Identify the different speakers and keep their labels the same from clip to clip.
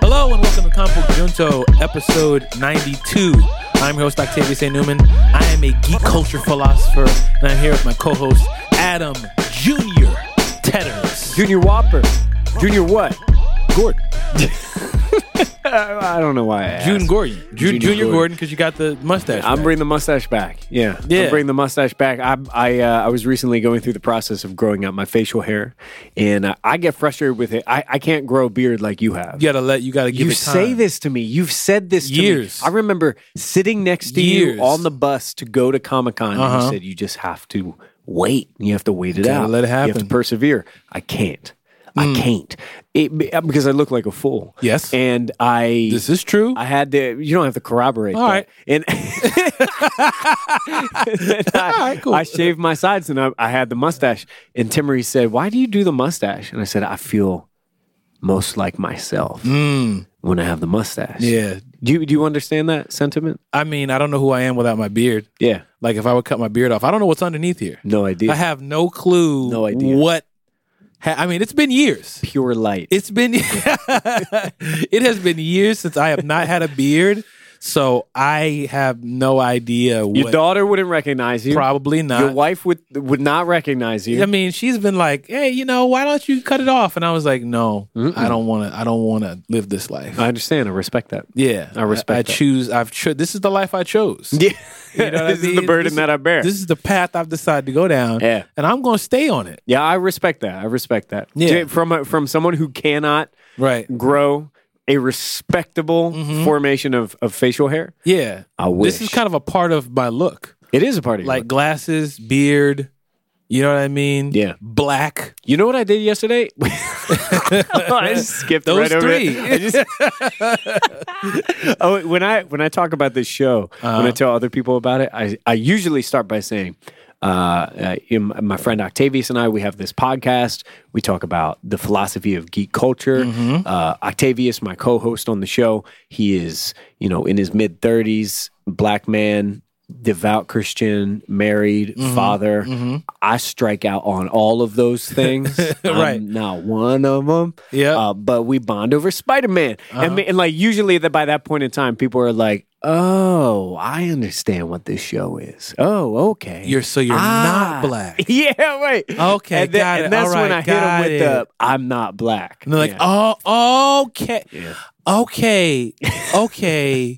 Speaker 1: Hello and welcome to Compo Junto, episode 92. I'm your host, Octavius A. Newman. I am a geek culture philosopher, and I'm here with my co host, Adam Jr. Tetters.
Speaker 2: Junior Whopper. Junior what? Gord. I don't know why. I
Speaker 1: June
Speaker 2: asked.
Speaker 1: Gordon. Ju-
Speaker 2: Junior
Speaker 1: Junior
Speaker 2: Gordon.
Speaker 1: Gordon, because you got the mustache.
Speaker 2: I'm
Speaker 1: back.
Speaker 2: bringing the mustache back. Yeah.
Speaker 1: Yeah.
Speaker 2: I'm bringing the mustache back. I I uh, I was recently going through the process of growing out my facial hair, and uh, I get frustrated with it. I, I can't grow a beard like you have.
Speaker 1: You gotta let, you gotta give
Speaker 2: You
Speaker 1: it time.
Speaker 2: say this to me. You've said this to
Speaker 1: Years.
Speaker 2: me. I remember sitting next to
Speaker 1: Years.
Speaker 2: you on the bus to go to Comic Con, and
Speaker 1: Uh-huh.
Speaker 2: you said you just have to wait. You have to wait it
Speaker 1: Gotta
Speaker 2: out.
Speaker 1: let it
Speaker 2: You have
Speaker 1: happen. Mm.
Speaker 2: to persevere. I can't. I can't. It, because I look like a fool.
Speaker 1: Yes.
Speaker 2: and I.
Speaker 1: This is true.
Speaker 2: I had to. You don't have to corroborate.
Speaker 1: All
Speaker 2: that.
Speaker 1: right.
Speaker 2: And, And I,
Speaker 1: All right, cool.
Speaker 2: I shaved my sides and I, I had the mustache. And Timmy said, "Why do you do the mustache?" And I said, "I feel most like myself when I have the mustache."
Speaker 1: Hmm. yeah.
Speaker 2: Do you, do you understand that sentiment?
Speaker 1: I mean, I don't know who I am without my beard.
Speaker 2: Yeah.
Speaker 1: Like, if I would cut my beard off, I don't know what's underneath here.
Speaker 2: No idea.
Speaker 1: I have no clue
Speaker 2: No idea.
Speaker 1: what. Ha- I mean, it's been years.
Speaker 2: Pure light.
Speaker 1: It's been it has been years since I have not had a beard, so I have no idea what.
Speaker 2: Your daughter wouldn't recognize you.
Speaker 1: probably
Speaker 2: Your
Speaker 1: not.
Speaker 2: wife would would not recognize you.
Speaker 1: I mean, she's been like, "Hey, you know, why don't you cut it off?" And I was like, "No, I don't want to. I don't want to live this life."
Speaker 2: I understand. I respect that.
Speaker 1: yeah,
Speaker 2: I respect
Speaker 1: I,
Speaker 2: that.
Speaker 1: choose. I've cho- This is the life I chose.
Speaker 2: Yeah.
Speaker 1: You know what I
Speaker 2: this is the
Speaker 1: mean?
Speaker 2: burden
Speaker 1: This-
Speaker 2: that I bear.
Speaker 1: This is the path I've decided to go down.
Speaker 2: Yeah.
Speaker 1: and I'm going to stay on it.
Speaker 2: yeah, I respect that. I respect that.
Speaker 1: Yeah.
Speaker 2: J- From a, from someone who cannot
Speaker 1: Right.
Speaker 2: grow a respectable
Speaker 1: Mm-hmm.
Speaker 2: formation of, of facial hair.
Speaker 1: Yeah.
Speaker 2: I
Speaker 1: This is
Speaker 2: wish.
Speaker 1: kind of a part of my look.
Speaker 2: It is a part of your
Speaker 1: like
Speaker 2: look.
Speaker 1: glasses, beard. You know what I mean?
Speaker 2: Yeah.
Speaker 1: Black.
Speaker 2: You know what I did yesterday? I just skipped
Speaker 1: Those
Speaker 2: right over it.
Speaker 1: three.
Speaker 2: I just- oh, when I when I talk about this show, when
Speaker 1: Uh-huh.
Speaker 2: I tell other people about it, I I usually start by saying. Uh, uh, in- my friend Octavius and I, we have this podcast. We talk about the philosophy of geek culture.
Speaker 1: Mm-hmm.
Speaker 2: Uh, Octavius, my co-host on the show, he is, you know, in his mid thirties, black man, devout Christian, married,
Speaker 1: Mm-hmm.
Speaker 2: father. I strike out on all of those things.
Speaker 1: Right.
Speaker 2: I'm not one of them.
Speaker 1: Yep.
Speaker 2: Uh, but we bond over Spider Man,
Speaker 1: Uh-huh.
Speaker 2: and, ma- and like usually that by that point in time, people are like, "Oh, I understand what this show is. Oh, okay.
Speaker 1: You're so you're
Speaker 2: Ah.
Speaker 1: not black.
Speaker 2: yeah, right.
Speaker 1: Okay,
Speaker 2: and, then-
Speaker 1: got it.
Speaker 2: and that's
Speaker 1: All
Speaker 2: when
Speaker 1: right,
Speaker 2: I hit
Speaker 1: got
Speaker 2: them with
Speaker 1: it.
Speaker 2: the "I'm not black."
Speaker 1: And they're like,
Speaker 2: Yeah.
Speaker 1: oh, okay. Okay. Okay.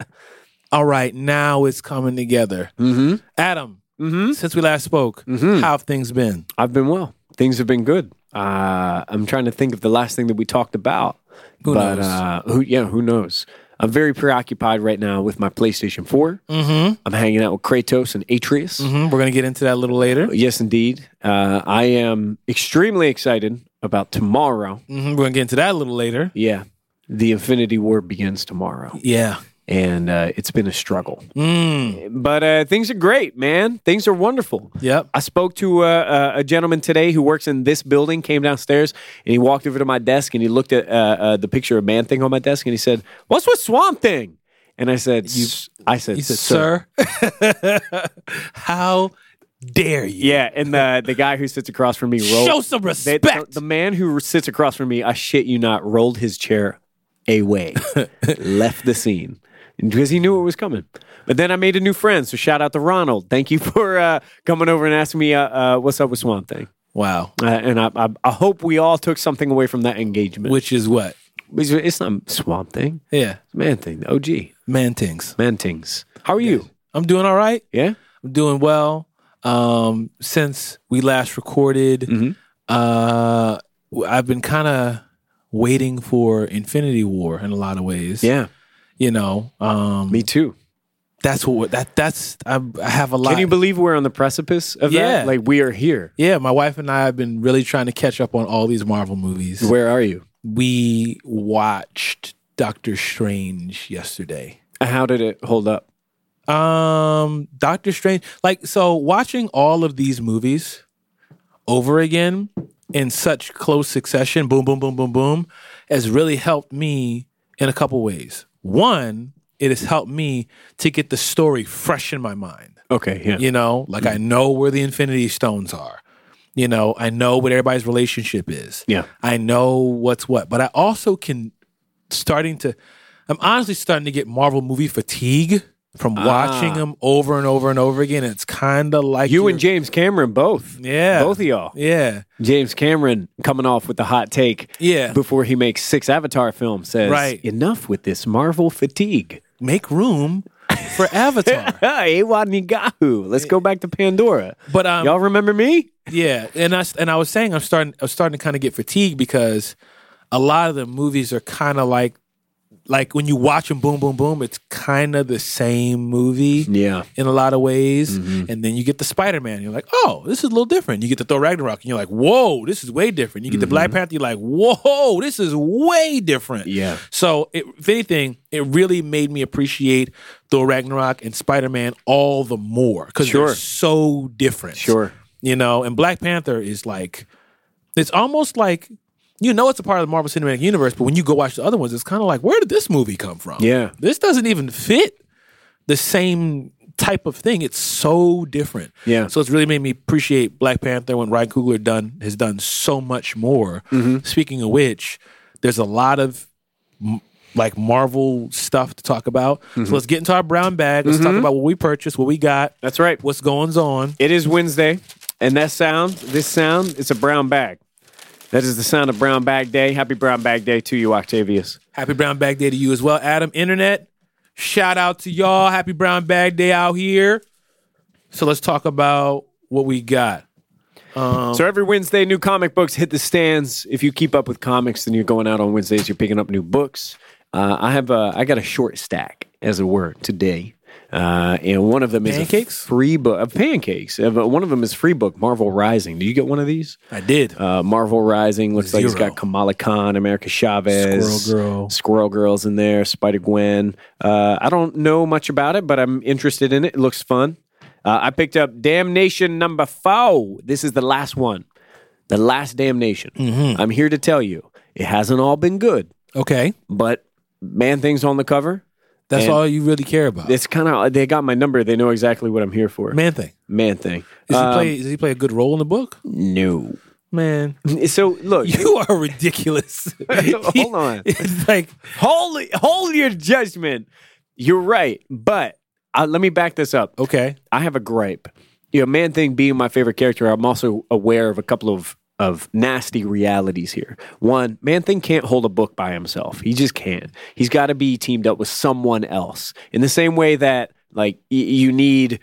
Speaker 1: All right. Now it's coming together. Mm-hmm. Adam,
Speaker 2: Mm-hmm.
Speaker 1: since we last spoke, how have things been?
Speaker 2: I've been well. Things have been good. Uh, I'm trying to think of the last thing that we talked about.
Speaker 1: Who
Speaker 2: but,
Speaker 1: knows?
Speaker 2: Uh, who, yeah, who knows? I'm very preoccupied right now with my PlayStation 4. Mm-hmm. I'm hanging out with Kratos and Atreus.
Speaker 1: Mhm, We're going to get into that a little later.
Speaker 2: Yes, indeed. Uh, I am extremely excited about tomorrow.
Speaker 1: Mhm, We're going to get into that a little later.
Speaker 2: Yeah. The Infinity War begins tomorrow,
Speaker 1: Yeah.
Speaker 2: and uh, it's been a struggle.
Speaker 1: Mm.
Speaker 2: But uh, things are great, man. Things are wonderful.
Speaker 1: Yep.
Speaker 2: I spoke to uh, a, a gentleman today who works in this building, came downstairs, and he walked over to my desk and he looked at uh, uh, the picture of Man Thing on my desk and he said, What's with Swamp Thing? And I said, "S- I said,
Speaker 1: You said, sir, how dare you?
Speaker 2: Yeah, and the, the guy who sits across from me rolled.
Speaker 1: Show some
Speaker 2: They-
Speaker 1: respect.
Speaker 2: the, the man who sits across from me, I shit you not, rolled his chair away, left the scene because he knew it was coming. But then I made a new friend, so shout out to Ronald. Thank you for uh, coming over and asking me uh, uh, what's up with Swamp Thing.
Speaker 1: wow.
Speaker 2: Uh, and I, I, I hope we all took something away from that engagement.
Speaker 1: Which is what?
Speaker 2: It's, it's not Swamp Thing,
Speaker 1: Yeah.
Speaker 2: it's Man Thing, the OG,
Speaker 1: Man things.
Speaker 2: Man Things. How are you?
Speaker 1: I'm doing all right.
Speaker 2: Yeah?
Speaker 1: I'm doing well. Um, since we last recorded,
Speaker 2: Mm-hmm.
Speaker 1: uh, I've been kind of waiting for Infinity War in a lot of ways.
Speaker 2: Yeah,
Speaker 1: You know, um,
Speaker 2: me too.
Speaker 1: that's what that that's I, I have a lot.
Speaker 2: Can you believe we're on the precipice of
Speaker 1: Yeah.
Speaker 2: that? Like, we are here.
Speaker 1: yeah, my wife and I have been really trying to catch up on all these Marvel movies.
Speaker 2: Where are you?
Speaker 1: we watched Doctor Strange yesterday.
Speaker 2: How did it hold up?
Speaker 1: Um, Doctor Strange, like so, watching all of these movies over again in such close succession, boom, boom, boom, boom, boom, has really helped me in a couple ways. One, it has helped me to get the story fresh in my mind.
Speaker 2: Okay, yeah.
Speaker 1: You know, like
Speaker 2: Mm.
Speaker 1: I know where the Infinity Stones are. You know, I know what everybody's relationship is.
Speaker 2: Yeah.
Speaker 1: I know what's what, but I also can starting to, I'm honestly starting to get Marvel movie fatigue from
Speaker 2: Ah.
Speaker 1: watching them over and over and over again. It's kind of like
Speaker 2: You
Speaker 1: you're-
Speaker 2: and James Cameron both.
Speaker 1: Yeah.
Speaker 2: Both of y'all.
Speaker 1: yeah,
Speaker 2: James Cameron coming off with the hot take
Speaker 1: Yeah.
Speaker 2: before he makes six Avatar films says,
Speaker 1: Right.
Speaker 2: enough with this Marvel fatigue.
Speaker 1: make room for Avatar.
Speaker 2: Hey, Ewa Nigahu. Let's go back to Pandora.
Speaker 1: But um,
Speaker 2: y'all remember me?
Speaker 1: Yeah, and I and I was saying I'm starting I'm starting to kind of get fatigued because a lot of the movies are kind of like like when you watch them boom boom boom it's kind of the same movie
Speaker 2: Yeah. Mm-hmm.
Speaker 1: in a lot of ways and then you get the Spider-Man you're like oh this is a little different you get the Thor Ragnarok and you're like whoa this is way different you get the Black Panther you're like whoa this is way different
Speaker 2: Mm-hmm. Yeah.
Speaker 1: so it, if anything it really made me appreciate Thor Ragnarok and Spider-Man all the more cuz
Speaker 2: Sure.
Speaker 1: they're so different
Speaker 2: Sure.
Speaker 1: you know and black panther is like it's almost like you know it's a part of the marvel cinematic universe but when you go watch the other ones it's kind of like where did this movie come from
Speaker 2: Yeah.
Speaker 1: this doesn't even fit the same type of thing it's so different
Speaker 2: Yeah.
Speaker 1: so it's really made me appreciate black panther when ryan coogler done has done so much more
Speaker 2: Mm-hmm.
Speaker 1: speaking of which there's a lot of like Marvel stuff to talk about. So let's get into our brown bag. Let's talk about what we purchased, what we got,
Speaker 2: Mm-hmm. That's right.
Speaker 1: what's going on.
Speaker 2: It is Wednesday, and that sound, this sound, it's a brown bag. That is the sound of Brown Bag Day. Happy Brown Bag Day to you, Octavius.
Speaker 1: Happy Brown Bag Day to you as well, Adam. Internet, shout out to y'all. Happy Brown Bag Day out here. So let's talk about what we got.
Speaker 2: So every Wednesday, new comic books hit the stands. If you keep up with comics, then you're going out on Wednesdays. You're picking up new books. Uh, I have a, I got a short stack, as it were, today, uh, and one of them is
Speaker 1: Pancakes?
Speaker 2: a free book of pancakes. Uh, but One of them is free book, Marvel Rising. Did you get one of these?
Speaker 1: I did.
Speaker 2: Uh, Marvel Rising looks like it's
Speaker 1: Zero.
Speaker 2: got Kamala Khan, America Chavez,
Speaker 1: Squirrel Girl.
Speaker 2: Squirrel Girls in there, Spider Gwen. Uh, I don't know much about it, but I'm interested in it. It looks fun. Uh, I picked up Damnation number four. This is the last one, the last Damnation.
Speaker 1: Mm-hmm.
Speaker 2: I'm here to tell you, it hasn't all been good,
Speaker 1: okay.
Speaker 2: but man, things on the cover.
Speaker 1: That's
Speaker 2: and-
Speaker 1: all you really care about.
Speaker 2: It's kind of they got my number. They know exactly what I'm here for. Man,
Speaker 1: Man thing.
Speaker 2: thing.
Speaker 1: Does,
Speaker 2: Uh,
Speaker 1: he play, does he play a good role in the book?
Speaker 2: no.
Speaker 1: Man,
Speaker 2: So look,
Speaker 1: you are ridiculous.
Speaker 2: Hold on.
Speaker 1: it's like,
Speaker 2: Hold, hold your judgment. You're right, but uh, let me back this up.
Speaker 1: okay.
Speaker 2: I have a gripe. You know, Man Thing being my favorite character, I'm also aware of a couple of of nasty realities here. One, Man Thing can't hold a book by himself. He just can't. He's got to be teamed up with someone else. In the same way that like y- you need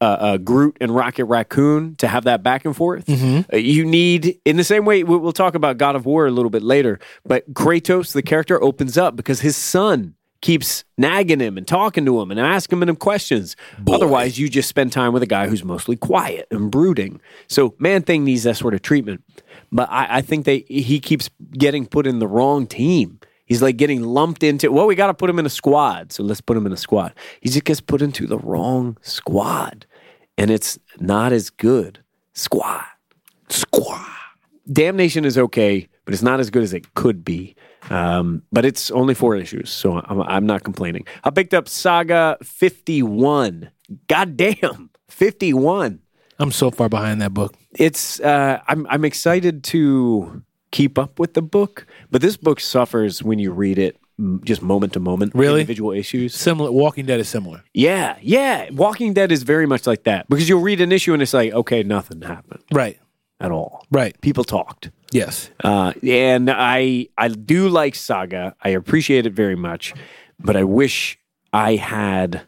Speaker 2: uh, uh, Groot and Rocket Raccoon to have that back and forth. Uh, you need, in the same way, we- we'll talk about God of War a little bit later, but Kratos, the character, opens up because his son keeps nagging him and talking to him and asking him questions. Otherwise, you just spend time with a guy who's mostly quiet and brooding. So, man, thing needs that sort of treatment. But I, I think they he keeps getting put in the wrong team. He's like getting lumped into. Well, we got to put him in a squad, so let's put him in a squad. He just gets put into the wrong squad, and it's not as good squad.
Speaker 1: Squaw.
Speaker 2: Damnation is okay, but it's not as good as it could be. Um, but it's only four issues, so I'm, I'm not complaining. I picked up Saga 51. Goddamn, 51.
Speaker 1: I'm so far behind that book.
Speaker 2: It's uh, I'm I'm excited to keep up with the book, but this book suffers when you read it mm, just moment to moment.
Speaker 1: Really?
Speaker 2: individual issues.
Speaker 1: Similar, Walking Dead is similar.
Speaker 2: Yeah, yeah. Walking Dead is very much like that because you'll read an issue and it's like, okay, nothing happened
Speaker 1: Right,
Speaker 2: at all.
Speaker 1: right.
Speaker 2: People talked.
Speaker 1: Yes.
Speaker 2: Uh, and I I do like Saga. I appreciate it very much, but I wish I had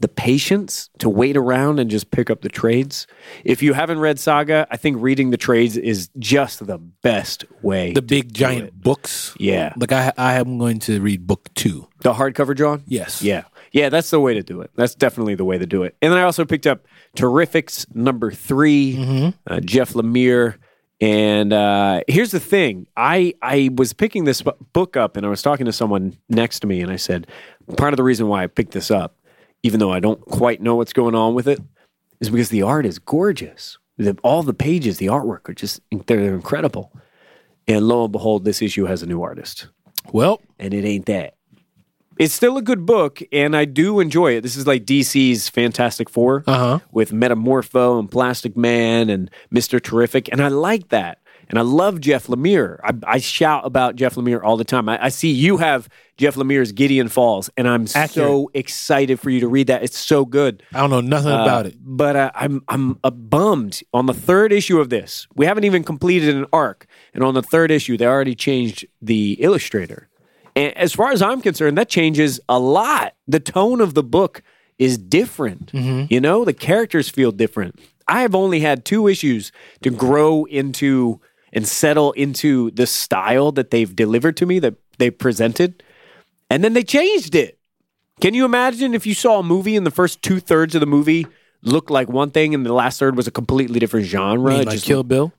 Speaker 2: the patience to wait around and just pick up the trades. If you haven't read Saga, I think reading the trades is just the best way.
Speaker 1: The big giant books.
Speaker 2: yeah,
Speaker 1: Like, I, I am going to read book two.
Speaker 2: the hardcover drawn.
Speaker 1: Yes.
Speaker 2: Yeah. Yeah, that's the way to do it. That's definitely the way to do it. And then I also picked up Terrifics number 3 uh, Jeff Lemire. And uh, here's the thing I, I was picking this bu- book up and I was talking to someone next to me, and I said, part of the reason why I picked this up, even though I don't quite know what's going on with it, is because the art is gorgeous. The, all the pages, the artwork are just, they're, they're incredible. And lo and behold, this issue has a new artist
Speaker 1: Well,
Speaker 2: and it ain't that. It's still a good book, and I do enjoy it. This is like DC's Fantastic 4
Speaker 1: Uh-huh.
Speaker 2: with Metamorpho and Plastic Man and Mister Terrific, and I like that. And I love Jeff Lemire. I, I shout about Jeff Lemire all the time. I, I see you have Jeff Lemire's Gideon Falls, and I'm
Speaker 1: Accurate.
Speaker 2: so excited for you to read that. It's so good.
Speaker 1: I don't know nothing about it.
Speaker 2: But uh, I'm I'm uh, bummed on the third issue of this. We haven't even completed an arc, and on the third issue, they already changed the illustrator. And as far as I'm concerned, that changes a lot. The tone of the book is different. You know, the characters feel different. I have only had two issues to grow into and settle into the style that they've delivered to me that they presented, and then they changed it. Can you imagine if you saw a movie and the first two thirds of the movie looked like one thing and the last third was a completely different genre?
Speaker 1: Like
Speaker 2: Just-
Speaker 1: Uh, Kill Bill.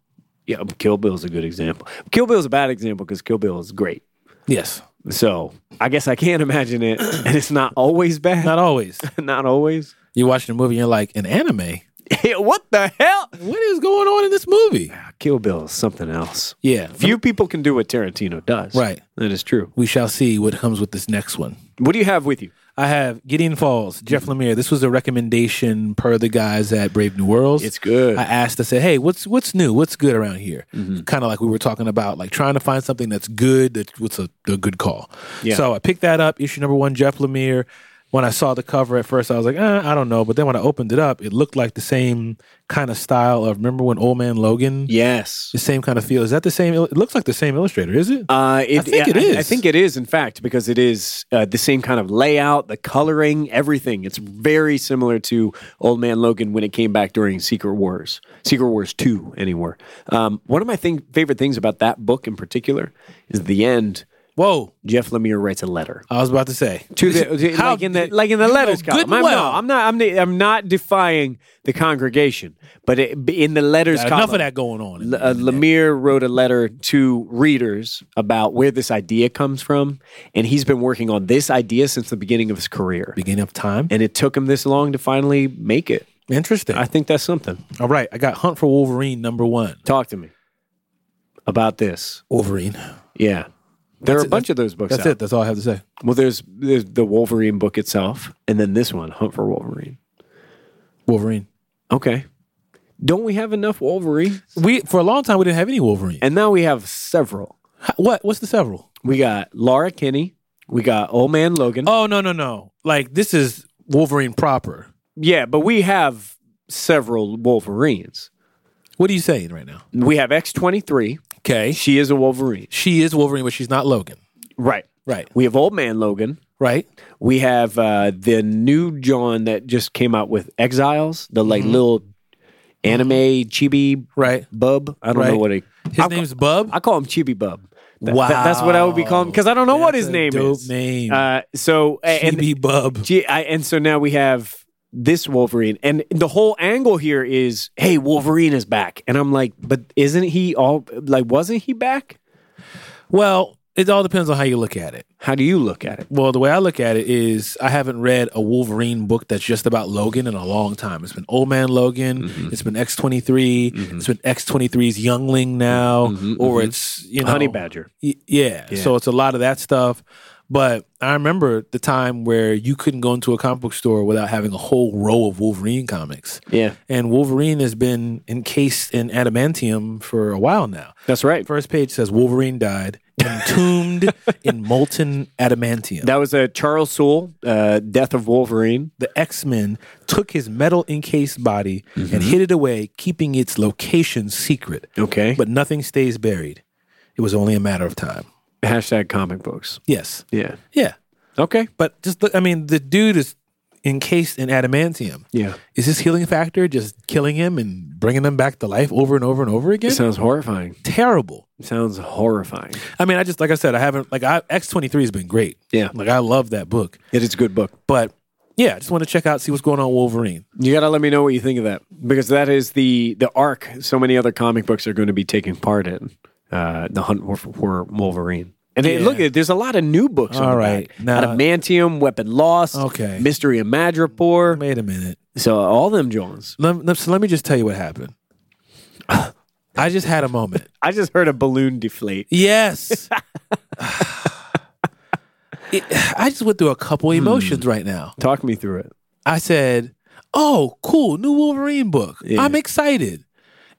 Speaker 2: yeah, Kill Bill's a good example. Kill Bill's a bad example because Kill Bill is great.
Speaker 1: Yes,
Speaker 2: So I guess I can't imagine it, and it's not always bad.
Speaker 1: not always.
Speaker 2: not always.
Speaker 1: You're watching a movie, and you're like an anime.
Speaker 2: Yeah, what the hell?
Speaker 1: What is going on in this movie?
Speaker 2: Kill Bill is something else.
Speaker 1: Yeah,
Speaker 2: Few people can do what Tarantino does.
Speaker 1: Right.
Speaker 2: That is true.
Speaker 1: we shall see what comes with this next one.
Speaker 2: What do you have with you?
Speaker 1: I have Gideon Falls, Jeff
Speaker 2: Mm-hmm.
Speaker 1: Lemire. This was a recommendation per the guys at Brave New Worlds.
Speaker 2: good. Mm-hmm.
Speaker 1: I asked, I said, "Hey, what's what's new? What's good around here?" Kind of like we were talking about, like trying to find something that's good. That what's a, a good call.
Speaker 2: Yeah.
Speaker 1: So I picked that up. Issue number one, Jeff Lemire. When I saw the cover at first, I was like, eh, "I don't know," but then when I opened it up, it looked like the same kind of style of remember when Old Man Logan.
Speaker 2: yes.
Speaker 1: The same kind of feel. Is that the same? il- It looks like the same illustrator, is it?
Speaker 2: Uh, it,
Speaker 1: I think it
Speaker 2: I- I,
Speaker 1: is.
Speaker 2: think it is, in fact, because it is uh, the same kind of layout, the coloring, everything. It's very similar to Old Man Logan when it came back during Secret Wars, Secret Wars 2, anywhere. Um, one of my thing, favorite things about that book in particular is the end.
Speaker 1: Whoa!
Speaker 2: Jeff Lemire writes a letter.
Speaker 1: I was about to say.
Speaker 2: To the,
Speaker 1: How
Speaker 2: like in the
Speaker 1: did-
Speaker 2: like in the
Speaker 1: you know
Speaker 2: letters
Speaker 1: good
Speaker 2: column.
Speaker 1: and
Speaker 2: I'm,
Speaker 1: well.
Speaker 2: no, I'm not. I'm, the, I'm not defying the congregation, but it, in the letters
Speaker 1: Got
Speaker 2: column,
Speaker 1: enough of that going on.
Speaker 2: L- uh, Lemire wrote a letter to readers about where this idea comes from, and he's been working on this idea since the beginning of his career.
Speaker 1: Beginning of time.
Speaker 2: And it took him this long to finally make it.
Speaker 1: Interesting.
Speaker 2: I think that's something.
Speaker 1: All right, I got Hunt for Wolverine number one.
Speaker 2: Talk to me about this.
Speaker 1: Wolverine.
Speaker 2: Yeah, there
Speaker 1: That's
Speaker 2: are a
Speaker 1: it.
Speaker 2: bunch of those books.
Speaker 1: That's
Speaker 2: out.
Speaker 1: it. That's all I have to say.
Speaker 2: Well, there's, there's the Wolverine book itself, and then this one, Hunt for Wolverine.
Speaker 1: Wolverine.
Speaker 2: Okay, don't we have enough Wolverine?
Speaker 1: We for a long time we didn't have any Wolverine.
Speaker 2: And now we have several.
Speaker 1: How- what? What's the several?
Speaker 2: We got Laura Kinney. We got Old Man Logan.
Speaker 1: Oh no no no! Like this is Wolverine proper.
Speaker 2: Yeah, but we have several Wolverines.
Speaker 1: What are you saying right now?
Speaker 2: We have X23.
Speaker 1: Okay,
Speaker 2: She is a Wolverine.
Speaker 1: she is Wolverine, but she's not Logan.
Speaker 2: Right.
Speaker 1: Right.
Speaker 2: We have Old Man Logan.
Speaker 1: Right.
Speaker 2: We have uh, the new John that just came out with Exiles, the like
Speaker 1: Mm-hmm.
Speaker 2: little anime chibi
Speaker 1: Right.
Speaker 2: bub. I don't
Speaker 1: Right.
Speaker 2: know what he.
Speaker 1: His name's Bub.
Speaker 2: I call him Chibi Bub. Th- th- that's what I would be calling because I don't know what
Speaker 1: That's
Speaker 2: his
Speaker 1: a
Speaker 2: name
Speaker 1: dope
Speaker 2: is.
Speaker 1: name.
Speaker 2: Uh, so a- and
Speaker 1: Chibi Bub.
Speaker 2: Gee, I, and so now we have this Wolverine, and the whole angle here is, hey, Wolverine is back, and I'm like, but isn't he all like, wasn't he back?
Speaker 1: Well, it all depends on how you look at it.
Speaker 2: How do you look at it?
Speaker 1: Well, the way I look at it is I haven't read a Wolverine book that's just about Logan in a long time. It's been Old Man Logan,
Speaker 2: Mm-hmm.
Speaker 1: it's been X23, it's been X23's Youngling now, or it's, you know.
Speaker 2: Mm-hmm, Honey Badger.
Speaker 1: Y- yeah. So it's a lot of that stuff. But I remember the time where you couldn't go into a comic book store without having a whole row of Wolverine comics.
Speaker 2: Yeah,
Speaker 1: And Wolverine has been encased in adamantium for a while now.
Speaker 2: that's right.
Speaker 1: First page says Wolverine died entombed in molten adamantium.
Speaker 2: That was a Charles Soule, uh, Death of Wolverine.
Speaker 1: the X Men took his metal encased body and hid it away, keeping its location secret.
Speaker 2: Mm-hmm. Okay, but
Speaker 1: But nothing stays buried. It was only a matter of time.
Speaker 2: hashtag comic books.
Speaker 1: Yes.
Speaker 2: Yeah.
Speaker 1: Yeah.
Speaker 2: Okay.
Speaker 1: But just, look, I mean, the dude is encased in adamantium.
Speaker 2: Yeah.
Speaker 1: Is his healing factor just killing him and bringing him back to life over and over and over again?
Speaker 2: It sounds horrifying.
Speaker 1: Terrible.
Speaker 2: It sounds horrifying.
Speaker 1: I mean, I just, like I said, I haven't, like, I, X23 has been great.
Speaker 2: Yeah.
Speaker 1: Like, I love that book.
Speaker 2: It is a good book.
Speaker 1: But yeah, I just want to check out, see what's going on with Wolverine.
Speaker 2: You gotta let me know what you think of that because that is the the arc. So many other comic books are going to be taking part in uh, the hunt for, for Wolverine. And hey,
Speaker 1: Yeah.
Speaker 2: look, there's a lot of new books.
Speaker 1: All
Speaker 2: on
Speaker 1: right.
Speaker 2: the
Speaker 1: Now-
Speaker 2: back. adamantium, Weapon Lost,
Speaker 1: Okay.
Speaker 2: Mystery of Madripoor.
Speaker 1: Wait a minute.
Speaker 2: So all them Jones.
Speaker 1: Let, let, so let me just tell you what happened. I just had a moment.
Speaker 2: I just heard a balloon deflate.
Speaker 1: Yes. It- I just went through a
Speaker 2: Hmm.
Speaker 1: couple emotions right now.
Speaker 2: Talk me through it.
Speaker 1: I said, "Oh, cool, new Wolverine book. I'm excited."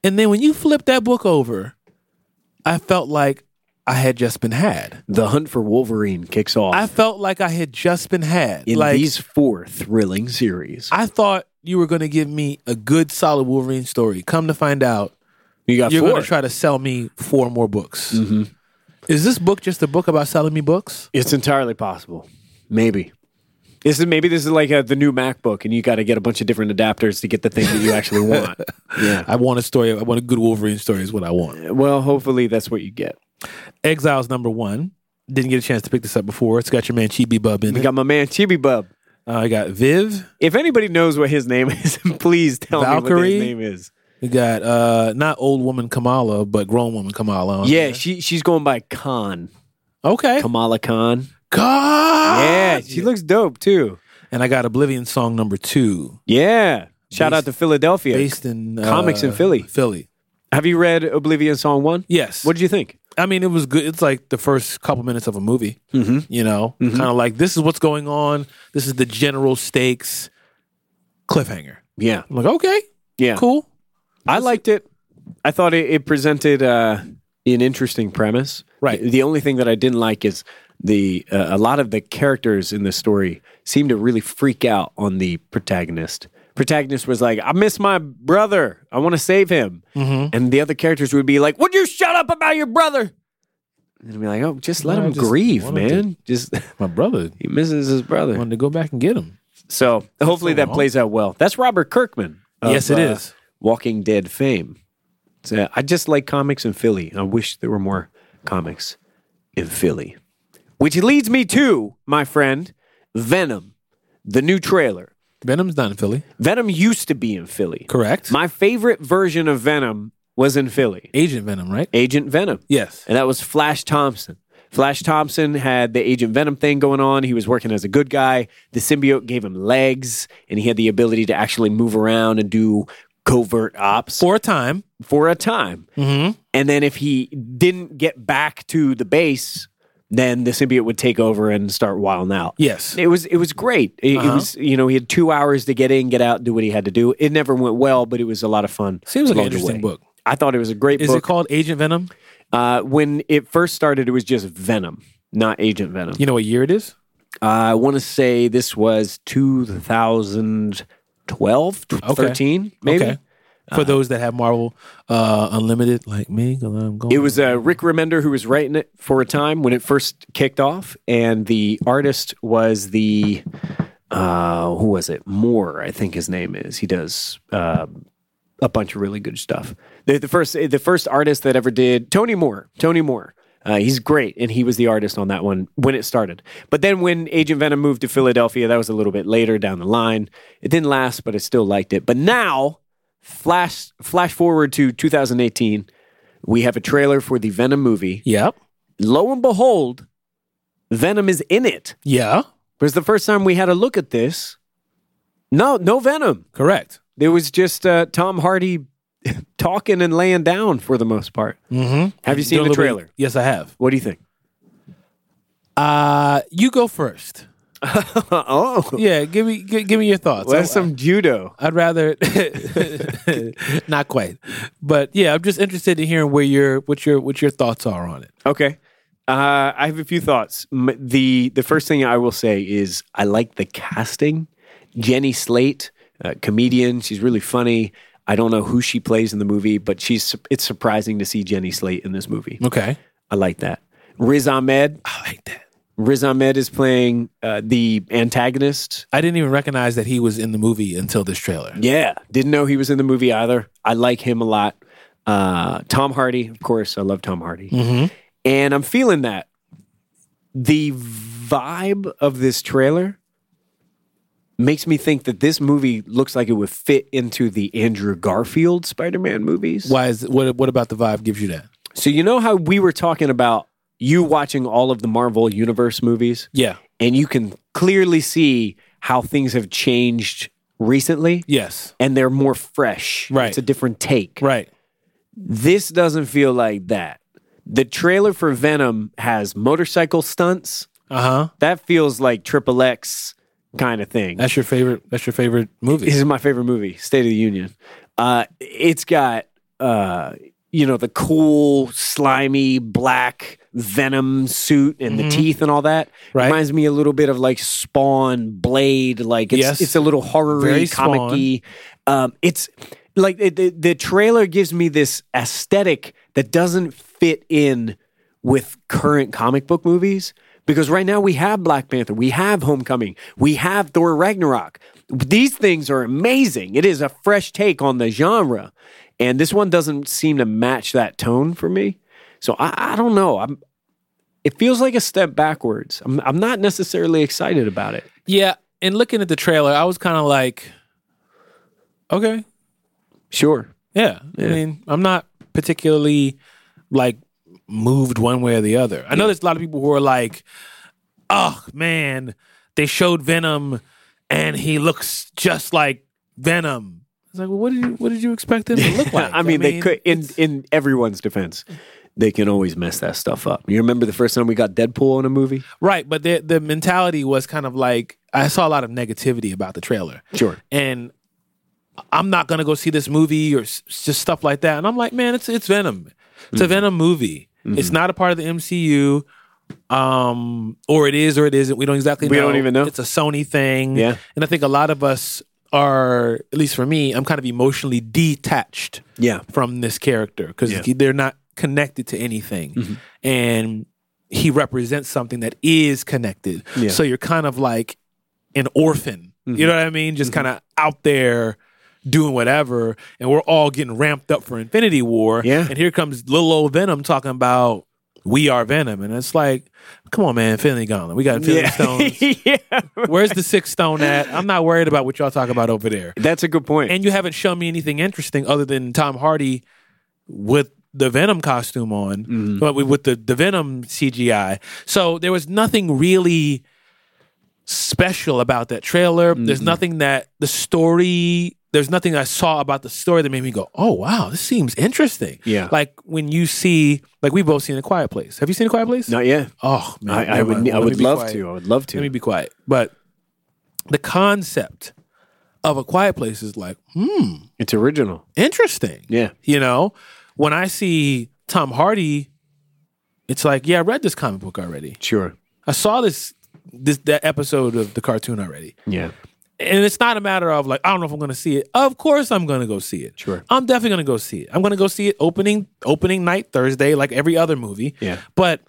Speaker 1: And then when you flip that book over, I felt like I had just been had.
Speaker 2: The Hunt for Wolverine kicks off
Speaker 1: I felt like I had just been had.
Speaker 2: in
Speaker 1: like
Speaker 2: these four thrilling series.
Speaker 1: I thought you were going to give me a good, solid Wolverine story. Come to find out,
Speaker 2: you got
Speaker 1: you're going
Speaker 2: four.
Speaker 1: to try to sell me four more books. Is this book just a book about selling me books?
Speaker 2: It's entirely possible. Maybe. This is maybe this is like uh the new MacBook, and you got to get a bunch of different adapters to get the thing that you actually want. yeah.
Speaker 1: I want a story. I want a good Wolverine story. Is what I want.
Speaker 2: Well, hopefully that's what you get.
Speaker 1: Exiles number one. Didn't get a chance to pick this up before. It's got your man Chibi Bub in
Speaker 2: We
Speaker 1: it.
Speaker 2: got my man Chibi Bub.
Speaker 1: Uh, I got Viv.
Speaker 2: If anybody knows what his name is, please tell me what
Speaker 1: Valkyrie?
Speaker 2: his name is.
Speaker 1: We got uh, not old woman Kamala, but grown woman Kamala. on
Speaker 2: Yeah,
Speaker 1: there.
Speaker 2: she she's going by Khan.
Speaker 1: Okay.
Speaker 2: Kamala Khan.
Speaker 1: God.
Speaker 2: Yeah, she looks dope too.
Speaker 1: And I got Oblivion song number two,
Speaker 2: Yeah. Shout out to Philadelphia.
Speaker 1: based in uh,
Speaker 2: Comics in Philly.
Speaker 1: Philly.
Speaker 2: Have you read Oblivion Song 1?
Speaker 1: Yes.
Speaker 2: What did you think?
Speaker 1: I mean, it was good. It's like the first couple minutes of a movie.
Speaker 2: Mm-hmm.
Speaker 1: You know, kind of like this is what's going on. This is the general stakes cliffhanger.
Speaker 2: Yeah.
Speaker 1: I'm like, okay,
Speaker 2: Yeah.
Speaker 1: cool.
Speaker 2: I liked it. I thought it, it presented uh, an interesting premise.
Speaker 1: Right.
Speaker 2: The, the only thing that I didn't like is the uh, a lot of the characters in this story seemed to really freak out on the protagonist. Protagonist was like, "I miss my brother. I want to save him,"
Speaker 1: Mm-hmm.
Speaker 2: and the other characters would be like, "Would you shut up about your brother?" And I'd be like, "Oh, just let
Speaker 1: No, I
Speaker 2: him
Speaker 1: just
Speaker 2: grieve,
Speaker 1: wanted to-
Speaker 2: man. Just
Speaker 1: My brother
Speaker 2: he misses his brother."
Speaker 1: wanted to go back and get him.
Speaker 2: So hopefully that
Speaker 1: wrong.
Speaker 2: plays out well. That's Robert Kirkman. uh,
Speaker 1: Yes, it
Speaker 2: it is.
Speaker 1: is.
Speaker 2: Walking Dead fame. So I just like comics in Philly. I wish there were more comics in Philly. Which leads me to, my friend, Venom, the new trailer.
Speaker 1: Venom's not in Philly,
Speaker 2: Venom used to be in Philly.
Speaker 1: correct?
Speaker 2: My favorite version of Venom was in Philly
Speaker 1: Agent Venom, right?
Speaker 2: Agent Venom.
Speaker 1: Yes.
Speaker 2: And that was Flash Thompson. Flash Thompson had the Agent Venom thing going on. He was working as a good guy. The symbiote gave him legs, and he had the ability to actually move around and do covert ops
Speaker 1: For a time.
Speaker 2: for a time.
Speaker 1: Mm-hmm.
Speaker 2: And then if he didn't get back to the base, then the symbiote would take over and start wilding out.
Speaker 1: Yes.
Speaker 2: It was it was great. It, it
Speaker 1: Uh-huh.
Speaker 2: was you know he had two hours to get in, get out, do what he had to do. It never went well, but it was a lot of fun.
Speaker 1: Seems like an
Speaker 2: along the
Speaker 1: interesting
Speaker 2: way.
Speaker 1: book.
Speaker 2: I thought it was a great
Speaker 1: Is
Speaker 2: book.
Speaker 1: it called Agent Venom?
Speaker 2: Uh, when it first started, it was just Venom, not Agent Venom. Uh,
Speaker 1: You know what year it is?
Speaker 2: I want to say this was 2012, tw-
Speaker 1: Okay.
Speaker 2: 13, maybe. Uh-huh.
Speaker 1: Okay. For those that have Marvel uh, Unlimited, like me, 'cause I'm going.
Speaker 2: It was uh, Rick Remender who was writing it for a time when it first kicked off, and the artist was the uh, who was it? Moore, I think his name is. He does uh, a bunch of really good stuff. The, the first the first artist that ever did Tony Moore. Tony Moore. Uh, he's great, and he was the artist on that one when it started. But then when Agent Venom moved to Philadelphia, that was a little bit later down the line. It didn't last, but I still liked it. But now, flash flash forward to 2018, we have a trailer for the Venom movie.
Speaker 1: Yep.
Speaker 2: Lo and behold, Venom is in it.
Speaker 1: Yeah.
Speaker 2: Because the first time we had a look at this, no, no Venom.
Speaker 1: Correct.
Speaker 2: There was just uh, Tom Hardy talking and laying down for the most part.
Speaker 1: Mm-hmm.
Speaker 2: Have you seen the trailer?
Speaker 1: Yes, I have.
Speaker 2: What do you think?
Speaker 1: Uh, you go first.
Speaker 2: oh,
Speaker 1: Yeah, give me give, give me your thoughts.
Speaker 2: that's some judo.
Speaker 1: I'd rather not quite, but yeah, I'm just interested in hearing where your what your what your thoughts are on it.
Speaker 2: Okay. Uh, I have a few thoughts. M- the The first thing I will say is I like the casting. Jenny Slate, uh, comedian, she's really funny. I don't know who she plays in the movie, but she's it's surprising to see Jenny Slate in this movie.
Speaker 1: Okay,
Speaker 2: I like that. Riz Ahmed.
Speaker 1: Mm. I like that.
Speaker 2: Riz Ahmed is playing uh, the antagonist.
Speaker 1: I didn't even recognize that he was in the movie until this trailer.
Speaker 2: Yeah, didn't know he was in the movie either. I like him a lot. Uh, Tom Hardy, of course, I love Tom Hardy, and I'm feeling that the vibe of this trailer makes me think that this movie looks like it would fit into the Andrew Garfield Spider-Man movies.
Speaker 1: Why is what what about the vibe gives you that?
Speaker 2: So you know how we were talking about you watching all of the Marvel Universe movies,
Speaker 1: Yeah.
Speaker 2: and you can clearly see how things have changed recently
Speaker 1: Yes.
Speaker 2: and they're more fresh.
Speaker 1: Right.
Speaker 2: It's a different take.
Speaker 1: Right.
Speaker 2: This doesn't feel like that. The trailer for Venom has motorcycle stunts.
Speaker 1: Uh huh.
Speaker 2: That feels like Triple X kind of thing.
Speaker 1: That's your favorite. That's your favorite
Speaker 2: This
Speaker 1: movie.
Speaker 2: is my favorite movie, State of the Union. Uh, it's got uh, you know, the cool, slimy, black venom suit and the teeth and all that.
Speaker 1: Mm-hmm. Right.
Speaker 2: Reminds me a little bit of like Spawn, Blade. Like it's,
Speaker 1: Yes.
Speaker 2: it's a little horror
Speaker 1: Very Spawn.
Speaker 2: comic y. Um, it's like it, the, the trailer gives me this aesthetic that doesn't fit in with current comic book movies because right now we have Black Panther, we have Homecoming, we have Thor Ragnarok. These things are amazing. It is a fresh take on the genre, and this one doesn't seem to match that tone for me. So I, I don't know. I'm. It feels like a step backwards. I'm, I'm not necessarily excited about it.
Speaker 1: Yeah, and looking at the trailer, I was kind of like, okay,
Speaker 2: Sure.
Speaker 1: yeah. I mean, I'm not particularly like moved one way or the other. I know there's a lot of people who are like, oh man, they showed Venom, and he looks just like Venom. It's like, well, what did you what did you expect him to look like?
Speaker 2: I mean, they could in in everyone's defense, they can always mess that stuff up. You remember the first time we got Deadpool in a movie?
Speaker 1: Right, but the the mentality was kind of like I saw a lot of negativity about the trailer.
Speaker 2: Sure.
Speaker 1: And I'm not gonna go see this movie or s- just stuff like that. And I'm like, man, it's it's Venom. It's
Speaker 2: Mm-hmm.
Speaker 1: a Venom movie. It's not a part of the MCU. Um, or it is, or it isn't. We don't exactly.
Speaker 2: We
Speaker 1: know.
Speaker 2: don't even know.
Speaker 1: It's a Sony thing.
Speaker 2: Yeah.
Speaker 1: And I think a lot of us are, at least for me, I'm kind of emotionally detached
Speaker 2: Yeah.
Speaker 1: from this character because
Speaker 2: Yeah. Mm-hmm.
Speaker 1: they're not connected to anything and he represents something that is connected
Speaker 2: Yeah. Mm-hmm.
Speaker 1: so you're kind of like an orphan you know what i mean just kind of out there doing whatever and we're all getting ramped up for infinity war
Speaker 2: Yeah.
Speaker 1: and here comes little old venom talking about we are venom and it's like come on man infinity gauntlet we got infinity stones
Speaker 2: yeah.
Speaker 1: where's the sixth stone at i'm not worried about what y'all talk about over there
Speaker 2: That's a good point.
Speaker 1: and you haven't shown me anything interesting other than Tom Hardy with the Venom costume on,
Speaker 2: Mm-hmm.
Speaker 1: but with- with the, the Venom CGI. So there was nothing really special about that trailer. There's
Speaker 2: Mm-hmm.
Speaker 1: nothing that the story, there's nothing I saw about the story that made me go, oh, wow, this seems interesting.
Speaker 2: Yeah.
Speaker 1: Like when you see, like we've both seen A Quiet Place. Have you seen A Quiet Place?
Speaker 2: Not yet.
Speaker 1: Oh, man.
Speaker 2: I, I
Speaker 1: never mind.
Speaker 2: would. I
Speaker 1: Well, let
Speaker 2: would
Speaker 1: me be
Speaker 2: love
Speaker 1: quiet.
Speaker 2: to. I would love
Speaker 1: Let me
Speaker 2: to.
Speaker 1: be quiet. But the concept of a quiet place is like, hmm,
Speaker 2: It's original.
Speaker 1: interesting.
Speaker 2: Yeah.
Speaker 1: You know, when I see Tom Hardy, it's like, yeah, I read this comic book already.
Speaker 2: Sure.
Speaker 1: I saw this this that episode of the cartoon already.
Speaker 2: Yeah.
Speaker 1: And it's not a matter of like, I don't know if I'm gonna see it. Of course I'm gonna go see it.
Speaker 2: Sure.
Speaker 1: I'm definitely gonna go see it. I'm gonna go see it opening opening night Thursday, like every other movie.
Speaker 2: Yeah.
Speaker 1: But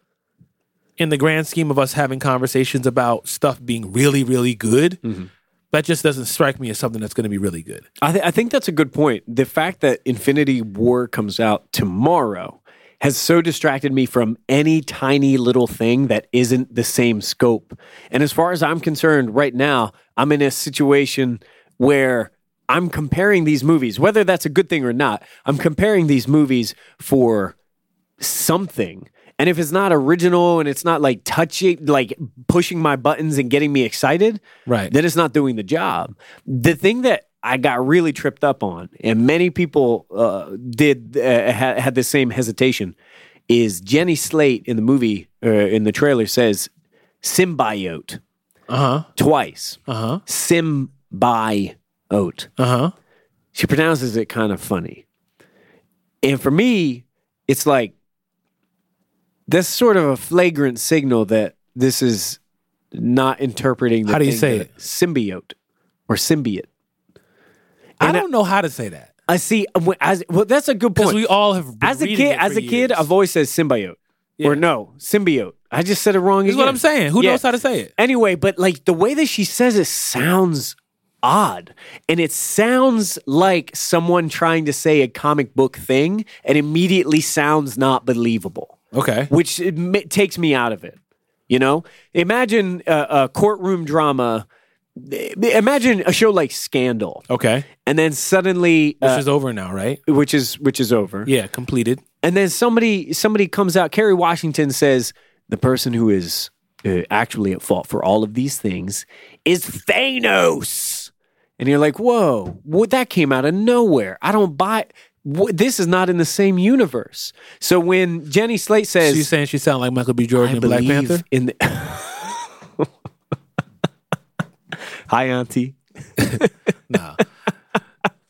Speaker 1: in the grand scheme of us having conversations about stuff being really, really good,
Speaker 2: Mm-hmm.
Speaker 1: that just doesn't strike me as something that's gonna be really good.
Speaker 2: I, th- I think that's a good point. The fact that Infinity War comes out tomorrow has so distracted me from any tiny little thing that isn't the same scope. And as far as I'm concerned, right now, I'm in a situation where I'm comparing these movies, whether that's a good thing or not, I'm comparing these movies for something. And if it's not original and it's not like touching, like pushing my buttons and getting me excited,
Speaker 1: Right.
Speaker 2: then it's not doing the job. The thing that I got really tripped up on, and many people uh, did uh, ha- had the same hesitation, is Jenny Slate in the movie uh, in the trailer says symbiote
Speaker 1: Uh-huh.
Speaker 2: twice.
Speaker 1: Uh-huh.
Speaker 2: Symbiote
Speaker 1: Uh-huh.
Speaker 2: she pronounces it kind of funny. And for me, it's like that's sort of a flagrant signal that this is not interpreting. The
Speaker 1: How do you
Speaker 2: thing
Speaker 1: say
Speaker 2: that-
Speaker 1: it?
Speaker 2: Symbiote or symbiote.
Speaker 1: I
Speaker 2: And I-
Speaker 1: don't know how to say that.
Speaker 2: I see. when- As, well, that's a good
Speaker 1: Because
Speaker 2: point.
Speaker 1: we all have been
Speaker 2: as a
Speaker 1: reading
Speaker 2: kid,
Speaker 1: it
Speaker 2: as
Speaker 1: for
Speaker 2: a kid,
Speaker 1: years.
Speaker 2: I've always said symbiote
Speaker 1: Yeah.
Speaker 2: or no symbiote. I just said it wrong.
Speaker 1: This is what
Speaker 2: again.
Speaker 1: I'm saying. Who
Speaker 2: Yeah.
Speaker 1: knows how to say it?
Speaker 2: Anyway, but like the way that she says it sounds odd. And it sounds like someone trying to say a comic book thing and immediately sounds not believable,
Speaker 1: Okay.
Speaker 2: which it ma- takes me out of it. You know, imagine a, a courtroom drama. eh, Imagine a show like Scandal,
Speaker 1: Okay.
Speaker 2: and then suddenly,
Speaker 1: Which
Speaker 2: uh,
Speaker 1: is over now, right?
Speaker 2: which is which is over
Speaker 1: Yeah, completed.
Speaker 2: and then somebody somebody comes out. Kerry Washington says the person who is uh, actually at fault for all of these things is Thanos, and you're like, whoa, what? That came out of nowhere. I don't buy. What, this is not in the same universe. So when Jenny Slate says,
Speaker 1: She's saying she sounded like Michael B. Jordan
Speaker 2: I
Speaker 1: in Black
Speaker 2: believe
Speaker 1: Panther.
Speaker 2: In the- Hi, Auntie.
Speaker 1: Nah.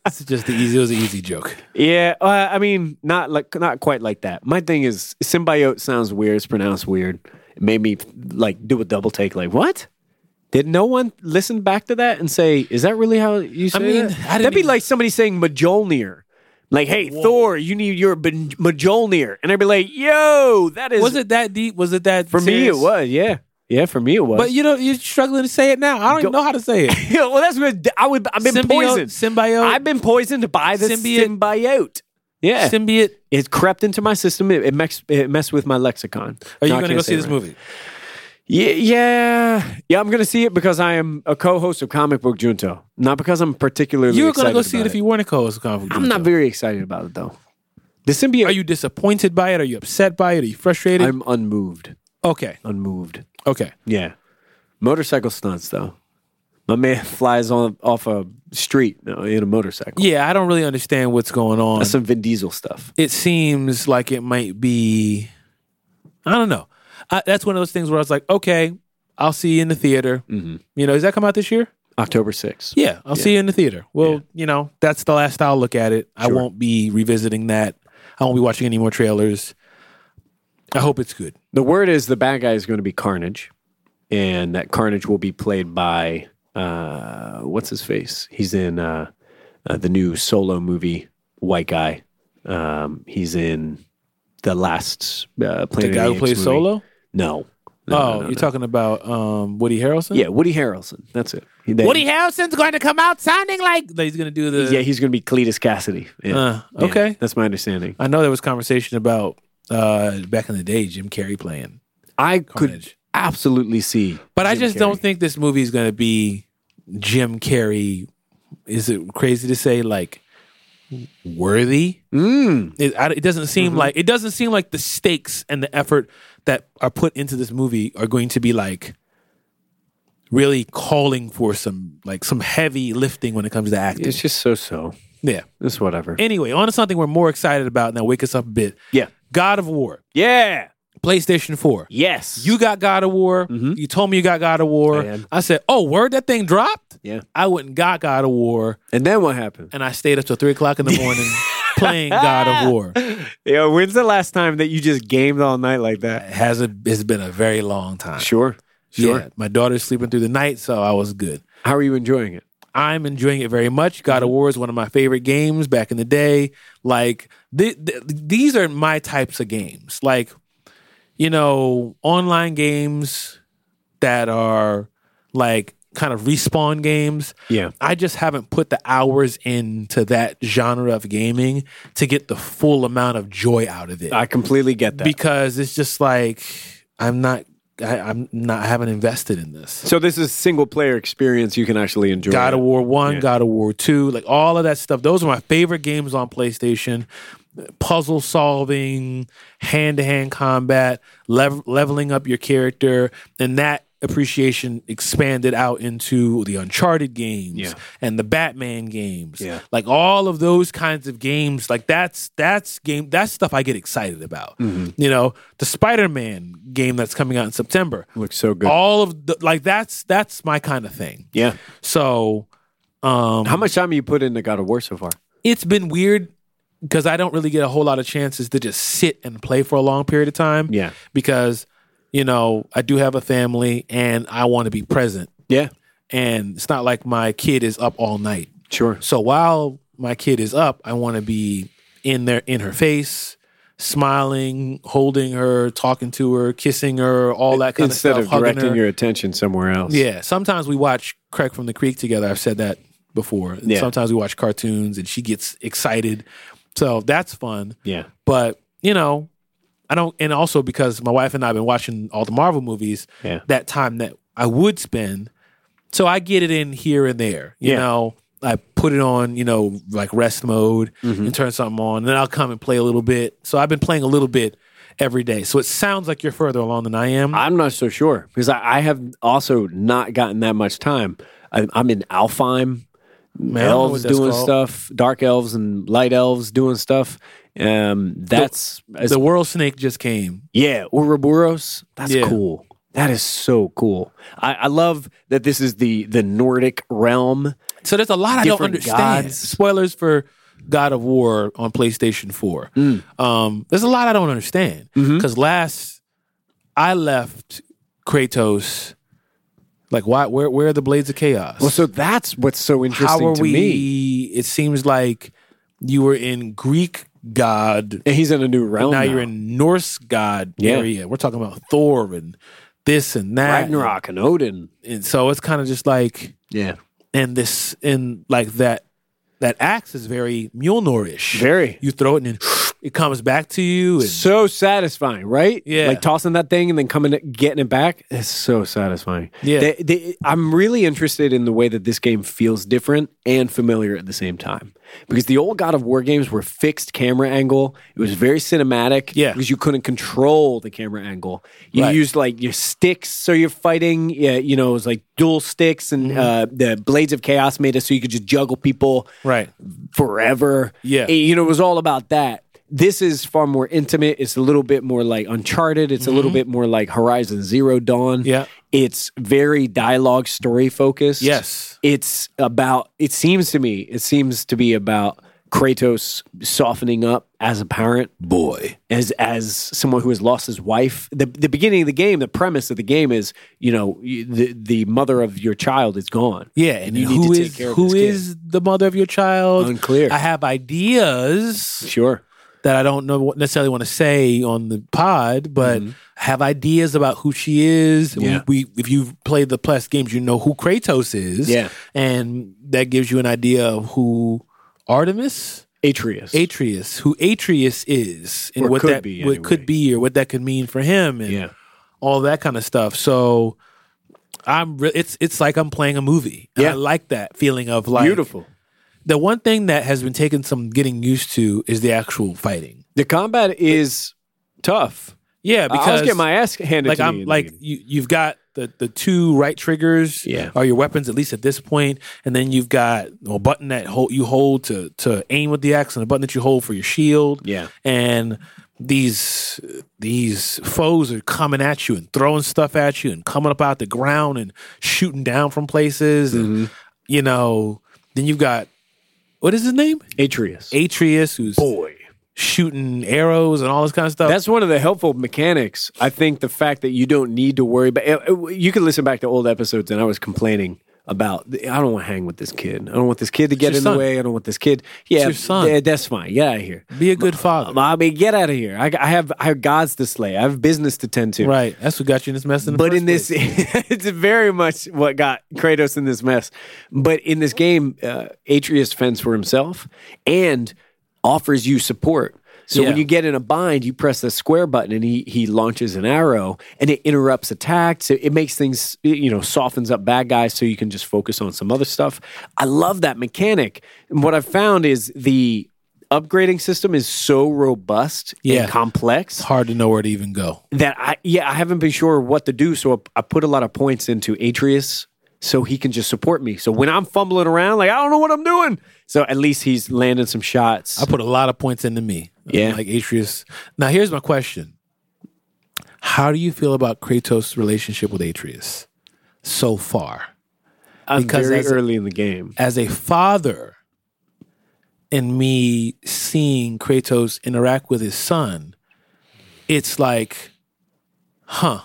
Speaker 1: that's just the easy. It was an easy joke.
Speaker 2: Yeah, uh, I mean, not like not quite like that. My thing is symbiote sounds weird. It's pronounced weird. It made me like do a double take. Like what? Did no one listen back to that and say, "Is that really how you say
Speaker 1: mean,
Speaker 2: that?"
Speaker 1: I didn't
Speaker 2: That'd be
Speaker 1: even-
Speaker 2: like somebody saying Mjolnir. Like, hey, Thor, you need your ben- Mjolnir, and I'd be like, "Yo, that is."
Speaker 1: Was it that deep? Was it that
Speaker 2: for me? It
Speaker 1: serious?
Speaker 2: was, yeah, yeah. For me, it was.
Speaker 1: But you know, you're struggling to say it now. I don't even
Speaker 2: Go-
Speaker 1: know how to say it.
Speaker 2: Yeah, well, that's what I would. I've been
Speaker 1: Symbiote-
Speaker 2: poisoned.
Speaker 1: symbiote-
Speaker 2: I've been poisoned by the symbiote.
Speaker 1: Symbiote-
Speaker 2: Yeah,
Speaker 1: Symbiote.
Speaker 2: it crept into my system. It, it, mex- it messed with my lexicon.
Speaker 1: Are
Speaker 2: No,
Speaker 1: you
Speaker 2: I
Speaker 1: going to
Speaker 2: can't
Speaker 1: go
Speaker 2: say
Speaker 1: see
Speaker 2: it
Speaker 1: this
Speaker 2: right.
Speaker 1: movie?
Speaker 2: Yeah, yeah, yeah. I'm going to see it because I am a co-host of Comic Book Junto, not because I'm particularly.
Speaker 1: You were
Speaker 2: going to
Speaker 1: go see it if you weren't a co-host of Comic Book
Speaker 2: I'm not
Speaker 1: Junto.
Speaker 2: very excited about it though. The symbiote.
Speaker 1: Are you disappointed by it? Are you upset by it? Are you frustrated?
Speaker 2: I'm unmoved.
Speaker 1: okay.
Speaker 2: Unmoved.
Speaker 1: Okay.
Speaker 2: Yeah. Motorcycle stunts though. My man flies on off a street you know, in a motorcycle.
Speaker 1: Yeah, I don't really understand what's going on.
Speaker 2: That's some Vin Diesel stuff.
Speaker 1: it seems like it might be i don't know I, that's one of those things where i was like okay i'll see you in the theater
Speaker 2: Mm-hmm.
Speaker 1: you know does that come out this year
Speaker 2: October 6th.
Speaker 1: yeah i'll see you in the theater well you know that's the last i'll look at it i won't be revisiting that i won't be watching any more trailers i hope it's good
Speaker 2: The word is the bad guy is going to be Carnage, and that Carnage will be played by uh, what's his face? He's in uh, uh, the new solo movie, white guy. Um, he's in the last uh, Planet
Speaker 1: the
Speaker 2: of
Speaker 1: guy who
Speaker 2: Apes
Speaker 1: plays
Speaker 2: movie.
Speaker 1: solo
Speaker 2: No. No,
Speaker 1: oh
Speaker 2: no, no,
Speaker 1: you're
Speaker 2: no.
Speaker 1: talking about um, woody harrelson
Speaker 2: yeah, Woody Harrelson. That's it. He- they-
Speaker 1: woody harrelson's going to come out sounding like he's going to do the
Speaker 2: Yeah, he's going to be Cletus Cassidy. Yeah.
Speaker 1: Uh,
Speaker 2: Yeah,
Speaker 1: okay.
Speaker 2: that's my understanding.
Speaker 1: i know there was conversation about uh, back in the day jim carrey playing
Speaker 2: I could
Speaker 1: Carnage.
Speaker 2: absolutely see,
Speaker 1: But I
Speaker 2: Jim
Speaker 1: just
Speaker 2: Carrey.
Speaker 1: don't think this movie is going to be Jim Carrey. Is it crazy to say like worthy?
Speaker 2: Mm.
Speaker 1: It, I, it doesn't seem like it doesn't seem like the stakes and the effort that are put into this movie are going to be like really calling for some like some heavy lifting when it comes to acting.
Speaker 2: It's just so so.
Speaker 1: yeah.
Speaker 2: It's whatever.
Speaker 1: Anyway, on to something we're more excited about and that'll wake us up a bit.
Speaker 2: Yeah.
Speaker 1: God of War,
Speaker 2: Yeah.
Speaker 1: PlayStation 4.
Speaker 2: Yes.
Speaker 1: You got God of War. You told me you got God of
Speaker 2: I
Speaker 1: War.
Speaker 2: am.
Speaker 1: I, said, "Oh, word, that thing dropped."
Speaker 2: Yeah.
Speaker 1: I went and got God of War,
Speaker 2: And then what happened?
Speaker 1: and I stayed up till three o'clock in the morning playing God of War. It
Speaker 2: Yeah, when's the last time that you just gamed all night like that?
Speaker 1: has a, it's been a very long time.
Speaker 2: Sure. Sure.
Speaker 1: Yeah, my daughter's sleeping through the night, so I was good.
Speaker 2: How are you enjoying it?
Speaker 1: I'm enjoying it very much. God of War is one of my favorite games back in the day. Like th- th- these are my types of games. Like you know, online games that are like kind of respawn games.
Speaker 2: Yeah.
Speaker 1: I just haven't put the hours into that genre of gaming to get the full amount of joy out of it
Speaker 2: I completely get that.
Speaker 1: because it's just like I'm not I, I'm not I haven't invested in this.
Speaker 2: so this is single player experience you can actually enjoy.
Speaker 1: God of
Speaker 2: it.
Speaker 1: War One, God of War Two, like all of that stuff. Those are my favorite games on PlayStation. Puzzle solving, hand to hand combat, lev- leveling up your character, and that appreciation expanded out into the Uncharted games
Speaker 2: Yeah.
Speaker 1: and the Batman games.
Speaker 2: Yeah.
Speaker 1: Like all of those kinds of games, like that's that's game that's stuff I get excited about.
Speaker 2: Mm-hmm.
Speaker 1: You know, the Spider Man game that's coming out in September.
Speaker 2: looks so good.
Speaker 1: All of the, like that's that's my kind of thing.
Speaker 2: yeah.
Speaker 1: So um
Speaker 2: How much time have you put into God of War so far?
Speaker 1: it's been weird because I don't really get a whole lot of chances to just sit and play for a long period of time.
Speaker 2: Yeah.
Speaker 1: Because, you know, I do have a family and I want to be present.
Speaker 2: Yeah.
Speaker 1: And it's not like my kid is up all night.
Speaker 2: Sure.
Speaker 1: So while my kid is up, I want to be in there in her face, smiling, holding her, talking to her, kissing her, all that kind
Speaker 2: Instead
Speaker 1: of
Speaker 2: of
Speaker 1: stuff. hugging
Speaker 2: directing
Speaker 1: her.
Speaker 2: your attention somewhere else.
Speaker 1: Yeah, sometimes we watch Craig from the Creek together. I've said that before. And
Speaker 2: Yeah.
Speaker 1: Sometimes we watch cartoons and she gets excited. So that's fun.
Speaker 2: Yeah.
Speaker 1: But, you know, I don't and also because my wife and I have been watching all the Marvel movies,
Speaker 2: Yeah.
Speaker 1: that time that I would spend. So I get it in here and there. You
Speaker 2: Yeah.
Speaker 1: know, I put it on, you know, like rest mode
Speaker 2: Mm-hmm.
Speaker 1: and turn something on. And then I'll come and play a little bit. So I've been playing a little bit every day. So it sounds like you're further along than I am.
Speaker 2: I'm not so sure because I, I have also not gotten that much time. I, I'm in Alfheim,
Speaker 1: I don't know
Speaker 2: elves
Speaker 1: what that's
Speaker 2: doing
Speaker 1: called.
Speaker 2: stuff, dark elves and light elves doing stuff. Um, that's as-
Speaker 1: the world snake just came.
Speaker 2: yeah, Ouroboros. That's
Speaker 1: Yeah.
Speaker 2: cool. That is so cool. I, I love that this is the the Nordic realm.
Speaker 1: So there's a lot I don't
Speaker 2: Different
Speaker 1: understand.
Speaker 2: gods.
Speaker 1: Spoilers for God of War on PlayStation 4.
Speaker 2: Mm.
Speaker 1: Um, there's a lot I don't understand
Speaker 2: Mm-hmm.
Speaker 1: because last I left Kratos. Like why? Where where are the blades of chaos?
Speaker 2: Well, so that's what's so interesting
Speaker 1: How are
Speaker 2: to
Speaker 1: we?
Speaker 2: me.
Speaker 1: It seems like you were in Greek god.
Speaker 2: And he's in a new realm.
Speaker 1: now you're in Norse god
Speaker 2: Yeah.
Speaker 1: area. We're talking about Thor and this and that.
Speaker 2: Ragnarok and Odin.
Speaker 1: And so it's kind of just like
Speaker 2: Yeah.
Speaker 1: and this and like that that axe is very Mjolnir-ish.
Speaker 2: Very.
Speaker 1: You throw it and then it comes back to you. And
Speaker 2: So satisfying, right?
Speaker 1: Yeah.
Speaker 2: Like tossing that thing and then coming, getting it back. It's so satisfying.
Speaker 1: Yeah.
Speaker 2: They- they- I'm really interested in the way that this game feels different and familiar at the same time. Because the old God of War games were fixed camera angle. It was very cinematic.
Speaker 1: Yeah.
Speaker 2: Because you couldn't control the camera angle. You
Speaker 1: Right.
Speaker 2: used like your sticks, so you're fighting. Yeah. You know, it was like dual sticks, and
Speaker 1: Mm-hmm.
Speaker 2: uh, the Blades of Chaos made it so you could just juggle people
Speaker 1: right.
Speaker 2: forever.
Speaker 1: Yeah.
Speaker 2: Eh, you know, it was all about that. This is far more intimate. It's a little bit more like Uncharted. It's a little bit more like Horizon Zero Dawn.
Speaker 1: Mm-hmm. Yeah.
Speaker 2: It's very dialogue story focused.
Speaker 1: Yes.
Speaker 2: It's about, it seems to me, it seems to be about Kratos softening up as a parent
Speaker 1: Boy.
Speaker 2: as as someone who has lost his wife. The the beginning of the game, the premise of the game is, you know, you- the the mother of your child is gone.
Speaker 1: Yeah. And,
Speaker 2: you need
Speaker 1: who
Speaker 2: to take
Speaker 1: is
Speaker 2: care of
Speaker 1: who
Speaker 2: this kid.
Speaker 1: is the mother of your child?
Speaker 2: Unclear.
Speaker 1: I have ideas
Speaker 2: Sure.
Speaker 1: that I don't know what necessarily want to say on the pod, but have ideas about who she is.
Speaker 2: Mm-hmm. Yeah.
Speaker 1: We, we if you've played the plus games, you know who Kratos is.
Speaker 2: Yeah.
Speaker 1: And that gives you an idea of who Artemis
Speaker 2: Atreus.
Speaker 1: Atreus, who Atreus is, and
Speaker 2: Or
Speaker 1: what
Speaker 2: could
Speaker 1: that
Speaker 2: be,
Speaker 1: what
Speaker 2: anyway.
Speaker 1: could be, or what that could mean for him, and
Speaker 2: Yeah.
Speaker 1: all that kind of stuff. So, I'm re- it's it's like I'm playing a movie. And
Speaker 2: Yeah.
Speaker 1: I like that feeling of like
Speaker 2: Beautiful.
Speaker 1: The one thing that has been taking some getting used to is the actual fighting.
Speaker 2: The combat is tough.
Speaker 1: Yeah, because
Speaker 2: I was getting my ass handed
Speaker 1: like
Speaker 2: to me.
Speaker 1: I'm
Speaker 2: in the
Speaker 1: like
Speaker 2: beginning.
Speaker 1: you you've got the the two right triggers
Speaker 2: Yeah.
Speaker 1: are your weapons at least at this point, and then you've got a button that hold, you hold to to aim with the axe and a button that you hold for your shield.
Speaker 2: Yeah.
Speaker 1: and these these foes are coming at you and throwing stuff at you and coming up out the ground and shooting down from places and
Speaker 2: Mm-hmm.
Speaker 1: you know then you've got what is his name
Speaker 2: Atreus.
Speaker 1: Atreus who's
Speaker 2: Boy.
Speaker 1: shooting arrows and all this kind of stuff.
Speaker 2: That's one of the helpful mechanics. I think the fact that you don't need to worry, but you can listen back to old episodes, and I was complaining about I don't want to hang with this kid. I don't want this kid to get
Speaker 1: your
Speaker 2: in
Speaker 1: son.
Speaker 2: the way. I don't want this kid. Yeah,
Speaker 1: your son.
Speaker 2: yeah, that's fine. Get out of here.
Speaker 1: Be a good father.
Speaker 2: Mommy, get out of here. I, I have I have gods to slay. I have business to tend to.
Speaker 1: Right, that's what got you in this mess. In the
Speaker 2: but
Speaker 1: first
Speaker 2: in this,
Speaker 1: place.
Speaker 2: it's very much what got Kratos in this mess. But in this game, uh, Atreus fends for himself and offers you support. So
Speaker 1: Yeah.
Speaker 2: when you get in a bind, you press the square button, and he he launches an arrow, and it interrupts attacks. It, it makes things you know softens up bad guys, so you can just focus on some other stuff. I love that mechanic. And what I've found is the upgrading system is so robust
Speaker 1: Yeah.
Speaker 2: and complex
Speaker 1: it's hard to know where to even go.
Speaker 2: that I yeah I haven't been sure what to do, so I, I put a lot of points into Atreus so he can just support me. So when I'm fumbling around, like I don't know what I'm doing, so at least he's landing some shots.
Speaker 1: I put a lot of points into me.
Speaker 2: Yeah.
Speaker 1: Like Atreus. Now, here's my question How do you feel about Kratos' relationship with Atreus so far?
Speaker 2: I'm
Speaker 1: because
Speaker 2: uh, very
Speaker 1: as a-
Speaker 2: early in the game.
Speaker 1: As a father, and me seeing Kratos interact with his son, it's like, huh,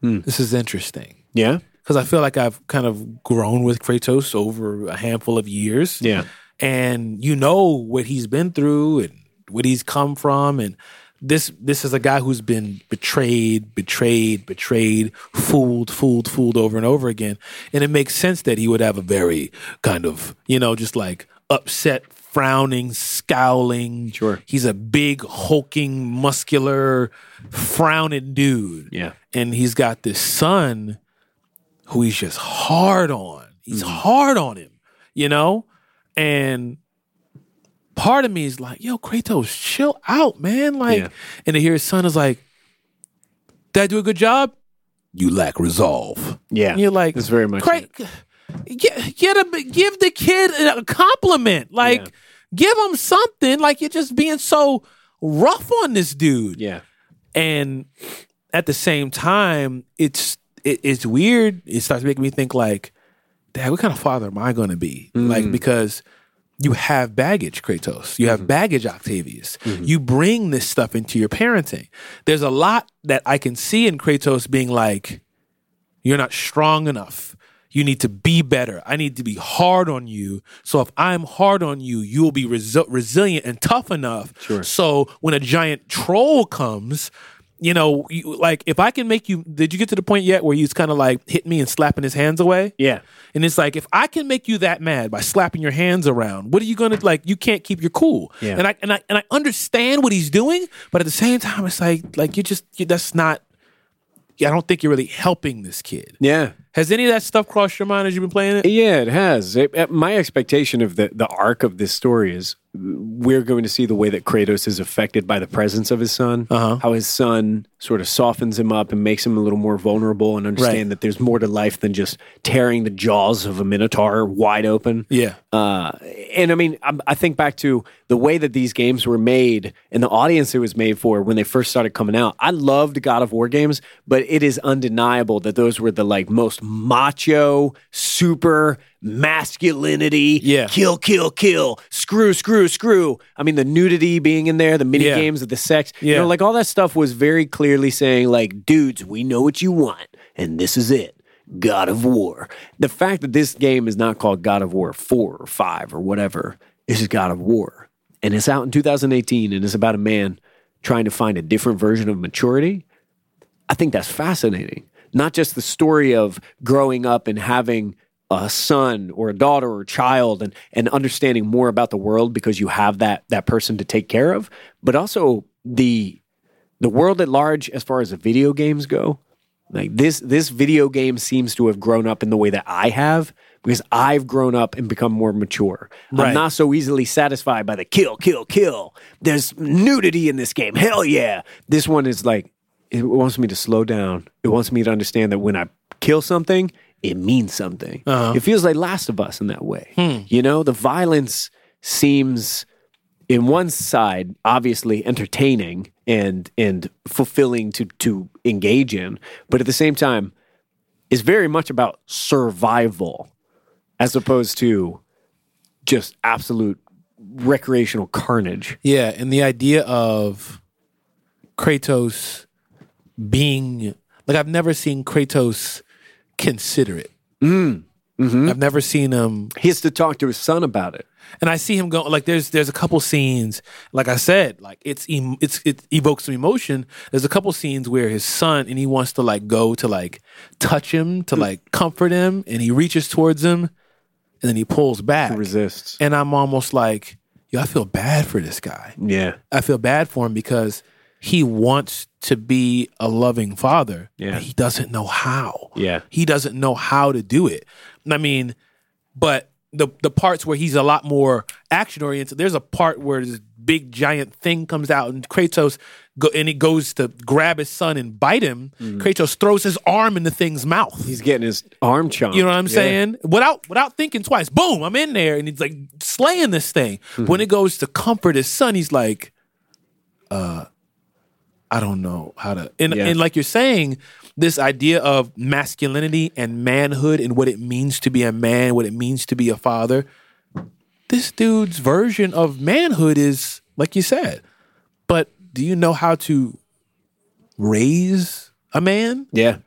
Speaker 2: Hmm.
Speaker 1: this is interesting.
Speaker 2: Yeah,
Speaker 1: Because I feel like I've kind of grown with Kratos over a handful of years.
Speaker 2: yeah,
Speaker 1: and you know what he's been through and what he's come from and this this is a guy who's been betrayed betrayed betrayed fooled fooled fooled over and over again and it makes sense that he would have a very kind of you know just like upset frowning scowling
Speaker 2: Sure.
Speaker 1: he's a big hulking muscular frowning dude
Speaker 2: yeah,
Speaker 1: and he's got this son who he's just hard on.
Speaker 2: Mm-hmm.
Speaker 1: He's hard on him, you know? And part of me is like, yo, Kratos, chill out, man. Like,
Speaker 2: Yeah.
Speaker 1: and to hear his son is like, Did I do a good job? You lack resolve.
Speaker 2: yeah.
Speaker 1: And you're like,
Speaker 2: that's very much.
Speaker 1: Cra-
Speaker 2: it.
Speaker 1: get, get a, give the kid a compliment. Like,
Speaker 2: Yeah.
Speaker 1: give him something. Like, you're just being so rough on this dude.
Speaker 2: Yeah,
Speaker 1: And at the same time, it's it, it's weird. It starts making me think like, Dad, what kind of father am I going to be? Like because you have baggage, Kratos. You have baggage, Octavius. You bring this stuff into your parenting. There's a lot that I can see in Kratos being like, you're not strong enough. You need to be better. I need to be hard on you. So if I'm hard on you, you will be resi- resilient and tough enough. So when a giant troll comes, you know, you, like if I can make you, did you get to the point yet where he's kind of like hit me and slapping his hands away?
Speaker 2: Yeah.
Speaker 1: And it's like if I can make you that mad by slapping your hands around, what are you gonna like? You can't keep your cool.
Speaker 2: Yeah.
Speaker 1: And I and I and I understand what he's doing, but at the same time, it's like like you just you, that's not. I don't think you're really helping this kid.
Speaker 2: Yeah.
Speaker 1: Has any of that stuff crossed your mind as you've been playing it?
Speaker 2: Yeah, it has. It- uh, my expectation of the, the arc of this story is we're going to see the way that Kratos is affected by the presence of his son,
Speaker 1: Uh-huh.
Speaker 2: how his son sort of softens him up and makes him a little more vulnerable and understand
Speaker 1: Right.
Speaker 2: that there's more to life than just tearing the jaws of a minotaur wide open.
Speaker 1: Yeah.
Speaker 2: Uh, and I mean, I, I think back to the way that these games were made and the audience it was made for when they first started coming out. I loved God of War games, but it is undeniable that those were the like most macho, super masculinity,
Speaker 1: Yeah.
Speaker 2: kill, kill, kill, screw, screw, screw. I mean, the nudity being in there, the mini games of the sex, you
Speaker 1: Yeah.
Speaker 2: know, like all that stuff was very clearly saying like, dudes, we know what you want, and this is it. God of War. The fact that this game is not called God of War 4 or 5 or whatever, this is God of War. And it's out in 2018 and it's about a man trying to find a different version of maturity. I think that's fascinating. Not just the story of growing up and having a son or a daughter or a child and and understanding more about the world because you have that that person to take care of, but also the the world at large as far as the video games go. Like this this video game seems to have grown up in the way that I have because I've grown up and become more mature. I'm
Speaker 1: Right.
Speaker 2: not so easily satisfied by the kill, kill, kill. There's nudity in this game. Hell yeah. This one is like it wants me to slow down. It wants me to understand that when I kill something, it means something. It feels like Last of Us in that way. You know, the violence seems in one side obviously entertaining and and fulfilling to to engage in, but at the same time is very much about survival as opposed to just absolute recreational carnage.
Speaker 1: Yeah, and the idea of Kratos being like I've never seen Kratos considerate. I've never seen him
Speaker 2: He has to talk to his son about it.
Speaker 1: and I see him go like there's there's a couple scenes like I said like it's em- it's it evokes some emotion. There's a couple scenes where his son and he wants to like go to like touch him to like comfort him and he reaches towards him and then he pulls back
Speaker 2: Resists.
Speaker 1: and I'm almost like yo I feel bad for this guy.
Speaker 2: Yeah.
Speaker 1: I feel bad for him because he wants to be a loving father.
Speaker 2: Yeah.
Speaker 1: but he doesn't know how.
Speaker 2: Yeah.
Speaker 1: He doesn't know how to do it. I mean, but the the parts where he's a lot more action oriented, there's a part where this big giant thing comes out and Kratos go, and he goes to grab his son and bite him.
Speaker 2: Mm-hmm.
Speaker 1: Kratos throws his arm in the thing's mouth.
Speaker 2: He's getting his arm chomped.
Speaker 1: You know what I'm saying? Without without thinking twice, boom, I'm in there, and he's like slaying this thing. When it goes to comfort his son, he's like, uh, I don't know how to. And,
Speaker 2: Yeah.
Speaker 1: and like you're saying, this idea of masculinity and manhood and what it means to be a man, what it means to be a father. This dude's version of manhood is like you said, but do you know how to raise a man?
Speaker 2: Yeah.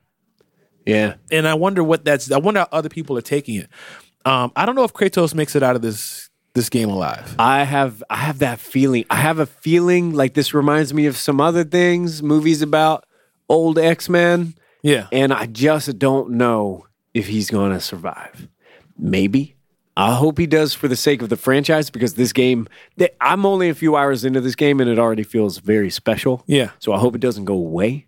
Speaker 2: Yeah.
Speaker 1: and I wonder what that's. I wonder how other people are taking it. Um, I don't know if Kratos makes it out of this this game alive.
Speaker 2: I have I have that feeling. I have a feeling like this reminds me of some other things, movies about old X-Men,
Speaker 1: Yeah,
Speaker 2: and I just don't know if he's going to survive. Maybe. I hope he does for the sake of the franchise because this game that I'm only a few hours into this game and it already feels very special.
Speaker 1: Yeah.
Speaker 2: So I hope it doesn't go away.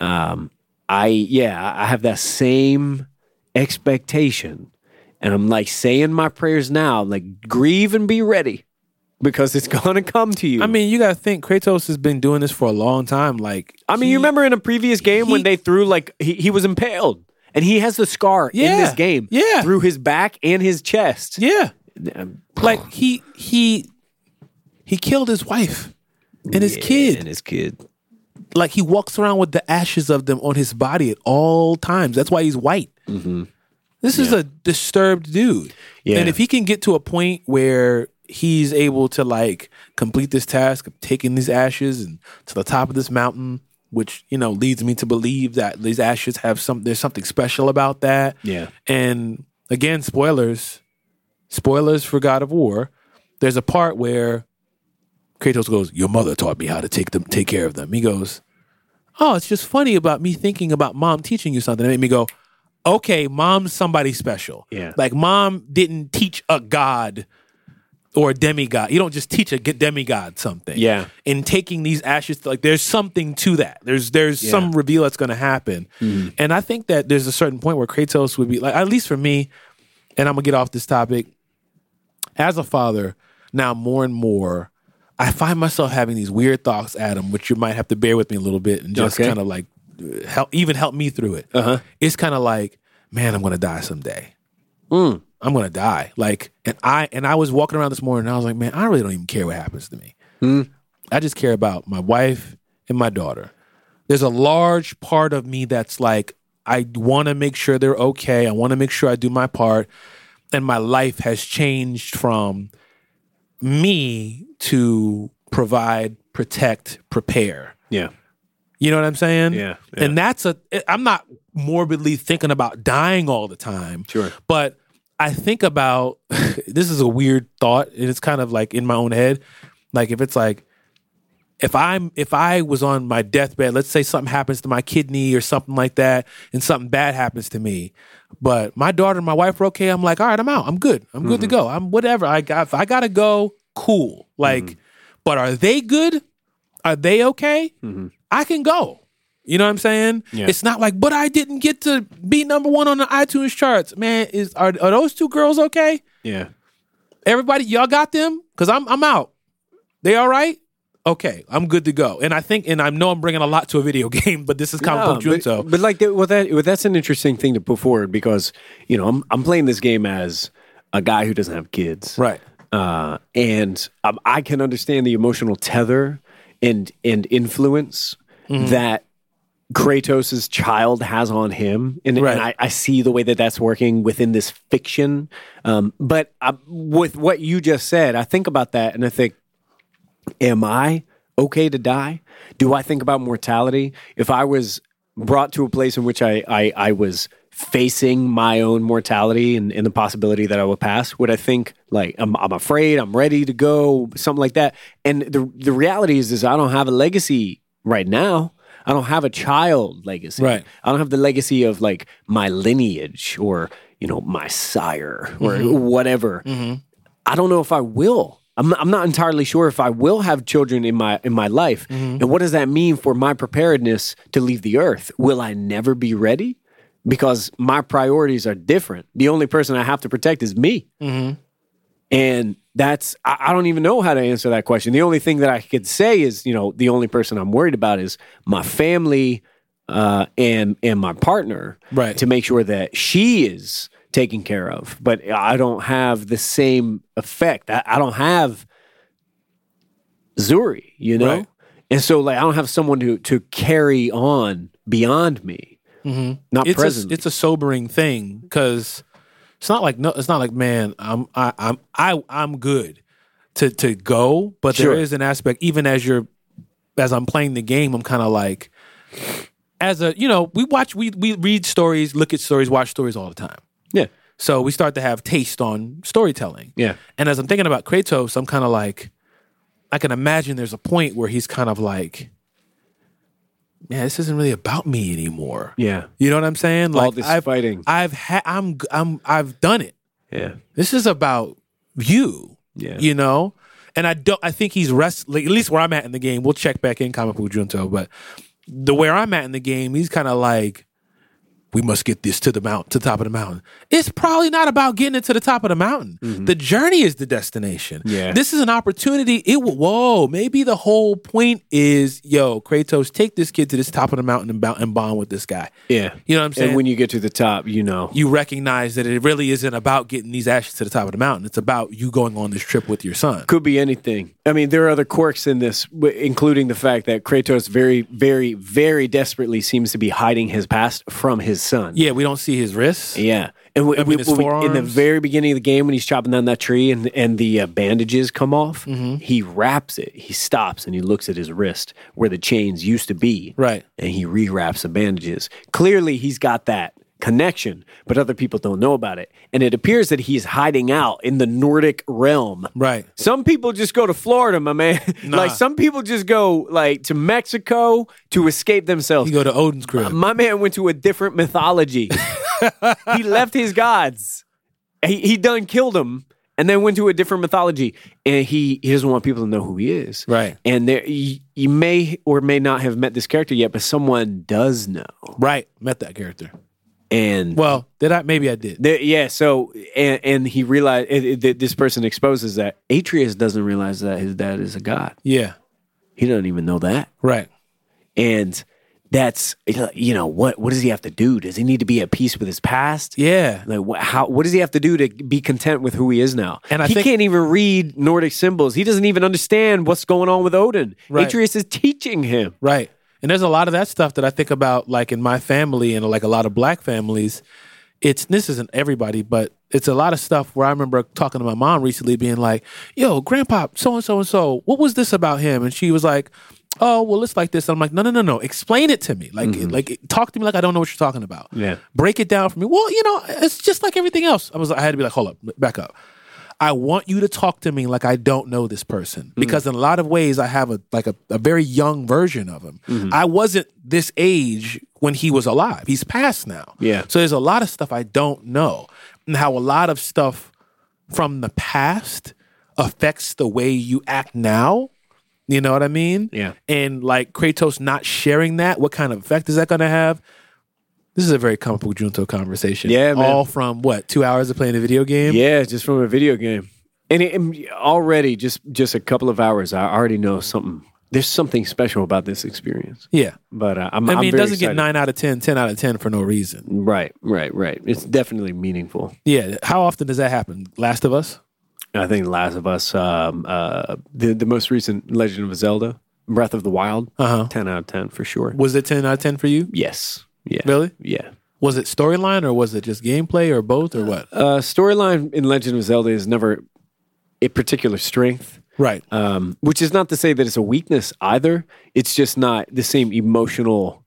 Speaker 2: Um I yeah, I have that same expectation. And I'm like saying my prayers now, like grieve and be ready because it's going to come to you.
Speaker 1: I mean, you gotta think Kratos has been doing this for a long time. Like,
Speaker 2: I mean, you remember in a previous game when
Speaker 1: he-
Speaker 2: they threw like he, he was impaled and he has the scar in this
Speaker 1: Yeah,
Speaker 2: game.
Speaker 1: yeah.
Speaker 2: Through his back and his chest.
Speaker 1: yeah,
Speaker 2: Um,
Speaker 1: like he he he killed his wife and his
Speaker 2: yeah,
Speaker 1: kid.
Speaker 2: And his kid.
Speaker 1: like he walks around with the ashes of them on his body at all times. That's why he's white. This is a disturbed dude.
Speaker 2: Mm-hmm. Yeah.
Speaker 1: And if he can get to a point where he's able to like complete this task of taking these ashes and to the top of this mountain, which you know leads me to believe that these ashes have some there's something special about that.
Speaker 2: Yeah.
Speaker 1: And again, spoilers. Spoilers for God of War. There's a part where Kratos goes, "Your mother taught me how to take them, take care of them." He goes, "Oh, it's just funny about me thinking about mom teaching you something." It made me go, "Okay, mom's somebody special.
Speaker 2: Yeah.
Speaker 1: like mom didn't teach a god or a demigod. You don't just teach a g- demigod something.
Speaker 2: Yeah.
Speaker 1: in taking these ashes, like there's something to that. There's there's some reveal that's going to happen,
Speaker 2: Mm-hmm.
Speaker 1: and I think that there's a certain point where Kratos would be like, at least for me, and I'm gonna get off this topic. As a father, now more and more, I find myself having these weird thoughts, Adam, which you might have to bear with me a little bit and just
Speaker 2: Okay.
Speaker 1: kind of like uh, help, even help me through it. Uh-huh. It's kind of like, man, I'm gonna die someday. I'm gonna die. Like, and I and I was walking around this morning, and I was like, man, I really don't even care what happens to me. I just care about my wife and my daughter. There's a large part of me that's like, I want to make sure they're okay. I want to make sure I do my part. And my life has changed from me to provide, protect, prepare.
Speaker 2: Yeah.
Speaker 1: You know what I'm saying?
Speaker 2: Yeah,
Speaker 1: And that's a I'm not morbidly thinking about dying all the time.
Speaker 2: Sure.
Speaker 1: But I think about this is a weird thought and it's kind of like in my own head. Like if it's like if I'm if I was on my deathbed, let's say something happens to my kidney or something like that, and something bad happens to me, but my daughter and my wife are okay. I'm like, all right, I'm out. I'm good. I'm good to go. I'm whatever. I got. If I gotta go, cool. Like, but are they good? Are they okay? I can go. You know what I'm saying?
Speaker 2: Yeah.
Speaker 1: It's not like, but I didn't get to be number one on the iTunes charts. Man, is are, are those two girls okay?
Speaker 2: Yeah.
Speaker 1: everybody y'all got them because i'm i'm out they all right okay i'm good to go and i think and i know i'm bringing a lot to a video game but this is kind
Speaker 2: No,
Speaker 1: of
Speaker 2: Oh, but,
Speaker 1: junto
Speaker 2: but like that, well, that well, that's an interesting thing to put forward because you know I'm I'm playing this game as a guy who doesn't have kids,
Speaker 1: right
Speaker 2: Uh, and um, I can understand the emotional tether and and influence that Kratos' child has on him, and, and
Speaker 1: Right.
Speaker 2: I, I see the way that that's working within this fiction. Um, but I, with what you just said, I think about that and I think, am I okay to die? Do I think about mortality? If I was brought to a place in which I, I, I was facing my own mortality and, and the possibility that I would pass, would I think like I'm, I'm afraid, I'm ready to go, something like that? And the the reality is, is I don't have a legacy right now. I don't have a child legacy.
Speaker 1: Right.
Speaker 2: I don't have the legacy of like my lineage or you know my sire or whatever. I don't know if I will. I'm I'm not entirely sure if I will have children in my in my life. And what does that mean for my preparedness to leave the earth? Will I never be ready? Because my priorities are different. The only person I have to protect is me. And that's, I, I don't even know how to answer that question. The only thing that I could say is, you know, the only person I'm worried about is my family uh, and and my partner,
Speaker 1: Right.
Speaker 2: To make sure that she is taken care of. But I don't have the same effect. I, I don't have Zuri, you know?
Speaker 1: Right.
Speaker 2: And so, like, I don't have someone to to carry on beyond me, not
Speaker 1: Mm-hmm. it's
Speaker 2: presently.
Speaker 1: a, it's a sobering thing because it's not like no it's not like man i'm I, i'm i i'm good to to go but
Speaker 2: Sure.
Speaker 1: there is an aspect even as you're as i'm playing the game i'm kind of like as a you know we watch we we read stories look at stories watch stories all the time
Speaker 2: yeah,
Speaker 1: So we start to have taste on storytelling.
Speaker 2: Yeah.
Speaker 1: And as I'm thinking about Kratos, I'm kind of like, I can imagine there's a point where he's kind of like, man, this isn't really about me anymore.
Speaker 2: yeah,
Speaker 1: You know what I'm saying? Like
Speaker 2: this
Speaker 1: I've,
Speaker 2: fighting.
Speaker 1: I've had, I'm, I'm, I've done it.
Speaker 2: yeah,
Speaker 1: This is about you.
Speaker 2: Yeah.
Speaker 1: You know? And I don't I think he's rest like, at least where I'm at in the game, we'll check back in Comic Book Junto, but the where I'm at in the game, he's kind of like, we must get this to the mount to the top of the mountain. It's probably not about getting it to the top of the mountain. The journey is the destination.
Speaker 2: Mm-hmm. Yeah.
Speaker 1: This is an opportunity. It will whoa, maybe the whole point is, yo, Kratos, take this kid to this top of the mountain and, bo- and bond with this guy.
Speaker 2: Yeah.
Speaker 1: You know what I'm saying?
Speaker 2: And when you get to the top, you know.
Speaker 1: you recognize that it really isn't about getting these ashes to the top of the mountain. It's about you going on this trip with your son.
Speaker 2: Could be anything. I mean, there are other quirks in this, w- including the fact that Kratos very, very, very desperately seems to be hiding his past from his son.
Speaker 1: Yeah, we don't see his wrists.
Speaker 2: Yeah. And we, we-
Speaker 1: his
Speaker 2: we- in the
Speaker 1: forearms.
Speaker 2: very beginning of the game, when he's chopping down that tree and, and the uh, bandages come off,
Speaker 1: Mm-hmm.
Speaker 2: he wraps it. He stops and he looks at his wrist where the chains used to be.
Speaker 1: Right.
Speaker 2: And he rewraps the bandages. Clearly, he's got that connection, but other people don't know about it. And it appears that he's hiding out in the Nordic realm.
Speaker 1: Right.
Speaker 2: Some people just go to Florida, my man. like some people just go like to Mexico to escape themselves.
Speaker 1: You go to Odin's crib.
Speaker 2: My man went to a different mythology. he left his gods. He, he done killed him and then went to a different mythology. And he, he doesn't want people to know who he is.
Speaker 1: Right.
Speaker 2: And there you, you may or may not have met this character yet, but someone does know.
Speaker 1: right. Met that character.
Speaker 2: And
Speaker 1: Well, did I? Maybe I did.
Speaker 2: there- yeah, so and, and he realized it, it- that this person exposes that Atreus doesn't realize that his dad is a god.
Speaker 1: Yeah.
Speaker 2: He doesn't even know that.
Speaker 1: Right.
Speaker 2: And that's you know what what does he have to do? Does he need to be at peace with his past?
Speaker 1: Yeah.
Speaker 2: Like what, how, what does he have to do to be content with who he is now?
Speaker 1: And I
Speaker 2: he
Speaker 1: think-
Speaker 2: can't even read Nordic symbols. He doesn't even understand what's going on with Odin.
Speaker 1: Right.
Speaker 2: Atreus is teaching him.
Speaker 1: Right. And there's a lot of that stuff that I think about, like in my family and like a lot of black families. It's this isn't everybody, but it's a lot of stuff where I remember talking to my mom recently, being like, "Yo, grandpa, so and so and so, what was this about him?" And she was like, "Oh, well, it's like this." I'm like, "No, no, no, no. Explain it to me. Like, like talk to me like I don't know what you're talking about.
Speaker 2: Mm-hmm. Yeah.
Speaker 1: Break it down for me. Well, you know, it's just like everything else." I was, I had to be like, "Hold up, back up." I want you to talk to me like I don't know this person
Speaker 2: Mm-hmm.
Speaker 1: because in a lot of ways I have a like a, a very young version of him.
Speaker 2: Mm-hmm.
Speaker 1: I wasn't this age when he was alive. He's passed now.
Speaker 2: Yeah.
Speaker 1: So there's a lot of stuff I don't know and how a lot of stuff from the past affects the way you act now. You know what I mean?
Speaker 2: Yeah.
Speaker 1: And like Kratos not sharing that, what kind of effect is that going to have? This is a very comic book Junto conversation.
Speaker 2: Yeah, man.
Speaker 1: All from what? Two hours of playing a video game?
Speaker 2: Yeah, just from a video game. And, it, and already, just just a couple of hours, I already know something. There's something special about this experience.
Speaker 1: Yeah.
Speaker 2: But uh, I'm,
Speaker 1: I mean,
Speaker 2: I'm
Speaker 1: it
Speaker 2: very
Speaker 1: doesn't get
Speaker 2: excited.
Speaker 1: 9 out of 10, 10 out of 10 for no reason.
Speaker 2: Right, right, right. It's definitely meaningful.
Speaker 1: Yeah. How often does that happen? Last of Us?
Speaker 2: I think Last of Us, um, uh, the the most recent Legend of Zelda, Breath of the Wild,
Speaker 1: Uh-huh.
Speaker 2: ten out of ten for sure.
Speaker 1: Was it 10 out of 10 for you?
Speaker 2: Yes. Yeah.
Speaker 1: Really?
Speaker 2: Yeah.
Speaker 1: Was it storyline or was it just gameplay or both or what?
Speaker 2: Uh, Storyline in Legend of Zelda is never a particular strength,
Speaker 1: Right.
Speaker 2: um, which is not to say that it's a weakness either. It's just not the same emotional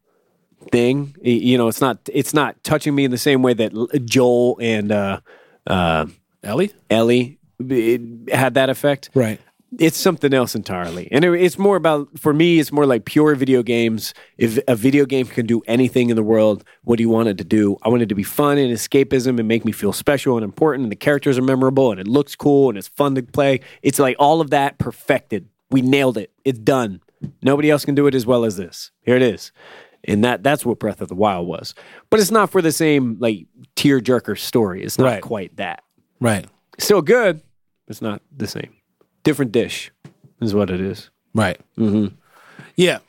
Speaker 2: thing. Y- You know, it's not it's not touching me in the same way that L- Joel and uh, uh,
Speaker 1: Ellie?
Speaker 2: Ellie it had that effect.
Speaker 1: Right.
Speaker 2: it's something else entirely and it, it's more about for me it's more like pure video games if a video game can do anything in the world what do you want it to do i want it to be fun and escapism and make me feel special and important and the characters are memorable and it looks cool and it's fun to play it's like all of that perfected we nailed it it's done nobody else can do it as well as this here it is and that that's what breath of the wild was but it's not for the same like tearjerker story it's not
Speaker 1: Right.
Speaker 2: quite that
Speaker 1: Right.
Speaker 2: still good. but It's not the same. Different dish is what it is.
Speaker 1: Right. Mm-hmm. Yeah.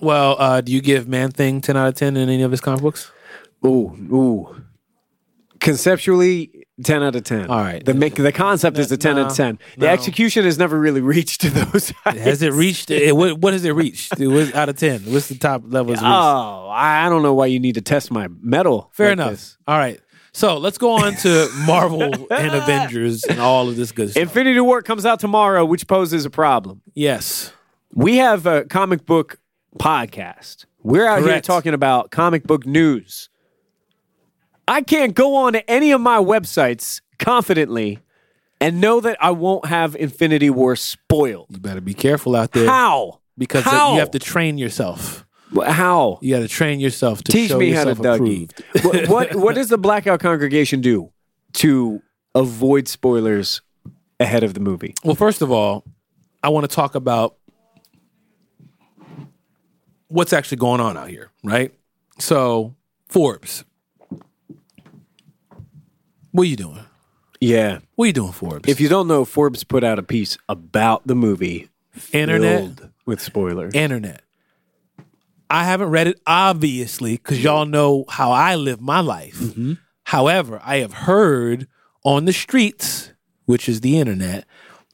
Speaker 1: Well, uh, do you give Man Thing 10 out of 10 in any of his comic books?
Speaker 2: Ooh, ooh. Conceptually, ten out of ten.
Speaker 1: All right.
Speaker 2: The make, the concept is a ten out of ten. The execution has never really reached to those. heights.
Speaker 1: Has it reached? it, what, what has it reached? It was out of 10. What's the top level it's reached?
Speaker 2: Oh, I I don't know why you need to test my metal.
Speaker 1: Fair
Speaker 2: like
Speaker 1: enough.
Speaker 2: this.
Speaker 1: All right. So let's go on to Marvel and Avengers and all of this good stuff.
Speaker 2: Infinity War comes out tomorrow, which poses a problem.
Speaker 1: yes.
Speaker 2: We have a comic book podcast. We're out here
Speaker 1: Correct.
Speaker 2: talking about comic book news. I can't go on to any of my websites confidently and know that I won't have Infinity War spoiled.
Speaker 1: You better be careful out there.
Speaker 2: How?
Speaker 1: because uh,
Speaker 2: how?
Speaker 1: you have to train yourself.
Speaker 2: Wh- How?
Speaker 1: You got to train yourself to
Speaker 2: Teach
Speaker 1: show
Speaker 2: me how to
Speaker 1: yourself
Speaker 2: Dougie.
Speaker 1: approved.
Speaker 2: what, what What does the Blackout congregation do to avoid spoilers ahead of the movie?
Speaker 1: Well, first of all, I want to talk about what's actually going on out here, right? So, Forbes, What are you doing?
Speaker 2: Yeah.
Speaker 1: What are you doing, Forbes?
Speaker 2: If you don't know, Forbes put out a piece about the movie
Speaker 1: internet,
Speaker 2: filled with spoilers.
Speaker 1: internet. I haven't read it, obviously, because y'all know how I live my life. However, I have heard on the streets, which is the internet,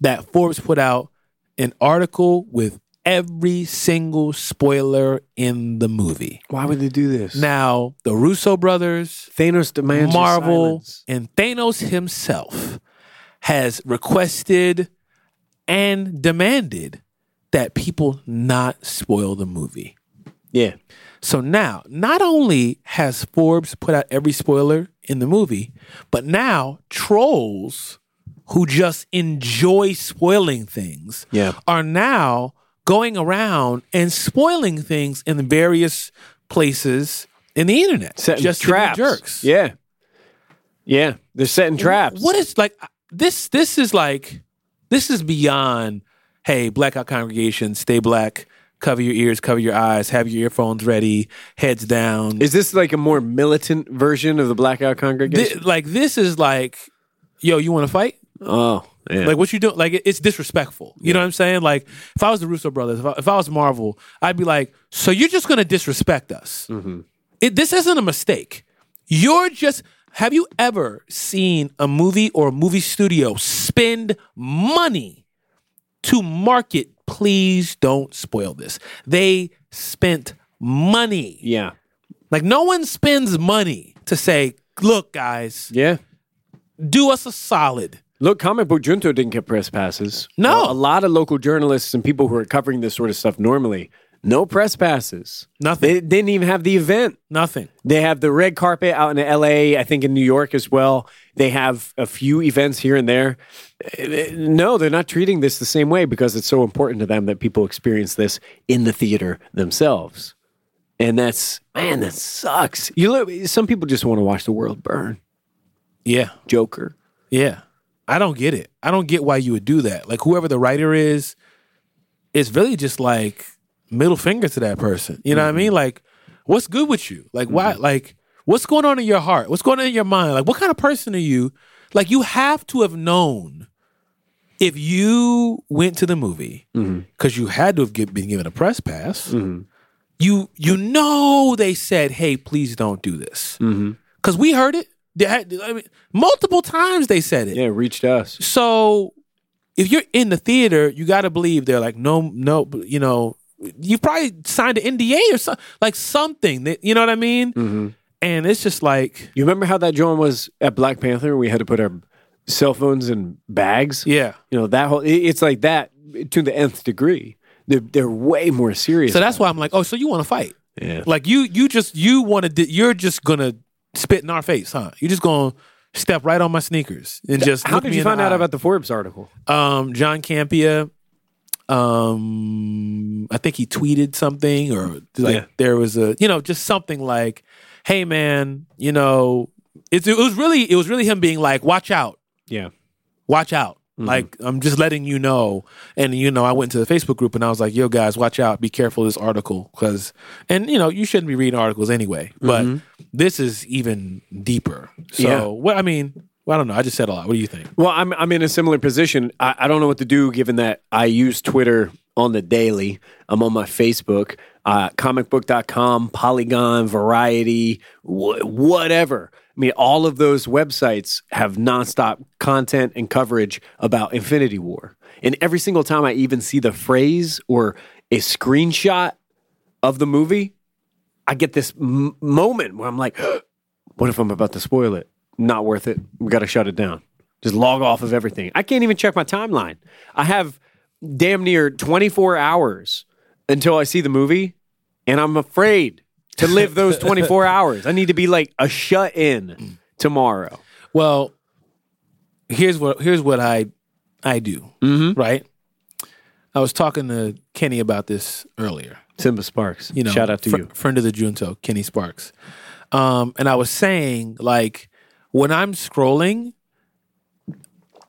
Speaker 1: that Forbes put out an article with every single spoiler in the movie.
Speaker 2: Why would they do this?
Speaker 1: Now, the Russo brothers,
Speaker 2: Thanos demands your
Speaker 1: Marvel,
Speaker 2: silence.
Speaker 1: and Thanos himself has requested and demanded that people not spoil the movie.
Speaker 2: Yeah.
Speaker 1: So now, not only has Forbes put out every spoiler in the movie, but now trolls who just enjoy spoiling things
Speaker 2: Yeah.
Speaker 1: are now going around and spoiling things in various places in the internet.
Speaker 2: Setting
Speaker 1: just to be
Speaker 2: traps.
Speaker 1: jerks.
Speaker 2: Yeah. Yeah. They're setting traps.
Speaker 1: What is like this? This is like this is beyond. Hey, blackout congregation, stay black. Cover your ears, cover your eyes. Have your earphones ready. Heads down.
Speaker 2: Is this like a more militant version of the blackout congregation?
Speaker 1: Thi- like this is like, yo, you want to fight?
Speaker 2: oh, yeah.
Speaker 1: Like what you doing? Like it- it's disrespectful. You know what I'm saying? Like if I was the Russo brothers, if I, if I was Marvel, I'd be like, so you're just gonna disrespect us? It, this isn't a mistake. You're just. Have you ever seen a movie or a movie studio spend money to market? Please don't spoil this. They spent money.
Speaker 2: yeah,
Speaker 1: Like no one spends money to say, look, guys,
Speaker 2: yeah.
Speaker 1: do us a solid.
Speaker 2: Look, Comic Book Junto didn't get press passes.
Speaker 1: No.
Speaker 2: a lot of local journalists and people who are covering this sort of stuff normally, no press passes.
Speaker 1: Nothing.
Speaker 2: They didn't even have the event.
Speaker 1: nothing.
Speaker 2: They have the red carpet out in LA, I think in New York as well. They have a few events here and there. Eh, eh, No, they're not treating this the same way because it's so important to them that people experience this in the theater themselves. And that's, man, that sucks. You look, some people just want to watch the world burn.
Speaker 1: Yeah.
Speaker 2: Joker.
Speaker 1: Yeah. I don't get it. I don't get why you would do that. Like whoever the writer is, it's really just like middle finger to that person. You know what I mean? Like, what's good with you? Like why like what's going on in your heart? What's going on in your mind? Like what kind of person are you? Like you have to have known if you went to the movie because you had to have get, been given a press pass. You you know they said, hey, please don't do this because we heard it. They had- I mean, multiple times they said it.
Speaker 2: Yeah, it reached us.
Speaker 1: So if you're in the theater, you got to believe they're like, no, no, you know, you probably signed an NDA or something, like something that you know what I mean.
Speaker 2: Mm-hmm.
Speaker 1: And it's just like,
Speaker 2: You remember how that drawing was at Black Panther? We had to put our cell phones in bags.
Speaker 1: yeah.
Speaker 2: You know, that whole, it- it's like that to the nth degree. They're, they're way more serious.
Speaker 1: So that's why I'm like, oh, so you want to fight?
Speaker 2: yeah.
Speaker 1: Like you, you just you want to, di- you're just gonna spit in our face, huh? You're just gonna step right on my sneakers and just.
Speaker 2: How
Speaker 1: look
Speaker 2: did
Speaker 1: me
Speaker 2: you
Speaker 1: in the
Speaker 2: find out
Speaker 1: eye.
Speaker 2: about the Forbes article?
Speaker 1: um, John Campia. Um, I think he tweeted something, or like
Speaker 2: Yeah.
Speaker 1: there was a you know just something like, "Hey man, you know, it's it was really it was really him being like, watch out,
Speaker 2: Yeah.
Speaker 1: watch out."
Speaker 2: Mm-hmm.
Speaker 1: Like I'm just letting you know, and you know I went to the Facebook group and I was like, "Yo guys, watch out, be careful of this article," because and you know you shouldn't be reading articles anyway, but this is even deeper. So
Speaker 2: Mm-hmm. Yeah.
Speaker 1: what I mean, well, I don't know. I just said a lot. What do you think?
Speaker 2: Well, I'm I'm in a similar position. I, I don't know what to do given that I use Twitter on the daily. I'm on my Facebook, uh, comicbook.com, Polygon, Variety, wh- whatever. I mean, all of those websites have nonstop content and coverage about Infinity War. And every single time I even see the phrase or a screenshot of the movie, I get this m- moment where I'm like, what if I'm about to spoil it? Not worth it. We got to shut it down. Just log off of everything. I can't even check my timeline. I have damn near 24 hours until I see the movie, and I'm afraid to live those 24 hours. I need to be like a shut in tomorrow.
Speaker 1: Well, here's what here's what I I do. Mm-hmm. Right. I was talking to Kenny about this earlier.
Speaker 2: Simba Sparks,
Speaker 1: You know,
Speaker 2: shout out to
Speaker 1: fr-
Speaker 2: you.
Speaker 1: friend of the Junto, Kenny Sparks. Um, and I was saying like when I'm scrolling,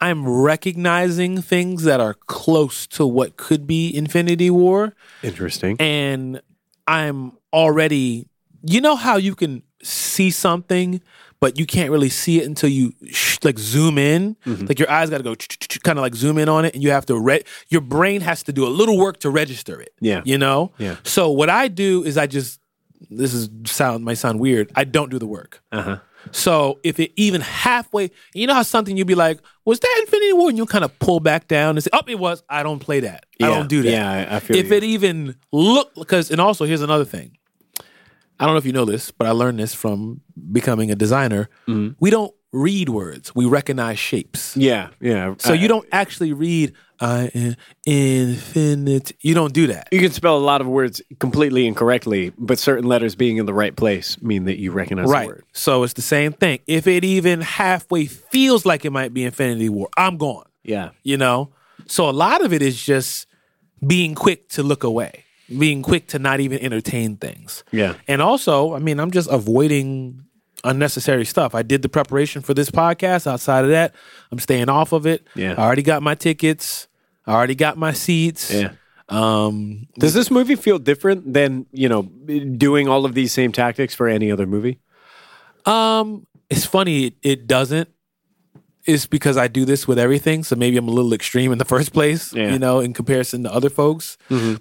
Speaker 1: I'm recognizing things that are close to what could be Infinity War
Speaker 2: Interesting.
Speaker 1: and I'm already you know how you can see something but you can't really see it until you sh- like zoom in.
Speaker 2: Mm-hmm.
Speaker 1: Like your eyes got to go kind of like zoom in on it, and you have to re- your brain has to do a little work to register it.
Speaker 2: Yeah.
Speaker 1: you know.
Speaker 2: Yeah.
Speaker 1: So what I do is I just this is sound might sound weird. I don't do the work.
Speaker 2: Uh-huh.
Speaker 1: So if it even halfway, you know how something you'd be like, "Was that Infinity War?" and you'll kind of pull back down and say, "Oh, it was." I don't play that. I
Speaker 2: Yeah.
Speaker 1: don't do that.
Speaker 2: Yeah, I- I feel
Speaker 1: if
Speaker 2: you.
Speaker 1: it even look because, and also here's another thing. I don't know if you know this, but I learned this from becoming a designer.
Speaker 2: Mm-hmm.
Speaker 1: We don't read words; we recognize shapes.
Speaker 2: Yeah, yeah.
Speaker 1: So
Speaker 2: I-
Speaker 1: you don't actually read "I am infinite." You don't do that.
Speaker 2: You can spell a lot of words completely incorrectly, but certain letters being in the right place mean that you recognize the
Speaker 1: Right.
Speaker 2: word.
Speaker 1: So it's the same thing. If it even halfway feels like it might be Infinity War, I'm gone.
Speaker 2: Yeah.
Speaker 1: you know so a lot of it is just being quick to look away being quick to not even entertain things
Speaker 2: Yeah.
Speaker 1: and also i mean i'm just avoiding unnecessary stuff i did the preparation for this podcast outside of that i'm staying off of it
Speaker 2: Yeah.
Speaker 1: i already got my tickets i already got my seats
Speaker 2: Yeah.
Speaker 1: um
Speaker 2: Does this movie feel different than, you know, doing all of these same tactics for any other movie?
Speaker 1: Um, it's funny. It, it doesn't. It's because I do this with everything, so maybe I'm a little extreme in the first place,
Speaker 2: Yeah. Mm-hmm.
Speaker 1: you know, in comparison to other folks.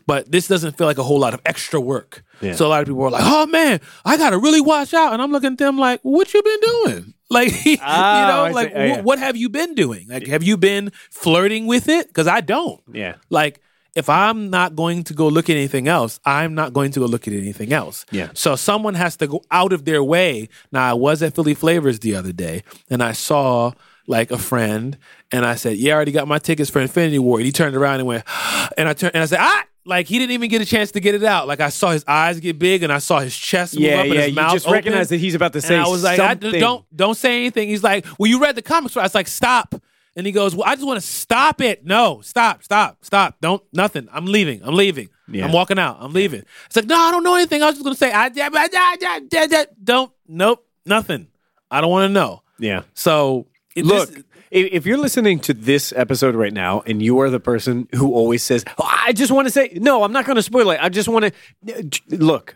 Speaker 1: But this doesn't feel like a whole lot of extra work.
Speaker 2: Yeah.
Speaker 1: So a lot of people are like, "Oh man, I gotta really watch out," and I'm looking at them like, "What you been doing?" Like, you
Speaker 2: Ah,
Speaker 1: know,
Speaker 2: I see.
Speaker 1: like
Speaker 2: Oh, yeah.
Speaker 1: wh- what have you been doing? Like, have you been flirting with it? Because I don't.
Speaker 2: Yeah.
Speaker 1: Like, if I'm not going to go look at anything else, I'm not going to go look at anything else.
Speaker 2: Yeah.
Speaker 1: So someone has to go out of their way. Now, I was at Philly Flavors the other day and I saw like a friend and I said, Yeah, I already got my tickets for Infinity War. And he turned around and went, and I turned and I said, Ah! Like he didn't even get a chance to get it out. Like I saw his eyes get big and I saw his chest move up and his
Speaker 2: You
Speaker 1: mouth
Speaker 2: just
Speaker 1: open.
Speaker 2: recognize that he's about to say
Speaker 1: And I was like, I,
Speaker 2: something.
Speaker 1: don't don't say anything. He's like, well, you read the comics. Right? I was like, stop. And he goes, well, I just want to stop it. No, stop, stop, stop. Don't nothing. I'm leaving. I'm leaving.
Speaker 2: Yeah.
Speaker 1: I'm walking out. I'm leaving. It's like, no, I don't know anything. I was just gonna say, I, I, I, I, I, I don't. Nope, nothing. I don't want to know.
Speaker 2: Yeah.
Speaker 1: So it
Speaker 2: Look,
Speaker 1: just-
Speaker 2: if, if you're listening to this episode right now and you are the person who always says, oh, I just want to say, no, I'm not going to spoil it. I just want to look,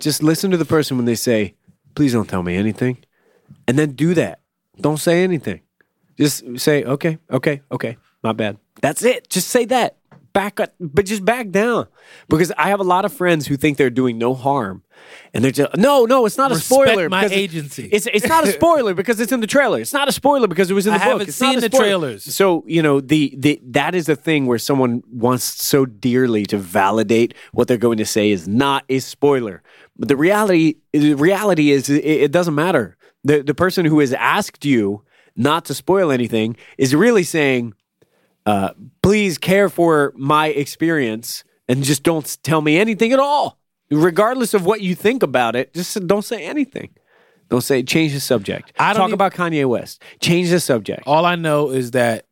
Speaker 2: just listen to the person when they say, please don't tell me anything. And then do that. Don't say anything. Just say, okay, okay, okay, my bad. That's it. Just say that. Back up, but just back down. Because I have a lot of friends who think they're doing no harm. And they're just, no, no, it's not a
Speaker 1: Respect
Speaker 2: spoiler.
Speaker 1: my
Speaker 2: because it-
Speaker 1: agency.
Speaker 2: It's, it's not a spoiler because it's in the trailer. It's not a spoiler because it was in the
Speaker 1: I
Speaker 2: book.
Speaker 1: haven't
Speaker 2: It's not
Speaker 1: seen
Speaker 2: a
Speaker 1: the
Speaker 2: spoiler.
Speaker 1: trailers.
Speaker 2: So you know the, the that is the thing where someone wants so dearly to validate what they're going to say is not a spoiler. But the reality the reality is it, it doesn't matter. The the person who has asked you not to spoil anything is really saying, uh, please care for my experience and just don't s- tell me anything at all, regardless of what you think about it. Just don't say anything. Don't say change the subject.
Speaker 1: I don't
Speaker 2: Talk
Speaker 1: even- Oh.
Speaker 2: about Kanye West. Change the subject.
Speaker 1: all I know is that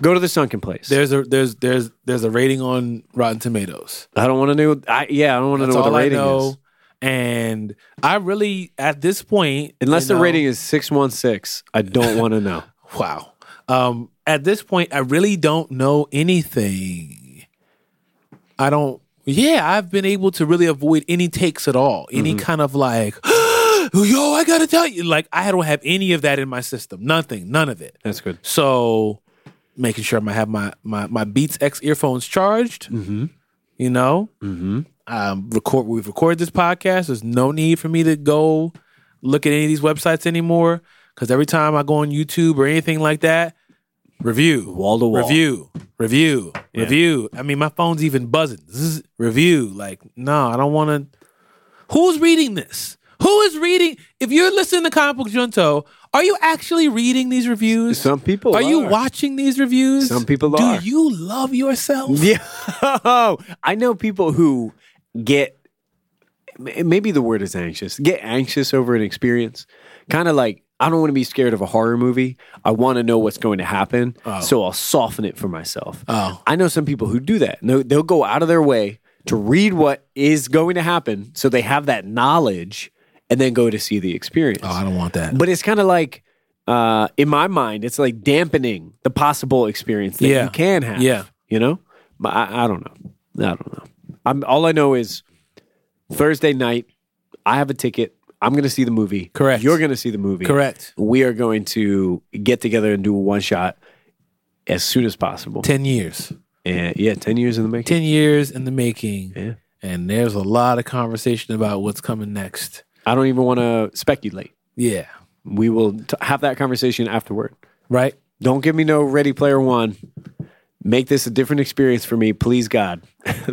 Speaker 2: Go to the sunken place.
Speaker 1: there's a there's there's there's a rating on Rotten Tomatoes.
Speaker 2: I don't want to know. I, yeah, I don't want to
Speaker 1: That's
Speaker 2: know what
Speaker 1: all
Speaker 2: the
Speaker 1: I
Speaker 2: rating is.
Speaker 1: know. And I really, at this point,
Speaker 2: Unless
Speaker 1: you
Speaker 2: the
Speaker 1: know,
Speaker 2: rating is six one six, I don't want to know.
Speaker 1: Wow. Um, at this point, I really don't know anything. I don't. Yeah, I've been able to really avoid any takes at all. Any kind of like, yo, I gotta tell you, like I don't have any of that in my system. Nothing, none of it.
Speaker 2: That's good.
Speaker 1: So, making sure I have my my my Beats X earphones charged. Mm-hmm. You know, mm-hmm. um, record. We've recorded this podcast. There's no need for me to go look at any of these websites anymore because every time I go on YouTube or anything like that, review
Speaker 2: Wall to wall.
Speaker 1: review, review, review. I mean, my phone's even buzzing. Zzz, review. Like, no, I don't want to. Who's reading this? Who is reading? If you're listening to Comic Book Junto, are you actually reading these reviews?
Speaker 2: Some people
Speaker 1: are you
Speaker 2: are.
Speaker 1: watching these reviews?
Speaker 2: Some people
Speaker 1: Do
Speaker 2: are.
Speaker 1: you love yourself?
Speaker 2: Yeah, I know people who get m- maybe the word is anxious. Get anxious over an experience, kind of like I don't want to be scared of a horror movie. I want to know what's going to happen, so I'll soften it for myself.
Speaker 1: Oh.
Speaker 2: I know some people who do that. No, they'll go out of their way to read what is going to happen, so they have that knowledge, and then go to see the experience.
Speaker 1: Oh, I don't want that.
Speaker 2: But it's kind of like, uh, in my mind, it's like dampening the possible experience that
Speaker 1: Yeah.
Speaker 2: you can have.
Speaker 1: Yeah.
Speaker 2: You know? But I, I don't know. I don't know. I'm, all I know is Thursday night, I have a ticket. I'm going to see the movie.
Speaker 1: Correct.
Speaker 2: You're going to see the movie.
Speaker 1: Correct.
Speaker 2: We are going to get together and do a one shot as soon as possible.
Speaker 1: 10 years.
Speaker 2: And yeah, 10 years in the making.
Speaker 1: 10 years in the making.
Speaker 2: Yeah.
Speaker 1: And there's a lot of conversation about what's coming next.
Speaker 2: I don't even want to speculate.
Speaker 1: Yeah.
Speaker 2: We will t- have that conversation afterward.
Speaker 1: Right?
Speaker 2: Don't give me no Ready Player One. Make this a different experience for me, please, God.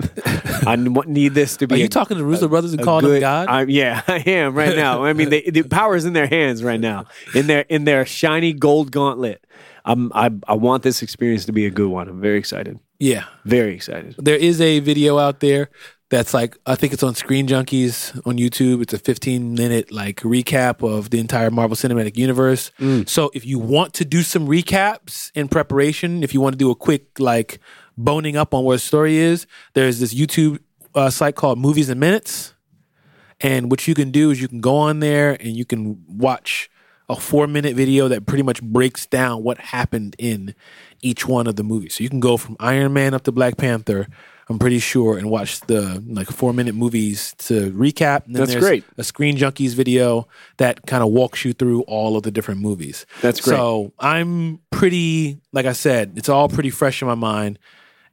Speaker 2: I n- want- need this to be.
Speaker 1: Are
Speaker 2: a-
Speaker 1: you talking to the Russo brothers and
Speaker 2: a
Speaker 1: calling them
Speaker 2: good-
Speaker 1: God?
Speaker 2: I'm, yeah, I am right now. I mean, they, the power is in their hands right now, in their in their shiny gold gauntlet. I'm, I I want this experience to be a good one. I'm very excited.
Speaker 1: yeah.
Speaker 2: Very excited.
Speaker 1: There is a video out there that's like I think it's on Screen Junkies on YouTube. It's a 15 minute like recap of the entire Marvel Cinematic Universe. So if you want to do some recaps in preparation, if you want to do a quick like boning up on where the story is, there's this YouTube uh, site called Movies and Minutes. And what you can do is you can go on there and you can watch a four minute video that pretty much breaks down what happened in each one of the movies. So you can go from Iron Man up to Black Panther, I'm pretty sure, and watch the like four minute movies to recap. And then
Speaker 2: That's
Speaker 1: there's
Speaker 2: great.
Speaker 1: A Screen Junkies video that kind of walks you through all of the different movies.
Speaker 2: That's great.
Speaker 1: So I'm pretty, like I said, it's all pretty fresh in my mind.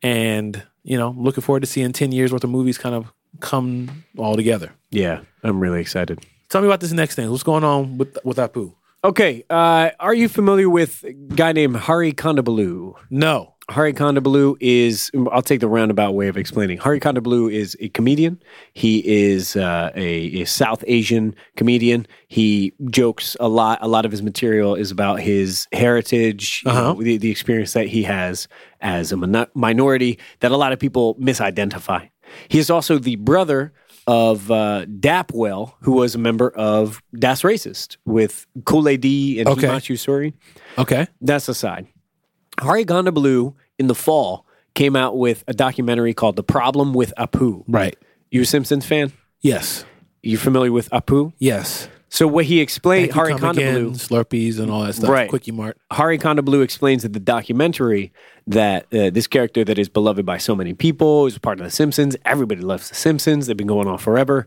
Speaker 1: And, you know, looking forward to seeing 10 years worth of movies kind of come all together.
Speaker 2: Yeah, I'm really excited.
Speaker 1: Tell me about this next thing. What's going on with with Apu?
Speaker 2: Okay, uh, are you familiar with a guy named Hari Kondabalu?
Speaker 1: No.
Speaker 2: Hari Kondabalu is, I'll take the roundabout way of explaining. Hari Kondabalu is a comedian. He is uh, a, a South Asian comedian. He jokes a lot. A lot of his material is about his heritage, you know, the, the experience that he has as a min- minority that a lot of people misidentify. He is also the brother of uh, Dapwell, who was a member of Das Racist with Kool Aid and
Speaker 1: Okay.
Speaker 2: Himanshu Suri
Speaker 1: Okay.
Speaker 2: that's aside. Hari Gondabalu in the fall came out with a documentary called The Problem with Apu.
Speaker 1: Right.
Speaker 2: You a Simpsons fan?
Speaker 1: Yes.
Speaker 2: You familiar with Apu?
Speaker 1: Yes.
Speaker 2: So what he explained,
Speaker 1: Thank you,
Speaker 2: Hari
Speaker 1: come again,
Speaker 2: Kondabalu,
Speaker 1: Slurpees and all that stuff.
Speaker 2: Right.
Speaker 1: Quickie Mart.
Speaker 2: Hari Kondabalu explains in the documentary that uh, this character that is beloved by so many people is part of The Simpsons. Everybody loves The Simpsons. They've been going on forever.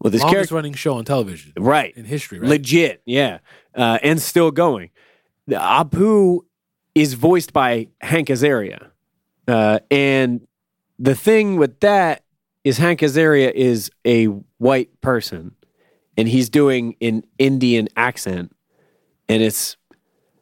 Speaker 2: Well, this
Speaker 1: Longest
Speaker 2: character,
Speaker 1: running show on television.
Speaker 2: right
Speaker 1: In history, right?
Speaker 2: legit yeah uh, and still going The apu is voiced by hank azaria uh, and the thing with that is hank azaria is a white person and he's doing an indian accent and it's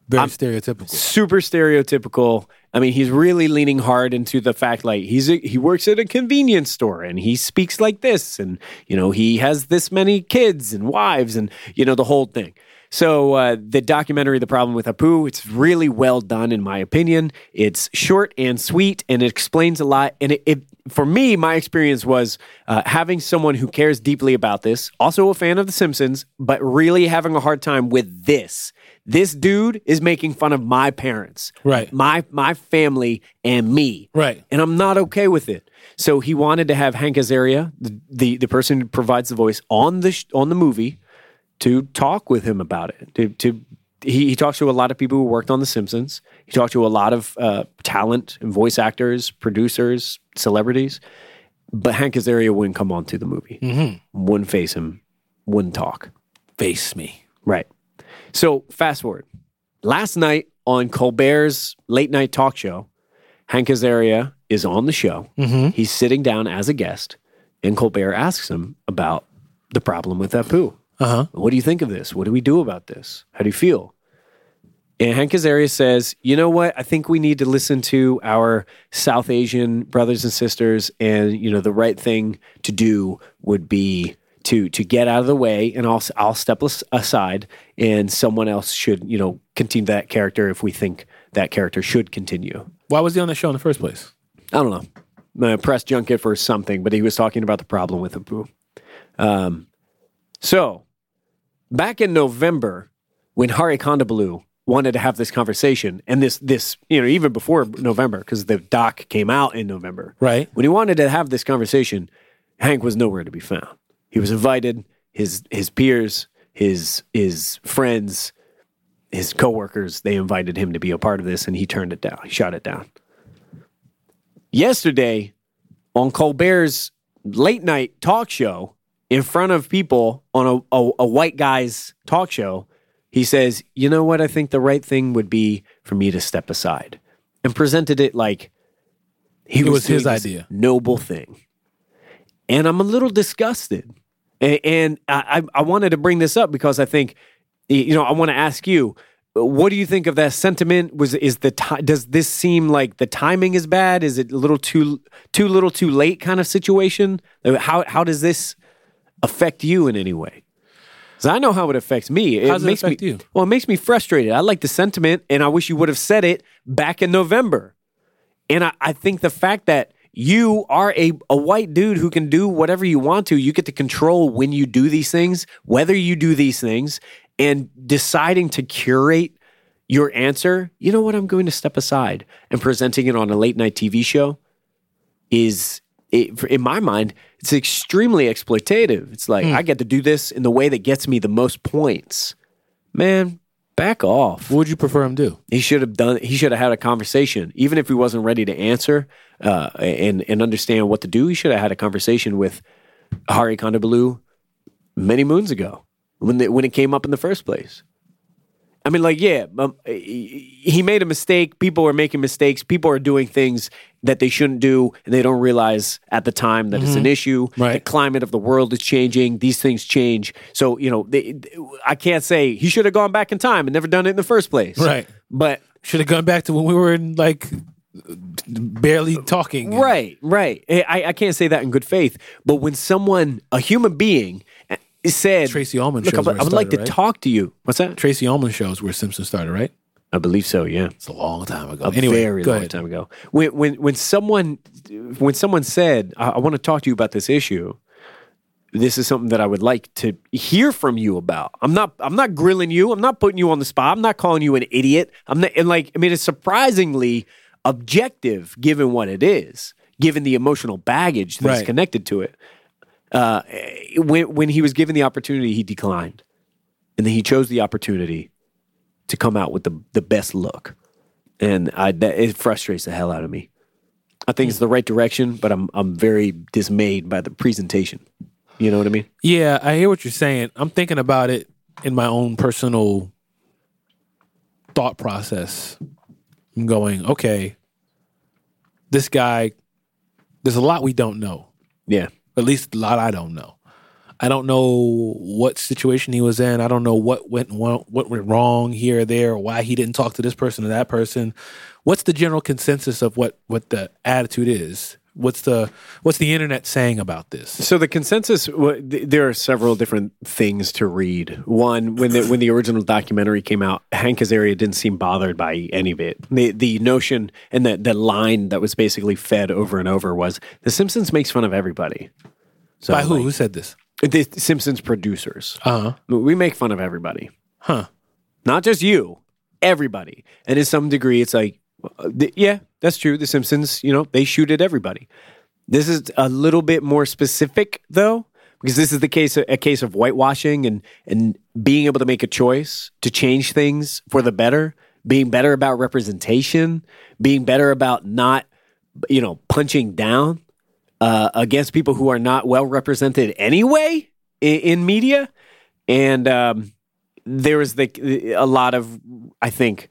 Speaker 1: Very stereotypical.
Speaker 2: super stereotypical. I mean, he's really leaning hard into the fact like he's a, he works at a convenience store and he speaks like this and you know he has this many kids and wives and you know the whole thing. So uh, the documentary, The Problem with Apu, it's really well done in my opinion. It's short and sweet and it explains a lot. And it, it for me, my experience was uh, having someone who cares deeply about this, also a fan of The Simpsons, but really having a hard time with this this dude is making fun of my parents
Speaker 1: Right.
Speaker 2: my my family and me
Speaker 1: Right.
Speaker 2: and i'm not okay with it so he wanted to have hank azaria the the, the person who provides the voice on the sh- on the movie to talk with him about it to to he, he talks to a lot of people who worked on The Simpsons. He talked to a lot of uh, talent and voice actors, producers, celebrities. But Hank Azaria wouldn't come on to the movie.
Speaker 1: Mm-hmm.
Speaker 2: Wouldn't face him. Wouldn't talk.
Speaker 1: Face me.
Speaker 2: Right. So fast forward. Last night on Colbert's late night talk show, Hank Azaria is on the show. He's sitting down as a guest, and Colbert asks him about the problem with Apu.
Speaker 1: Uh huh.
Speaker 2: What do you think of this? What do we do about this? How do you feel? And Hank Azaria says, you know what? I think we need to listen to our South Asian brothers and sisters, and you know the right thing to do would be to to get out of the way, and I'll I'll step as- aside, and someone else should you know continue that character if we think that character should continue.
Speaker 1: Why was he on the show in the first place?
Speaker 2: I don't know, a press junket for something, but he was talking about the problem with Abu. Um, so, back in November, when Hari Kondabalu wanted to have this conversation, and this, this you know, even before November, because the doc came out in November,
Speaker 1: Right.
Speaker 2: when he wanted to have this conversation, Hank was nowhere to be found. He was invited, his his peers, his his friends, his coworkers, they invited him to be a part of this and he turned it down. He shot it down. Yesterday on Colbert's late night talk show, in front of people on a, a, a white guy's talk show, he says, You know what? I think the right thing would be for me to step aside and presented it like he
Speaker 1: It was his
Speaker 2: doing this
Speaker 1: idea.
Speaker 2: noble thing. And I'm a little disgusted. And, and I, I I wanted to bring this up because I think, y- you know, I want to ask you. What do you think of that sentiment? Was is the ti does this seem like the timing is bad? Is it a little too too little too late kind of situation? How how does this affect you in any way? Because I know how it affects me. It
Speaker 1: How does it
Speaker 2: makes
Speaker 1: affect
Speaker 2: me,
Speaker 1: you?
Speaker 2: Well, it makes me frustrated. I like the sentiment, and I wish you would have said it back in November. And I, I think the fact that you are a, a white dude who can do whatever you want to, you get to control when you do these things, whether you do these things, and deciding to curate your answer, you know what, I'm going to step aside and presenting it on a late night TV show is it, for- in my mind it's extremely exploitative it's like i get to do this in the way that gets me the most points man back off
Speaker 1: What would you prefer him do?
Speaker 2: he should have done he should have had a conversation even if he wasn't ready to answer uh, and and understand what to do he should have had a conversation with hari kondabolu many moons ago when the, when it came up in the first place I mean, like, yeah, um, he he made a mistake. People are making mistakes. People are doing things that they shouldn't do, and they don't realize at the time that it's an issue.
Speaker 1: Right.
Speaker 2: The climate of the world is changing. These things change. So, you know, they, I can't say he should have gone back in time and never done it in the first place.
Speaker 1: Right.
Speaker 2: But
Speaker 1: Should have gone back to when we were in like barely talking.
Speaker 2: Right, right. Eh, I, I can't say that in good faith, but when someone, a human being, eh, said,
Speaker 1: Tracy Ullman
Speaker 2: "Look, I
Speaker 1: shows
Speaker 2: would,
Speaker 1: where it
Speaker 2: I would like to
Speaker 1: started, right?
Speaker 2: talk to you." What's that?
Speaker 1: Tracy Ullman shows where Simpson started, right?
Speaker 2: I believe so. Yeah,
Speaker 1: It's a long time ago.
Speaker 2: a
Speaker 1: anyway,
Speaker 2: very
Speaker 1: go
Speaker 2: long
Speaker 1: ahead.
Speaker 2: time ago. When when when someone when someone said, "I, I want to talk to you about this issue," this is something that I would like to hear from you about. I'm not I'm not grilling you. I'm not putting you on the spot. I'm not calling you an idiot. I'm not and like I mean it's surprisingly objective given what it is, given the emotional baggage that's
Speaker 1: Right.
Speaker 2: connected to it. Uh, when when he was given the opportunity, he declined, and then he chose the opportunity to come out with the the best look, and I that, it frustrates the hell out of me. I think it's the right direction, but I'm I'm very dismayed by the presentation. You know what I mean?
Speaker 1: Yeah, I hear what you're saying. I'm thinking about it in my own personal thought process. I'm going, okay, this guy, there's a lot we don't know.
Speaker 2: Yeah.
Speaker 1: At least a lot I don't know. I don't know what situation he was in. I don't know what went wrong- what went wrong here or there, or why he didn't talk to this person or that person. What's the general consensus of what what the attitude is? What's the what's the internet saying about this?
Speaker 2: So the consensus, wa- th- there are several different things to read. One, when the when the original documentary came out, Hank Azaria didn't seem bothered by any of it. The the notion and the the line that was basically fed over and over was The Simpsons makes fun of everybody. So
Speaker 1: By who?
Speaker 2: like,
Speaker 1: who said this?
Speaker 2: the Simpsons producers.
Speaker 1: Uh huh.
Speaker 2: We make fun of everybody.
Speaker 1: Huh.
Speaker 2: not just you, everybody. And in some degree, it's like, uh, th- yeah, that's true. The Simpsons, you know, they shoot at everybody. This is a little bit more specific, though, because this is the case a case of whitewashing and and being able to make a choice to change things for the better, being better about representation, being better about not, you know, punching down uh, against people who are not well represented anyway in, in media, and um, there was the a lot of I think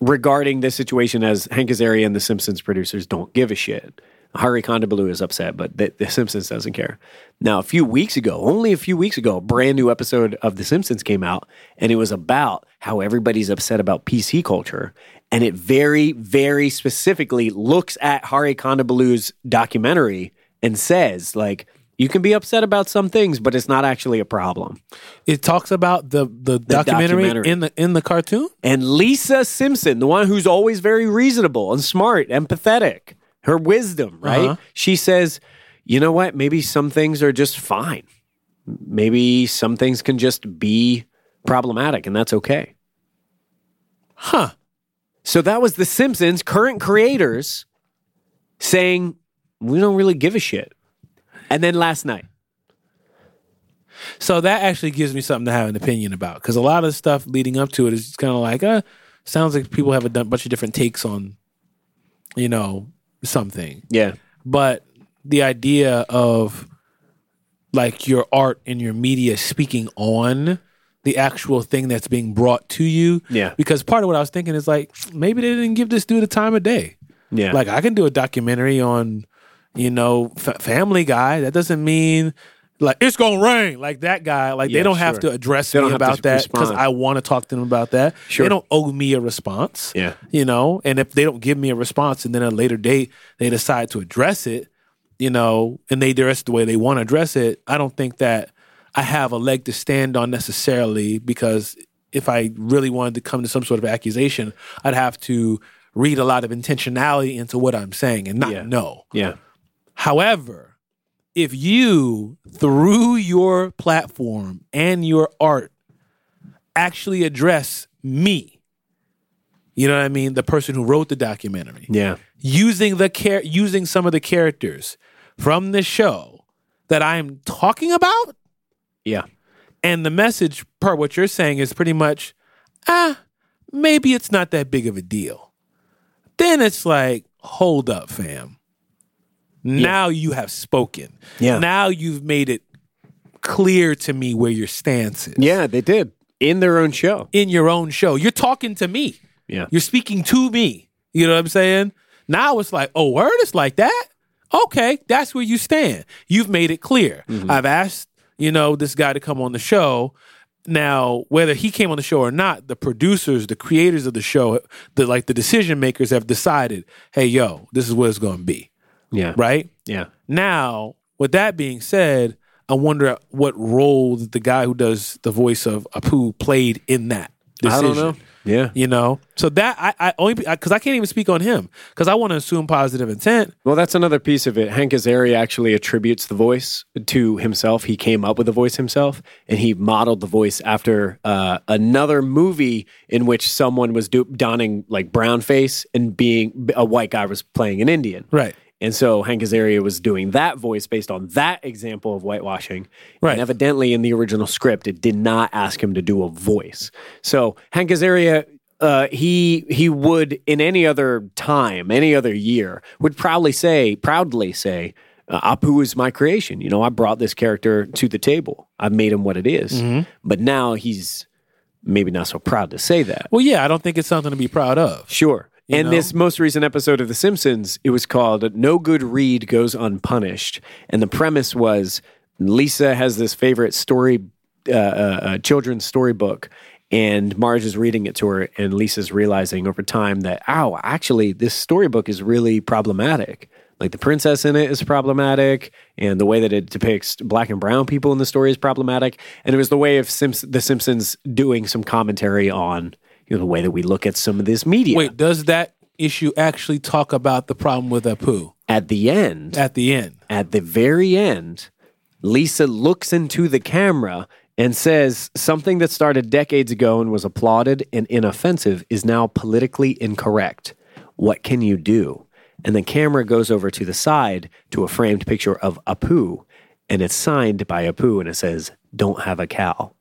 Speaker 2: regarding this situation as Hank Azaria and the Simpsons producers don't give a shit. Hari Kondabolu is upset, but the, the Simpsons doesn't care. Now, a few weeks ago, only a few weeks ago, a brand new episode of The Simpsons came out, and it was about how everybody's upset about PC culture. And it very, very specifically looks at Hari Kondabolu's documentary and says, like, you can be upset about some things, but it's not actually a problem.
Speaker 1: It talks about the the, documentary,
Speaker 2: documentary.
Speaker 1: in the in the cartoon.
Speaker 2: And Lisa Simpson, the one who's always very reasonable and smart, empathetic, her wisdom, right?
Speaker 1: Uh-huh.
Speaker 2: She says, you know what? Maybe some things are just fine. Maybe some things can just be problematic, and that's okay.
Speaker 1: Huh.
Speaker 2: So that was The Simpsons, current creators, saying, we don't really give a shit. And then last night,
Speaker 1: So that actually gives me something to have an opinion about because a lot of the stuff leading up to it is kind of like, uh, sounds like people have a dun- bunch of different takes on, you know, something.
Speaker 2: yeah,
Speaker 1: But the idea of like your art and your media speaking on the actual thing that's being brought to you.
Speaker 2: Yeah.
Speaker 1: Because part of what I was thinking is like maybe they didn't give this dude a time of day.
Speaker 2: Yeah.
Speaker 1: Like I can do a documentary on, you know, fa- Family Guy. That doesn't mean like it's gonna rain. Like that guy. Like
Speaker 2: Yeah,
Speaker 1: they don't have
Speaker 2: sure.
Speaker 1: to address
Speaker 2: They don't
Speaker 1: me
Speaker 2: have to
Speaker 1: about that because
Speaker 2: respond.
Speaker 1: I want to talk to them about that.
Speaker 2: Sure.
Speaker 1: They don't owe me a response.
Speaker 2: Yeah.
Speaker 1: You know, and if they don't give me a response, and then at a later date they decide to address it, you know, and they address it the way they want to address it, I don't think that I have a leg to stand on necessarily because if I really wanted to come to some sort of accusation, I'd have to read a lot of intentionality into what I'm saying and not
Speaker 2: Yeah.
Speaker 1: know.
Speaker 2: yeah.
Speaker 1: However, if you, through your platform and your art, actually address me, you know what I mean, the person who wrote the documentary,
Speaker 2: Yeah.
Speaker 1: using the care using some of the characters from the show that I'm talking about,
Speaker 2: Yeah.
Speaker 1: and the message per what you're saying is pretty much, ah, maybe it's not that big of a deal. Then it's like, hold up, fam. Now you have spoken.
Speaker 2: Yeah.
Speaker 1: Now you've made it clear to me where your stance is.
Speaker 2: Yeah, they did in their own show.
Speaker 1: In your own show. You're talking to me.
Speaker 2: Yeah.
Speaker 1: You're speaking to me. You know what I'm saying? Now it's like, oh, word is like that. Okay, that's where you stand. You've made it clear.
Speaker 2: Mm-hmm.
Speaker 1: I've asked, you know, this guy to come on the show. Now, whether he came on the show or not, the producers, the creators of the show, the like the decision makers have decided, hey, yo, this is what it's gonna be.
Speaker 2: Yeah.
Speaker 1: Right?
Speaker 2: Yeah.
Speaker 1: Now, with that being said, I wonder what role that the guy who does the voice of Apu played in that
Speaker 2: I
Speaker 1: decision
Speaker 2: don't know. Yeah.
Speaker 1: you know so that i i only because I can't even speak on him because i want to assume positive intent
Speaker 2: Well, that's another piece of it. Hank Azaria actually attributes the voice to himself. He came up with the voice himself, and he modeled the voice after uh, another movie in which someone was do- donning like brown face and being a white guy was playing an Indian.
Speaker 1: right
Speaker 2: And so Hank Azaria was doing that voice based on that example of whitewashing.
Speaker 1: Right.
Speaker 2: And evidently, in the original script, it did not ask him to do a voice. So Hank Azaria, uh, he he would in any other time, any other year, would probably say proudly say, uh, "Apu is my creation. You know, I brought this character to the table. I made him what it is." But now he's maybe not so proud to say that.
Speaker 1: well yeah i don't think it's something to be proud of
Speaker 2: Sure. and
Speaker 1: know?
Speaker 2: this most recent episode of The Simpsons, it was called No Good Read Goes Unpunished. And the premise was Lisa has this favorite story, uh, uh, uh, children's storybook, and Marge is reading it to her. And Lisa's realizing over time that, ow, actually, this storybook is really problematic. Like the princess in it is problematic, and the way that it depicts black and brown people in the story is problematic. And it was the way of Simps- The Simpsons doing some commentary on you know, the way that we look at some of this media.
Speaker 1: wait does that issue actually talk about the problem with apu
Speaker 2: At the end,
Speaker 1: at the end
Speaker 2: at the very end, Lisa looks into the camera and says something that started decades ago and was applauded and inoffensive is now politically incorrect. What can you do? And the camera goes over to the side to a framed picture of Apu, and it's signed by Apu, and it says, Don't have a cow,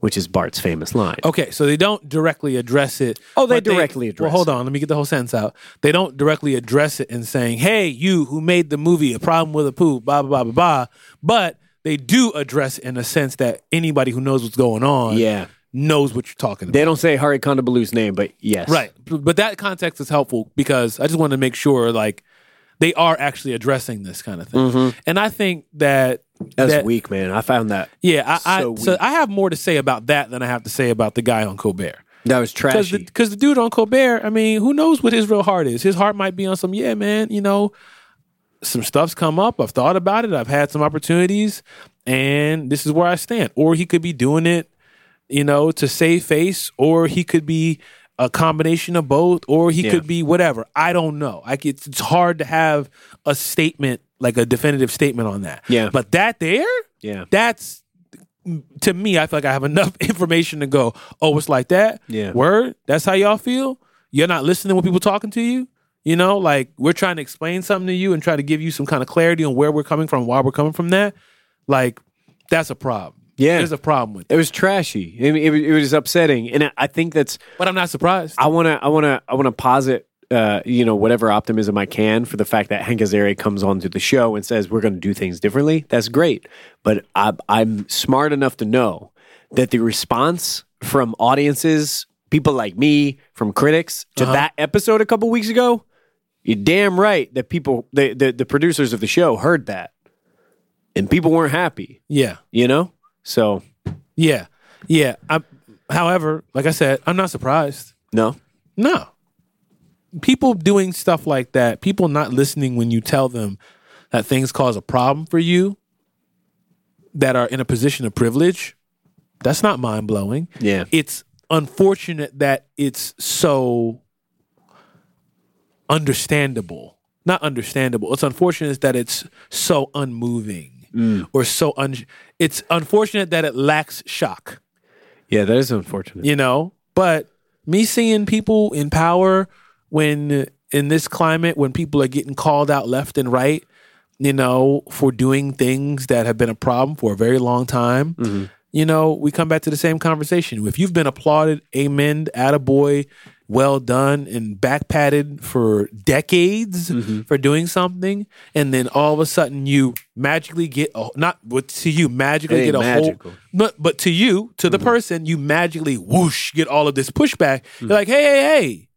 Speaker 2: which is Bart's famous line.
Speaker 1: okay so they don't directly address it
Speaker 2: Oh, they
Speaker 1: but
Speaker 2: directly address
Speaker 1: well hold on let me get the whole sentence out they don't directly address it in saying hey you who made the movie a problem with apu blah blah blah blah blah but they do address it in a sense that anybody who knows what's going on
Speaker 2: Yeah.
Speaker 1: knows what you're talking about
Speaker 2: They don't say Hari Kondabalu's name, but yes.
Speaker 1: Right. B- But that context is helpful because I just want to make sure like they are actually addressing this kind of thing. And I think that
Speaker 2: That's
Speaker 1: that-
Speaker 2: weak, man. I found that.
Speaker 1: Yeah, I
Speaker 2: So
Speaker 1: I, so
Speaker 2: weak.
Speaker 1: I have more to say about that than I have to say about the guy on Colbert.
Speaker 2: That was
Speaker 1: Because
Speaker 2: trashy.
Speaker 1: the, 'cause the dude on Colbert, I mean, who knows what his real heart is? His heart might be on some, yeah, man, you know, some stuff's come up. I've thought about it. I've had some opportunities, and this is where I stand. Or he could be doing it, you know, to save face, or he could be a combination of both, or he
Speaker 2: Yeah.
Speaker 1: could be whatever. I don't know. Like it's, it's hard to have a statement, like a definitive statement on that.
Speaker 2: Yeah.
Speaker 1: But that there,
Speaker 2: yeah.
Speaker 1: that's to me, I feel like I have enough information to go, oh, it's like that.
Speaker 2: Yeah.
Speaker 1: Word, that's how y'all feel. You're not listening when people talking to you. You know, like we're trying to explain something to you and try to give you some kind of clarity on where we're coming from, why we're coming from that. Like, that's a problem.
Speaker 2: Yeah.
Speaker 1: There's a problem with it.
Speaker 2: It was trashy. I mean, It, was- it was upsetting, and I- I think that's.
Speaker 1: But I'm not surprised.
Speaker 2: I want to. I want to. I want to posit uh, you know, whatever optimism I can for the fact that Hank Azaria comes onto the show and says we're going to do things differently. That's great, but I, I'm smart enough to know that the response from audiences, people like me, from critics to that episode a couple weeks ago, you're damn right that people, the, the the producers of the show heard that, and people weren't happy.
Speaker 1: Yeah.
Speaker 2: You know, so
Speaker 1: Yeah. Yeah. I, however, like I said, I'm not surprised.
Speaker 2: no,
Speaker 1: No. People doing stuff like that, people not listening when you tell them that things cause a problem for you that are in a position of privilege, that's not mind blowing.
Speaker 2: Yeah.
Speaker 1: It's unfortunate that it's so understandable. Not understandable. It's unfortunate that it's so unmoving or so un. It's unfortunate that it lacks shock
Speaker 2: yeah, that is unfortunate.
Speaker 1: you know but me seeing people in power when in this climate when people are getting called out left and right you know for doing things that have been a problem for a very long time you know we come back to the same conversation if you've been applauded amen attaboy well done and back patted for decades for doing something and then all of a sudden you magically get a, not what to you magically
Speaker 2: ain't
Speaker 1: get a
Speaker 2: magical. Mm-hmm.
Speaker 1: whole but but to you, to the person, you magically whoosh get all of this pushback.
Speaker 2: Mm.
Speaker 1: You're like, hey, hey, hey,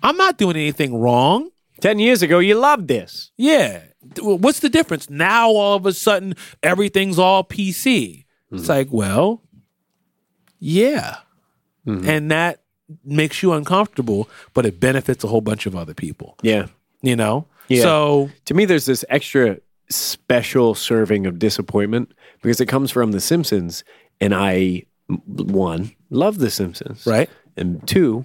Speaker 1: I'm not doing anything wrong.
Speaker 2: Ten years ago, you loved this.
Speaker 1: Yeah. Th- well, What's the difference? Now all of a sudden everything's all PC. It's
Speaker 2: Mm-hmm.
Speaker 1: like, well, yeah.
Speaker 2: Mm-hmm.
Speaker 1: And that makes you uncomfortable, but it benefits a whole bunch of other people.
Speaker 2: Yeah.
Speaker 1: You know?
Speaker 2: Yeah.
Speaker 1: So
Speaker 2: To me, there's this extra special serving of disappointment because it comes from The Simpsons. And I, m- one, love The Simpsons.
Speaker 1: Right.
Speaker 2: And two,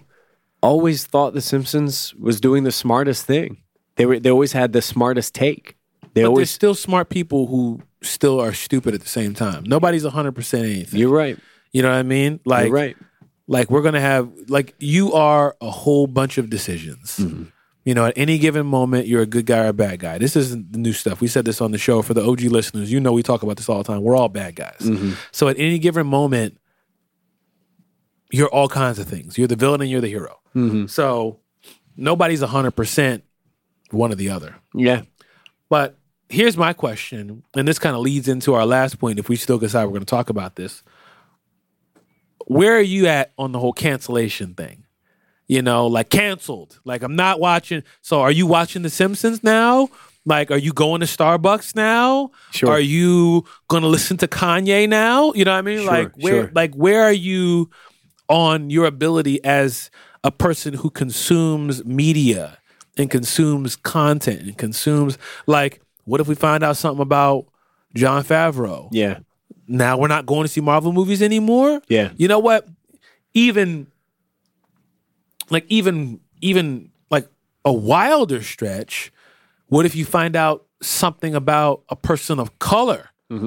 Speaker 2: always thought The Simpsons was doing the smartest thing. They, were, they always had the smartest take. They
Speaker 1: but there's
Speaker 2: always,
Speaker 1: still smart people who still are stupid at the same time. Nobody's 100% anything.
Speaker 2: you're right.
Speaker 1: You know what I mean? Like
Speaker 2: You're right.
Speaker 1: like we're gonna have like you are a whole bunch of decisions
Speaker 2: Mm-hmm.
Speaker 1: you know at any given moment you're a good guy or a bad guy this isn't the new stuff we said this on the show for the og listeners you know we talk about this all the time we're all bad guys
Speaker 2: Mm-hmm.
Speaker 1: so at any given moment you're all kinds of things you're the villain and you're the hero
Speaker 2: Mm-hmm.
Speaker 1: so nobody's 100% one or the other
Speaker 2: Yeah.
Speaker 1: but here's my question, and this kind of leads into our last point. If we still decide we're going to talk about this, where are you at on the whole cancellation thing? You know, like canceled. Like I'm not watching. So are you watching The Simpsons now? Like, are you going to Starbucks now?
Speaker 2: Sure.
Speaker 1: Are you going to listen to Kanye now? You know what I mean?
Speaker 2: Sure,
Speaker 1: like, where,
Speaker 2: sure.
Speaker 1: like, where are you on your ability as a person who consumes media and consumes content and consumes like what if we find out something about John Favreau?
Speaker 2: Yeah.
Speaker 1: Now we're not going to see Marvel movies anymore?
Speaker 2: Yeah.
Speaker 1: You know what? Even like even even like a wilder stretch, what if you find out something about a person of color? You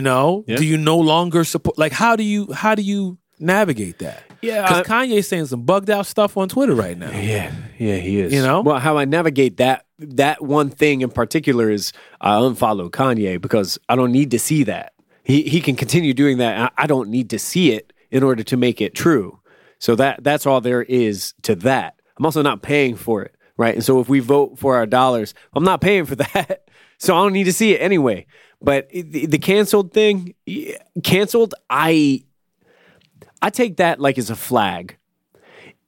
Speaker 1: know,
Speaker 2: Mm-hmm. Yeah.
Speaker 1: do you no longer support? Like, how do you how do you navigate that?
Speaker 2: Yeah,
Speaker 1: because Kanye's saying some bugged out stuff on Twitter right now.
Speaker 2: Yeah, yeah, he is.
Speaker 1: You know?
Speaker 2: well, how I navigate that that one thing in particular is I unfollow Kanye because I don't need to see that. He he can continue doing that. I, I don't need to see it in order to make it true. So that that's all there is to that. I'm also not paying for it, right? And so if we vote for our dollars, I'm not paying for that. So I don't need to see it anyway. But it- the, the canceled thing, yeah, canceled, I I take that like as a flag.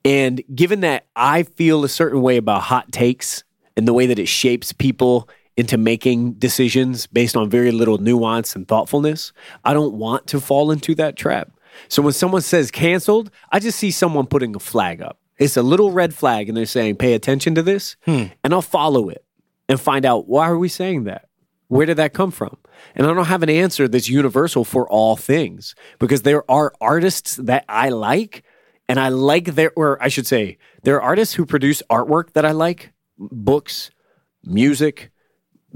Speaker 2: And given that I feel a certain way about hot takes and the way that it shapes people into making decisions based on very little nuance and thoughtfulness, I don't want to fall into that trap. So when someone says canceled, I just see someone putting a flag up. It's a little red flag, and they're saying, pay attention to this, and I'll follow it and find out why are we saying that? Where did that come from? And I don't have an answer that's universal for all things because there are artists that I like and I like their, or I should say, there are artists who produce artwork that I like, books, music,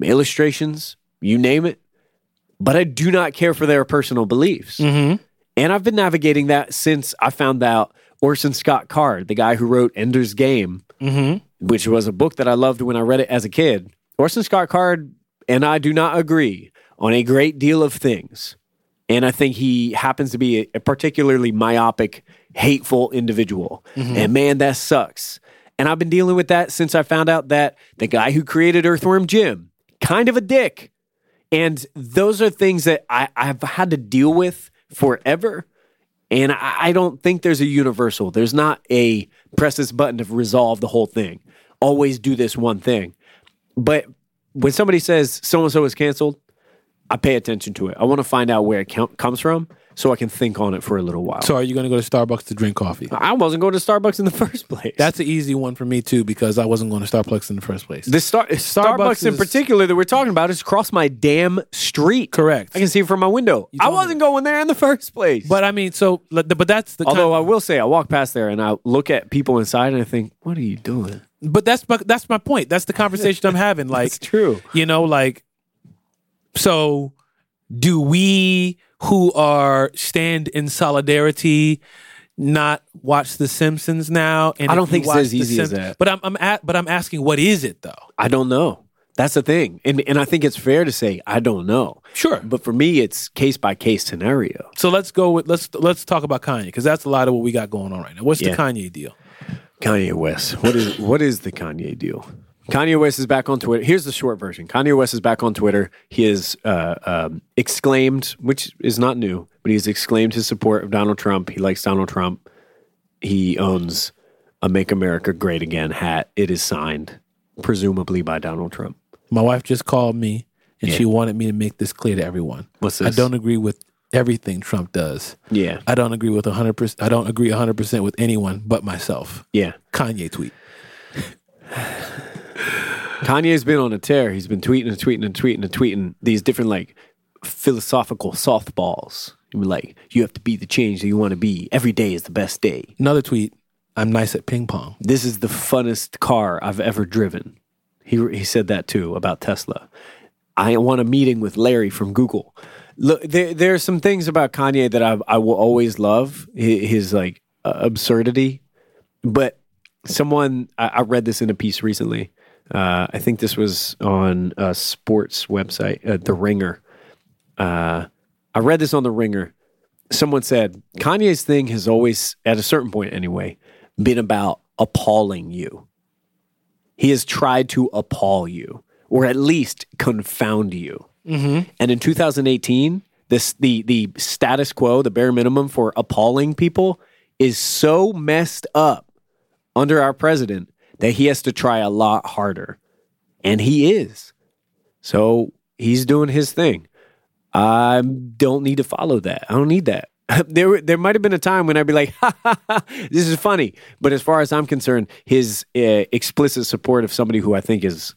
Speaker 2: illustrations, you name it. But I do not care for their personal beliefs. And I've been navigating that since I found out Orson Scott Card, the guy who wrote Ender's Game, which was a book that I loved when I read it as a kid. Orson Scott Card and I do not agree on a great deal of things. And I think he happens to be a, a particularly myopic, hateful individual. And man, that sucks. And I've been dealing with that since I found out that the guy who created Earthworm Jim, kind of a dick. And those are things that I, I've had to deal with forever. And I, I don't think there's a universal. There's not a press this button to resolve the whole thing. Always do this one thing. But when somebody says so and so is canceled, I pay attention to it. I want to find out where it count, comes from so I can think on it for a little while.
Speaker 1: So are you going to go to Starbucks to drink coffee?
Speaker 2: I wasn't going to Starbucks in the first place.
Speaker 1: That's an easy one for me too because I wasn't going to Starbucks in the first place.
Speaker 2: the Star- Starbucks, in
Speaker 1: is-
Speaker 2: particular that we're talking about is across my damn street.
Speaker 1: Correct.
Speaker 2: I can see it from my window. I
Speaker 1: told me
Speaker 2: wasn't going there in the first place.
Speaker 1: But I mean, so like, the- but that's the
Speaker 2: although
Speaker 1: kind-
Speaker 2: I will say, I walk past there and I look at people inside and I think, "What are you doing?"
Speaker 1: but that's but that's my point. That's the conversation I'm having. Like
Speaker 2: It's true.
Speaker 1: you know like so do we who are stand in solidarity not watch the simpsons now and
Speaker 2: I don't
Speaker 1: if you
Speaker 2: think it's
Speaker 1: watch
Speaker 2: as
Speaker 1: The
Speaker 2: easy as
Speaker 1: Simp-
Speaker 2: that.
Speaker 1: but i'm i'm at, but i'm asking what is it though
Speaker 2: I don't know. That's the thing, and and I think it's fair to say I don't know.
Speaker 1: Sure.
Speaker 2: but for me, it's case by case scenario.
Speaker 1: so let's go with let's let's talk about kanye because that's a lot of what we got going on right now what's
Speaker 2: Yeah.
Speaker 1: the kanye deal
Speaker 2: Kanye West. What is what is the Kanye deal? Kanye West is back on Twitter. Here's the short version. Kanye West is back on Twitter. He has uh, um, exclaimed, which is not new, but he has exclaimed his support of Donald Trump. He likes Donald Trump. He owns a "Make America Great Again" hat. It is signed, presumably by Donald Trump.
Speaker 1: my wife just called me and
Speaker 2: Yeah.
Speaker 1: she wanted me to make this clear to everyone
Speaker 2: What's
Speaker 1: i
Speaker 2: this?
Speaker 1: don't agree with everything trump does
Speaker 2: Yeah,
Speaker 1: i don't agree with 100% i don't agree 100% with anyone but myself
Speaker 2: yeah.
Speaker 1: kanye tweet
Speaker 2: Kanye's been on a tear. He's been tweeting and tweeting and tweeting and tweeting these different like philosophical softballs. I mean, like you have to be the change that you want to be. Every day is the best day.
Speaker 1: Another tweet. I'm nice at ping pong.
Speaker 2: This is the funnest car I've ever driven. He he said that too about Tesla. I want a meeting with Larry from Google. Look, there there are some things about Kanye that I I will always love his, his like uh, absurdity, but someone I, I read this in a piece recently. Uh, I think this was on a sports website, uh, The Ringer. Uh, I read this on The Ringer. Someone said Kanye's thing has always, at a certain point anyway, been about appalling you. He has tried to appall you, or at least confound you. And in 2018, this the the status quo, the bare minimum for appalling people, is so messed up under our president that he has to try a lot harder. And he is. So he's doing his thing. I don't need to follow that. I don't need that. There, were- there might have been a time when I'd be like, ha, ha, ha, "This is funny," but as far as I'm concerned, his uh, explicit support of somebody who I think is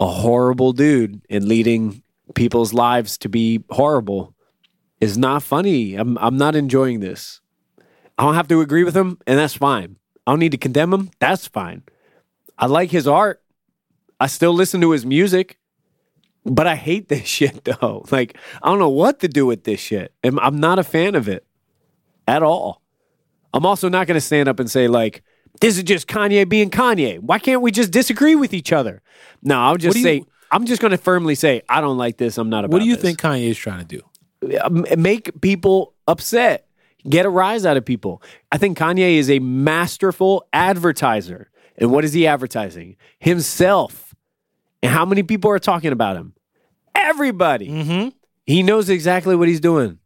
Speaker 2: a horrible dude and leading people's lives to be horrible is not funny. I'm, I'm not enjoying this. I don't have to agree with him, and that's fine. I don't need to condemn him. That's fine. I like his art. I still listen to his music, but I hate this shit though. Like, I don't know what to do with this shit. I'm, I'm not a fan of it at all. I'm also not going to stand up and say, like, this is just Kanye being Kanye. Why can't we just disagree with each other? No, I'll just
Speaker 1: do you-
Speaker 2: say, I'm just going to firmly say, I don't like this. I'm not about
Speaker 1: What do you
Speaker 2: this."
Speaker 1: think Kanye is trying to do?
Speaker 2: m- make people upset, get a rise out of people. I think Kanye is a masterful advertiser. And what is he advertising? Himself. And how many people are talking about him? Everybody.
Speaker 1: Mhm.
Speaker 2: He knows exactly what he's doing.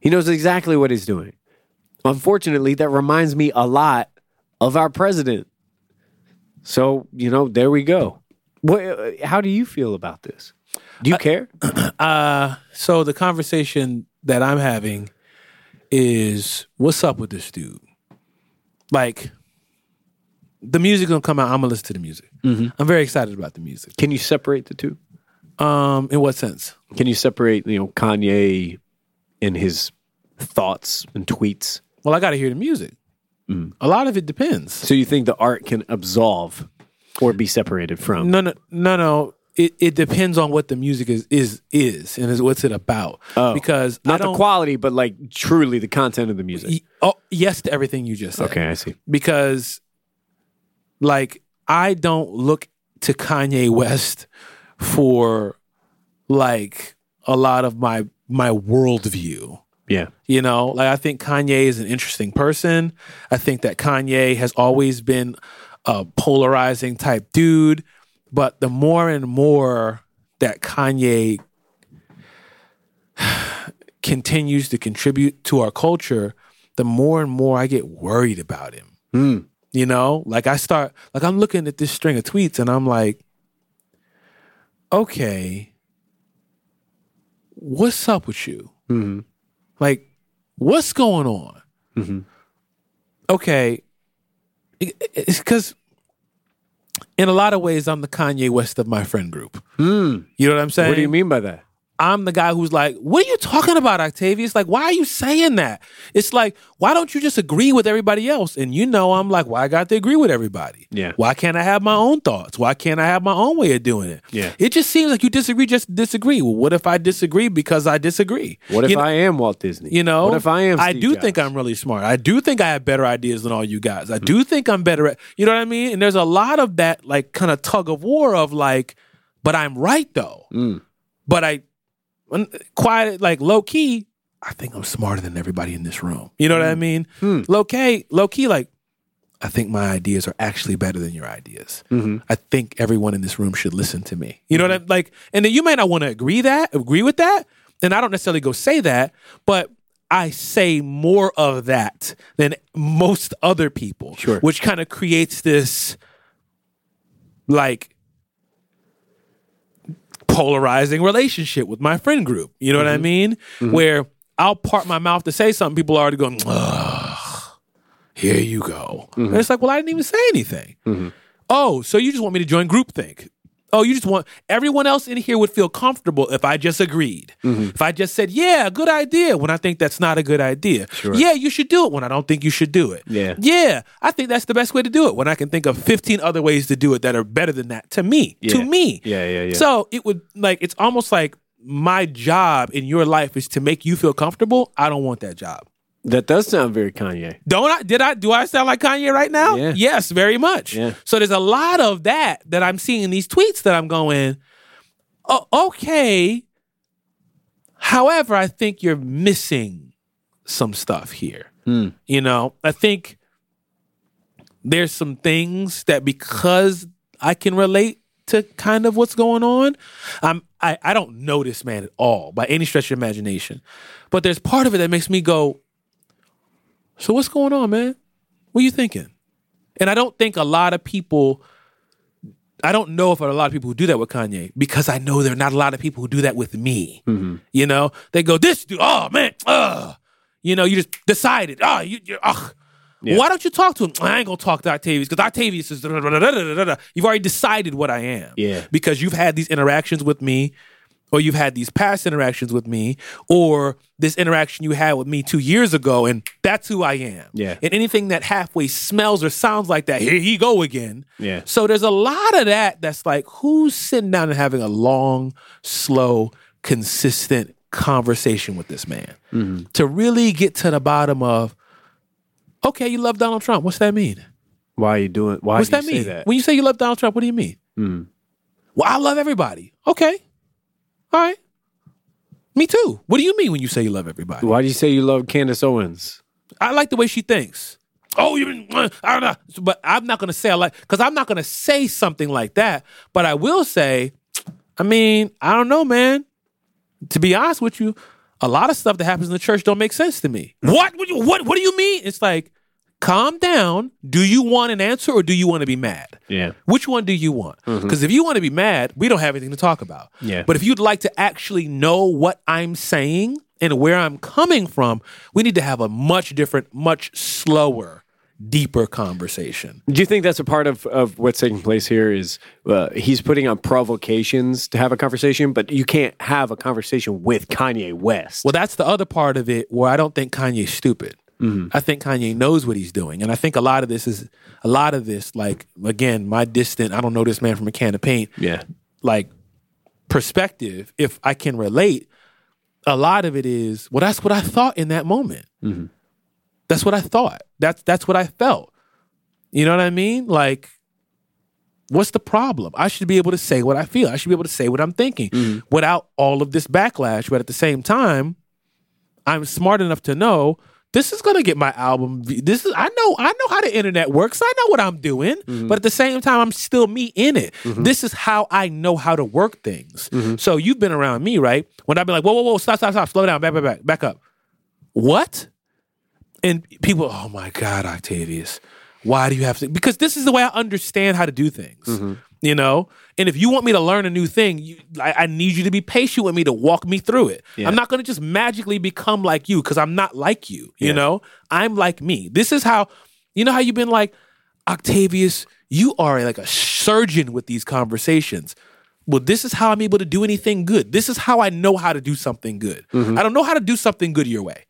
Speaker 2: He knows exactly what he's doing. Unfortunately, that reminds me a lot of our president. So, you know, there we go. What, uh, how do you feel about this? Do you care?
Speaker 1: Uh, so the conversation that I'm having is what's up with this dude? Like, the music gonna come out. I'm gonna listen to the music. I'm very excited about the music.
Speaker 2: Can you separate the two?
Speaker 1: Um, in what sense?
Speaker 2: Can you separate, you know, Kanye and his thoughts and tweets?
Speaker 1: Well, I got to hear the music. A lot of it depends.
Speaker 2: So you think the art can absolve or be separated from?
Speaker 1: No, no, no, no. It, it depends on what the music is is is and is what's it about.
Speaker 2: Oh.
Speaker 1: because I
Speaker 2: Not the
Speaker 1: don't.
Speaker 2: quality, but like truly the content of the music.
Speaker 1: y- oh, yes to everything you just said.
Speaker 2: Okay, I see.
Speaker 1: because like I don't look to Kanye West for like a lot of my my worldview.
Speaker 2: Yeah.
Speaker 1: You know, like I think Kanye is an interesting person. I think that Kanye has always been a polarizing type dude, but the more and more that Kanye continues to contribute to our culture, the more and more I get worried about him.
Speaker 2: Hmm.
Speaker 1: You know, like I start like I'm looking at this string of tweets and I'm like okay, what's up with you?
Speaker 2: Mm-hmm.
Speaker 1: Like, what's going on? Okay, It- it's because in a lot of ways, I'm the Kanye West of my friend group. You know what I'm saying?
Speaker 2: Hmm. What do you mean by that?
Speaker 1: I'm the guy who's like, what are you talking about, Octavius? Like, why are you saying that? It's like, why don't you just agree with everybody else? And you know, I'm like, why I got to agree with everybody?
Speaker 2: Yeah.
Speaker 1: Why can't I have my own thoughts? Why can't I have my own way of doing it?
Speaker 2: Yeah.
Speaker 1: It just seems like you disagree just to disagree. Well, what if I disagree because I disagree?
Speaker 2: What if
Speaker 1: you know,
Speaker 2: I am Walt Disney?
Speaker 1: you know,
Speaker 2: what if I am?
Speaker 1: I do
Speaker 2: Steve Jobs? Mm-hmm.
Speaker 1: think I'm really smart. I do think I have better ideas than all you guys. I do think I'm better at, you know what I mean? And there's a lot of that, like, kind of tug of war of like, but I'm right though.
Speaker 2: Mm.
Speaker 1: But I, when- quiet, like low key, I think I'm smarter than everybody in this room. You know what I mean? Low key, low key, like, I think my ideas are actually better than your ideas. I think everyone in this room should listen to me. You know what I'm like? And then you may not want to agree that, agree with that. And I don't necessarily go say that, but I say more of that than most other people.
Speaker 2: Sure.
Speaker 1: Which kind of creates this like polarizing relationship with my friend group. You know what
Speaker 2: Mm-hmm.
Speaker 1: I mean? Where I'll part my mouth to say something, people are already going, "Ugh, here you go.
Speaker 2: Mm-hmm.
Speaker 1: And it's like, well, I didn't even say anything. Oh, so you just want me to join groupthink? Oh, you just want everyone else in here would feel comfortable if I just agreed.
Speaker 2: Mm-hmm.
Speaker 1: If I just said, yeah, good idea, when I think that's not a good idea. Yeah, you should do it when I don't think you should do it.
Speaker 2: Yeah.
Speaker 1: Yeah, I think that's the best way to do it when I can think of 15 other ways to do it that are better than that to me.
Speaker 2: Yeah.
Speaker 1: To me.
Speaker 2: Yeah, yeah, yeah.
Speaker 1: So it would like it's almost like my job in your life is to make you feel comfortable. I don't want that job.
Speaker 2: That does sound very Kanye.
Speaker 1: Don't I? Did I? Do I sound like Kanye right now?
Speaker 2: Yeah.
Speaker 1: Yes, very much.
Speaker 2: Yeah.
Speaker 1: So there's a lot of that that I'm seeing in these tweets that I'm going, oh, okay. However, I think you're missing some stuff here.
Speaker 2: Hmm.
Speaker 1: You know, I think there's some things that because I can relate to kind of what's going on, I'm I, I don't know this man at all by any stretch of imagination. But there's part of it that makes me go, So what's going on, man? What you thinking? And I don't think a lot of people I don't know if a lot of people who do that with Kanye because I know there are not a lot of people who do that with me. You know, they go, "This dude, oh man, ugh." You know, you just decided, oh, you, you ugh. Why don't you talk to him? I ain't gonna talk to Octavius because Octavius is. da- da- da- da- da- da- da- da." You've already decided what I am.
Speaker 2: Yeah.
Speaker 1: because you've had these interactions with me, or you've had these past interactions with me, or this interaction you had with me two years ago, and that's who I am.
Speaker 2: Yeah.
Speaker 1: and anything that halfway smells or sounds like that, here he go again.
Speaker 2: Yeah.
Speaker 1: So there's a lot of that that's like, who's sitting down and having a long, slow, consistent conversation with this man
Speaker 2: Mm-hmm.
Speaker 1: to really get to the bottom of, okay, you love Donald Trump. What's that mean?
Speaker 2: Why are you doing? Why
Speaker 1: What's
Speaker 2: do you
Speaker 1: that
Speaker 2: say
Speaker 1: mean?
Speaker 2: that? Hmm.
Speaker 1: When you say you love Donald Trump, what do you mean? Well, I love everybody. Okay. All right. Me too. What do you mean when you say you love everybody?
Speaker 2: Why do you say you love Candace Owens?
Speaker 1: I like the way she thinks. Oh, you been, uh, I don't know. But I'm not going to say I like, because I'm not going to say something like that. But I will say, I mean, I don't know, man. To be honest with you, a lot of stuff that happens in the church don't make sense to me. What? What, you- what, what do you mean? It's like, calm down. Do you want an answer or do you want to be mad?
Speaker 2: Yeah.
Speaker 1: Which one do you want? Because if you want to be mad, we don't have anything to talk about.
Speaker 2: Yeah.
Speaker 1: But if you'd like to actually know what I'm saying and where I'm coming from, we need to have a much different, much slower, deeper conversation.
Speaker 2: Do you think that's a part of, of what's taking place here? Is uh, he's putting on provocations to have a conversation, but you can't have a conversation with Kanye West.
Speaker 1: Well, that's the other part of it where I don't think Kanye's stupid. I think Kanye knows what he's doing, and I think a lot of this is a lot of this. Like again, my distant, I don't know this man from a can of paint.
Speaker 2: yeah,
Speaker 1: like perspective, if I can relate, a lot of it is well. That's what I thought in that moment. That's what I thought. That's that's what I felt. You know what I mean? Like, what's the problem? I should be able to say what I feel. I should be able to say what I'm thinking without all of this backlash. But at the same time, I'm smart enough to know this is gonna get my album. v- This is I know I know how the internet works. I know what I'm doing, but at the same time, I'm still me in it. This is how I know how to work things. So you've been around me, right? When I've been like, whoa, whoa, whoa, stop, stop, stop, slow down, back, back, back, back up. What? And people, oh my God, Octavius, why do you have to? Because this is the way I understand how to do things,
Speaker 2: Mm-hmm.
Speaker 1: you know? And if you want me to learn a new thing, you, I, I need you to be patient with me to walk me through it.
Speaker 2: Yeah.
Speaker 1: I'm not going to just magically become like you because I'm not like you, you
Speaker 2: Yeah.
Speaker 1: know? I'm like me. This is how, you know, how you've been like, Octavius, you are like a surgeon with these conversations. Well, this is how I'm able to do anything good. This is how I know how to do something good.
Speaker 2: Mm-hmm.
Speaker 1: I don't know how to do something good your way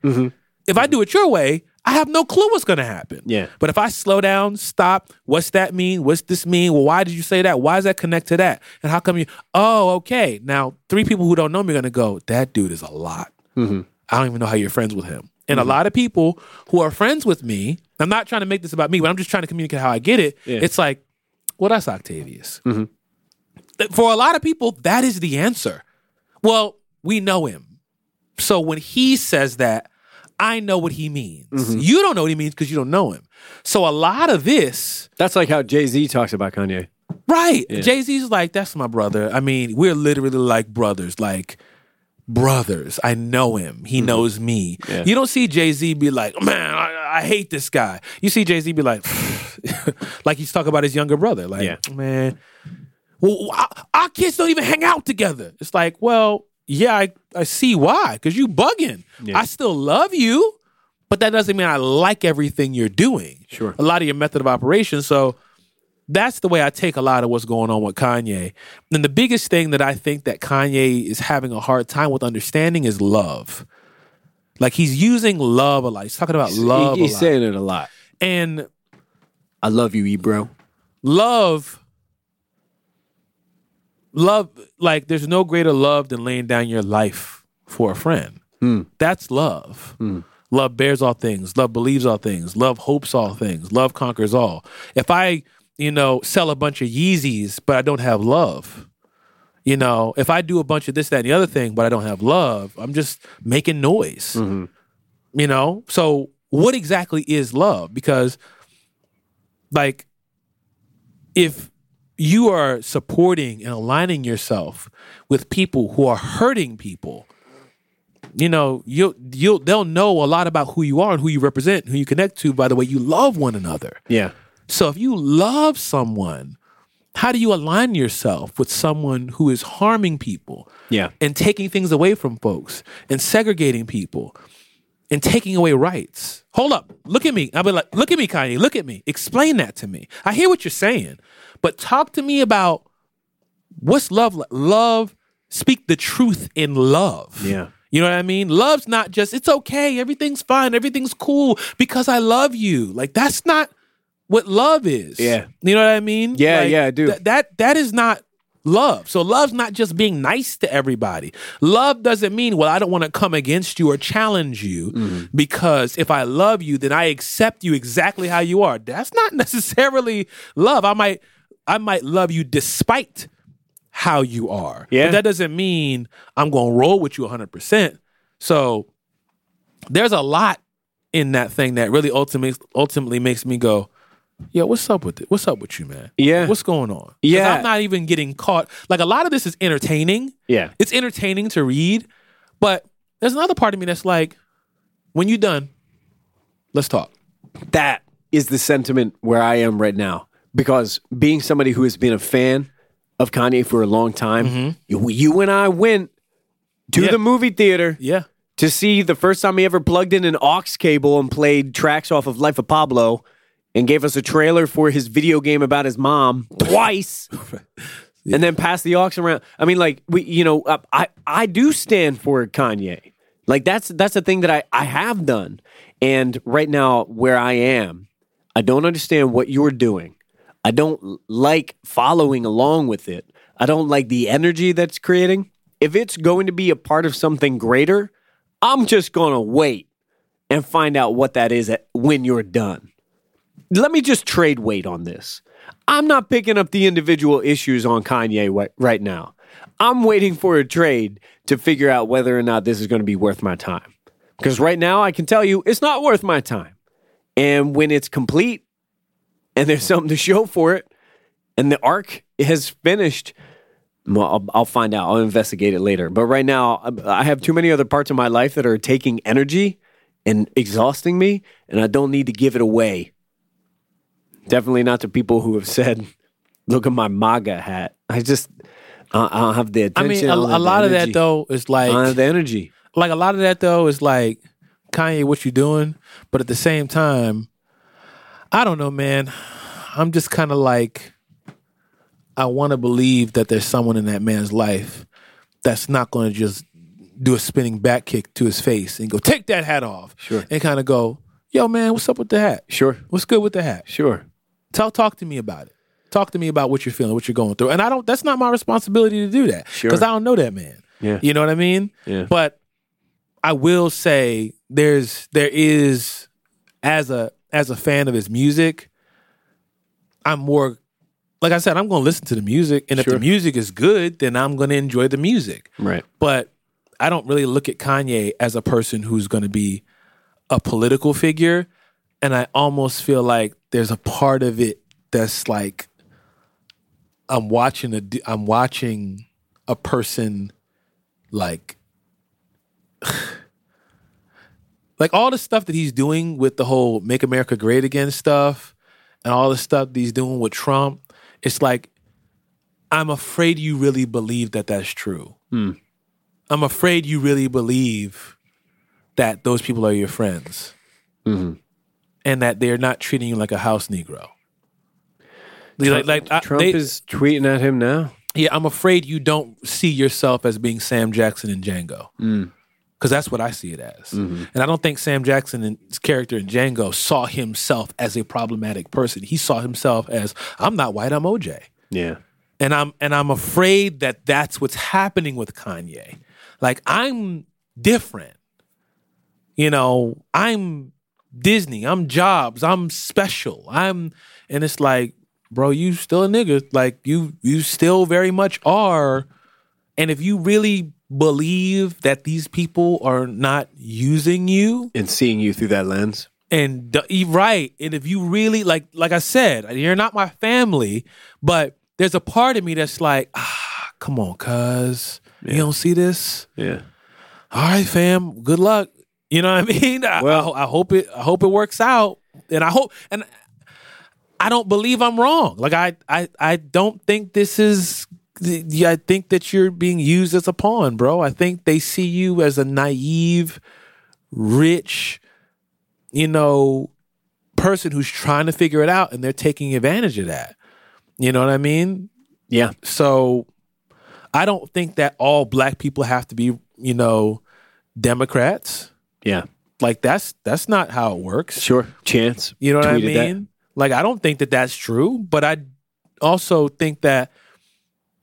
Speaker 1: if I do it your way, I have no clue what's going to happen.
Speaker 2: Yeah.
Speaker 1: But if I slow down, stop, what's that mean? What's this mean? Well, why did you say that? Why does that connect to that? And how come you? Oh, okay. Now, three people who don't know me are going to go, that dude is a lot.
Speaker 2: Mm-hmm.
Speaker 1: I don't even know how you're friends with him. And a lot of people who are friends with me, I'm not trying to make this about me, but I'm just trying to communicate how I get it.
Speaker 2: Yeah. Mm-hmm.
Speaker 1: It's like, well, that's Octavius. Th- For a lot of people, that is the answer. Well, we know him. So when he says that, I know what he means. You don't know what he means because you don't know him. So a lot of this,
Speaker 2: That's like how Jay Z talks about Kanye.
Speaker 1: right? Jay Z's like, that's my brother. I mean, we're literally like brothers, like brothers. I know him. He knows me.
Speaker 2: Mm-hmm. Yeah.
Speaker 1: You don't see Jay Z be like, man, I, I hate this guy. You see Jay Z be like, like he's talking about his younger brother. Like,
Speaker 2: Yeah.
Speaker 1: man, well, our, our kids don't even hang out together. It's like, well, yeah, I, I see why, because you bugging.
Speaker 2: Yeah.
Speaker 1: I still love you, but that doesn't mean I like everything you're doing.
Speaker 2: Sure.
Speaker 1: A lot of your method of operation. So that's the way I take a lot of what's going on with Kanye. And the biggest thing that I think that Kanye is having a hard time with understanding is love. Like he's using love a lot. He's talking about love
Speaker 2: He-
Speaker 1: a
Speaker 2: he's
Speaker 1: lot.
Speaker 2: saying it a lot.
Speaker 1: and
Speaker 2: I love you, Ebro.
Speaker 1: love love like there's no greater love than laying down your life for a friend that's love love bears all things love believes all things love hopes all things love conquers all if i you know sell a bunch of yeezys but i don't have love you know if i do a bunch of this that and the other thing but i don't have love i'm just making noise you know so what exactly is love because like if you are supporting and aligning yourself with people who are hurting people, you know, you'll you'll they'll know a lot about who you are and who you represent, and who you connect to by the way you love one another.
Speaker 2: Yeah.
Speaker 1: So if you love someone, how do you align yourself with someone who is harming people?
Speaker 2: Yeah.
Speaker 1: and taking things away from folks and segregating people and taking away rights. Hold up, look at me. I'll be like, look at me, Kanye, look at me. Explain that to me. I hear what you're saying, but talk to me about what's love like? Love, speak the truth in love.
Speaker 2: Yeah.
Speaker 1: You know what I mean? Love's not just, it's okay, everything's fine, everything's cool because I love you. Like, that's not what love is.
Speaker 2: Yeah.
Speaker 1: You know what I mean?
Speaker 2: Yeah,
Speaker 1: Like,
Speaker 2: yeah, I do.
Speaker 1: th- that that is not love. So love's not just being nice to everybody. Love doesn't mean, well, I don't want to come against you or challenge you
Speaker 2: Mm-hmm.
Speaker 1: because if I love you, then I accept you exactly how you are. That's not necessarily love. I might I might love you despite how you are.
Speaker 2: Yeah.
Speaker 1: But that doesn't mean I'm going to roll with you 100%. So there's a lot in that thing that really ultimately ultimately makes me go, yo, what's up with it? What's up with you, man?
Speaker 2: Yeah.
Speaker 1: What's going on? 'Cause
Speaker 2: Yeah.
Speaker 1: I'm not even getting caught. Like a lot of this is entertaining.
Speaker 2: Yeah.
Speaker 1: It's entertaining to read, but there's another part of me that's like, when you done, let's talk.
Speaker 2: that is the sentiment where I am right now. Because being somebody who has been a fan of Kanye for a long time, you, you and I went to
Speaker 1: Yeah.
Speaker 2: the movie theater
Speaker 1: Yeah.
Speaker 2: to see the first time he ever plugged in an aux cable and played tracks off of Life of Pablo and gave us a trailer for his video game about his mom twice and then passed the aux around. I mean, like, we, you know, I, I, I do stand for Kanye. Like, that's, that's the thing that I, I have done. And right now, where I am, I don't understand what you're doing. I don't l- like following along with it. I don't like the energy that's creating. If it's going to be a part of something greater, I'm just going to wait and find out what that is at, when you're done. Let me just trade weight on this. I'm not picking up the individual issues on Kanye wi- right now. I'm waiting for a trade to figure out whether or not this is going to be worth my time. Because right now, I can tell you it's not worth my time. And when it's complete and there's something to show for it and the arc has finished, well, I'll, I'll find out. I'll investigate it later. But right now, I- I have too many other parts of my life that are taking energy and exhausting me, and I don't need to give it away. Definitely not to people who have said, look at my MAGA hat. I just, I, I don't have the
Speaker 1: I
Speaker 2: attention.
Speaker 1: mean, a,
Speaker 2: don't
Speaker 1: a
Speaker 2: have the
Speaker 1: lot of that
Speaker 2: energy.
Speaker 1: though is
Speaker 2: I
Speaker 1: like,
Speaker 2: don't have the energy.
Speaker 1: like a lot of that though is like, Kanye, what you doing? But at the same time, I don't know, man. I'm just kind of like, I want to believe that there's someone in that man's life that's not going to just do a spinning back kick to his face and go, take that hat off.
Speaker 2: Sure.
Speaker 1: And kind of go, yo, man, what's up with the hat?
Speaker 2: Sure,
Speaker 1: What's good with the hat?
Speaker 2: sure.
Speaker 1: Talk talk to me about it. Talk to me about what you're feeling, what you're going through. And I don't that's not my responsibility to do that.
Speaker 2: Sure.
Speaker 1: Because I don't know that man.
Speaker 2: Yeah.
Speaker 1: You know what I mean?
Speaker 2: Yeah.
Speaker 1: But I will say there's there is as a as a fan of his music, I'm more like I said, I'm gonna listen to the music. And if
Speaker 2: Sure.
Speaker 1: the music is good, then I'm gonna enjoy the music.
Speaker 2: Right.
Speaker 1: But I don't really look at Kanye as a person who's going to be a political figure. And I almost feel like there's a part of it that's like I'm watching a d- I'm watching a person like like all the stuff that he's doing with the whole "Make America Great Again" stuff and all the stuff that he's doing with Trump. It's like I'm afraid you really believe that that's true.
Speaker 2: Hmm.
Speaker 1: I'm afraid you really believe that those people are your friends
Speaker 2: Mm-hmm.
Speaker 1: and that they're not treating you like a house Negro. like, like, I-
Speaker 2: Trump
Speaker 1: Uh, they-
Speaker 2: is tweeting at him now.
Speaker 1: yeah, I'm afraid you don't see yourself as being Sam Jackson in Django.
Speaker 2: Hmm.
Speaker 1: Because that's what I see it as.
Speaker 2: Mm-hmm.
Speaker 1: And I don't think Sam Jackson's character in Django saw himself as a problematic person. He saw himself as, I'm not white, I'm OJ
Speaker 2: Yeah.
Speaker 1: and I'm and I'm afraid that that's what's happening with Kanye. Like I'm different. You know, I'm Disney, I'm Jobs, I'm special. I'm and it's like, bro, you still a nigga. Like you you still very much are. And if you really believe that these people are not using you,
Speaker 2: And seeing you through that lens.
Speaker 1: and d- you right and if you really like like i said you're not my family but there's a part of me that's like ah come on cuz you don't see this
Speaker 2: Yeah.
Speaker 1: all right fam good luck you know what i mean I,
Speaker 2: Well-
Speaker 1: I, ho- I hope it i hope it works out and i hope and i don't believe i'm wrong like i i i don't think this is yeah, I think that you're being used as a pawn, bro. I think they see you as a naive, rich, you know, person who's trying to figure it out and they're taking advantage of that. You know what I mean?
Speaker 2: Yeah.
Speaker 1: So I don't think that all black people have to be, you know, Democrats.
Speaker 2: Yeah.
Speaker 1: Like that's that's not how it works.
Speaker 2: Sure. Chance.
Speaker 1: You know what I
Speaker 2: tweeted that.
Speaker 1: mean? Like I don't think that that's true, but I also think that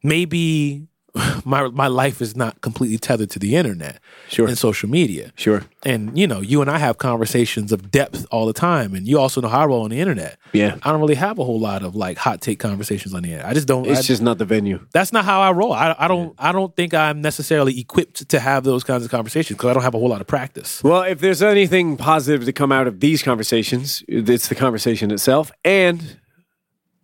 Speaker 1: maybe my my life is not completely tethered to the internet
Speaker 2: Sure.
Speaker 1: and social media
Speaker 2: Sure.
Speaker 1: and you know you and i have conversations of depth all the time and you also know how i roll on the internet
Speaker 2: Yeah.
Speaker 1: i don't really have a whole lot of like hot take conversations on the internet i just don't I-
Speaker 2: It's just not the venue.
Speaker 1: that's not how i roll i, I don't i don't think i'm necessarily equipped to have those kinds of conversations because i don't have a whole lot of practice
Speaker 2: Well, if there's anything positive to come out of these conversations, it's the conversation itself. And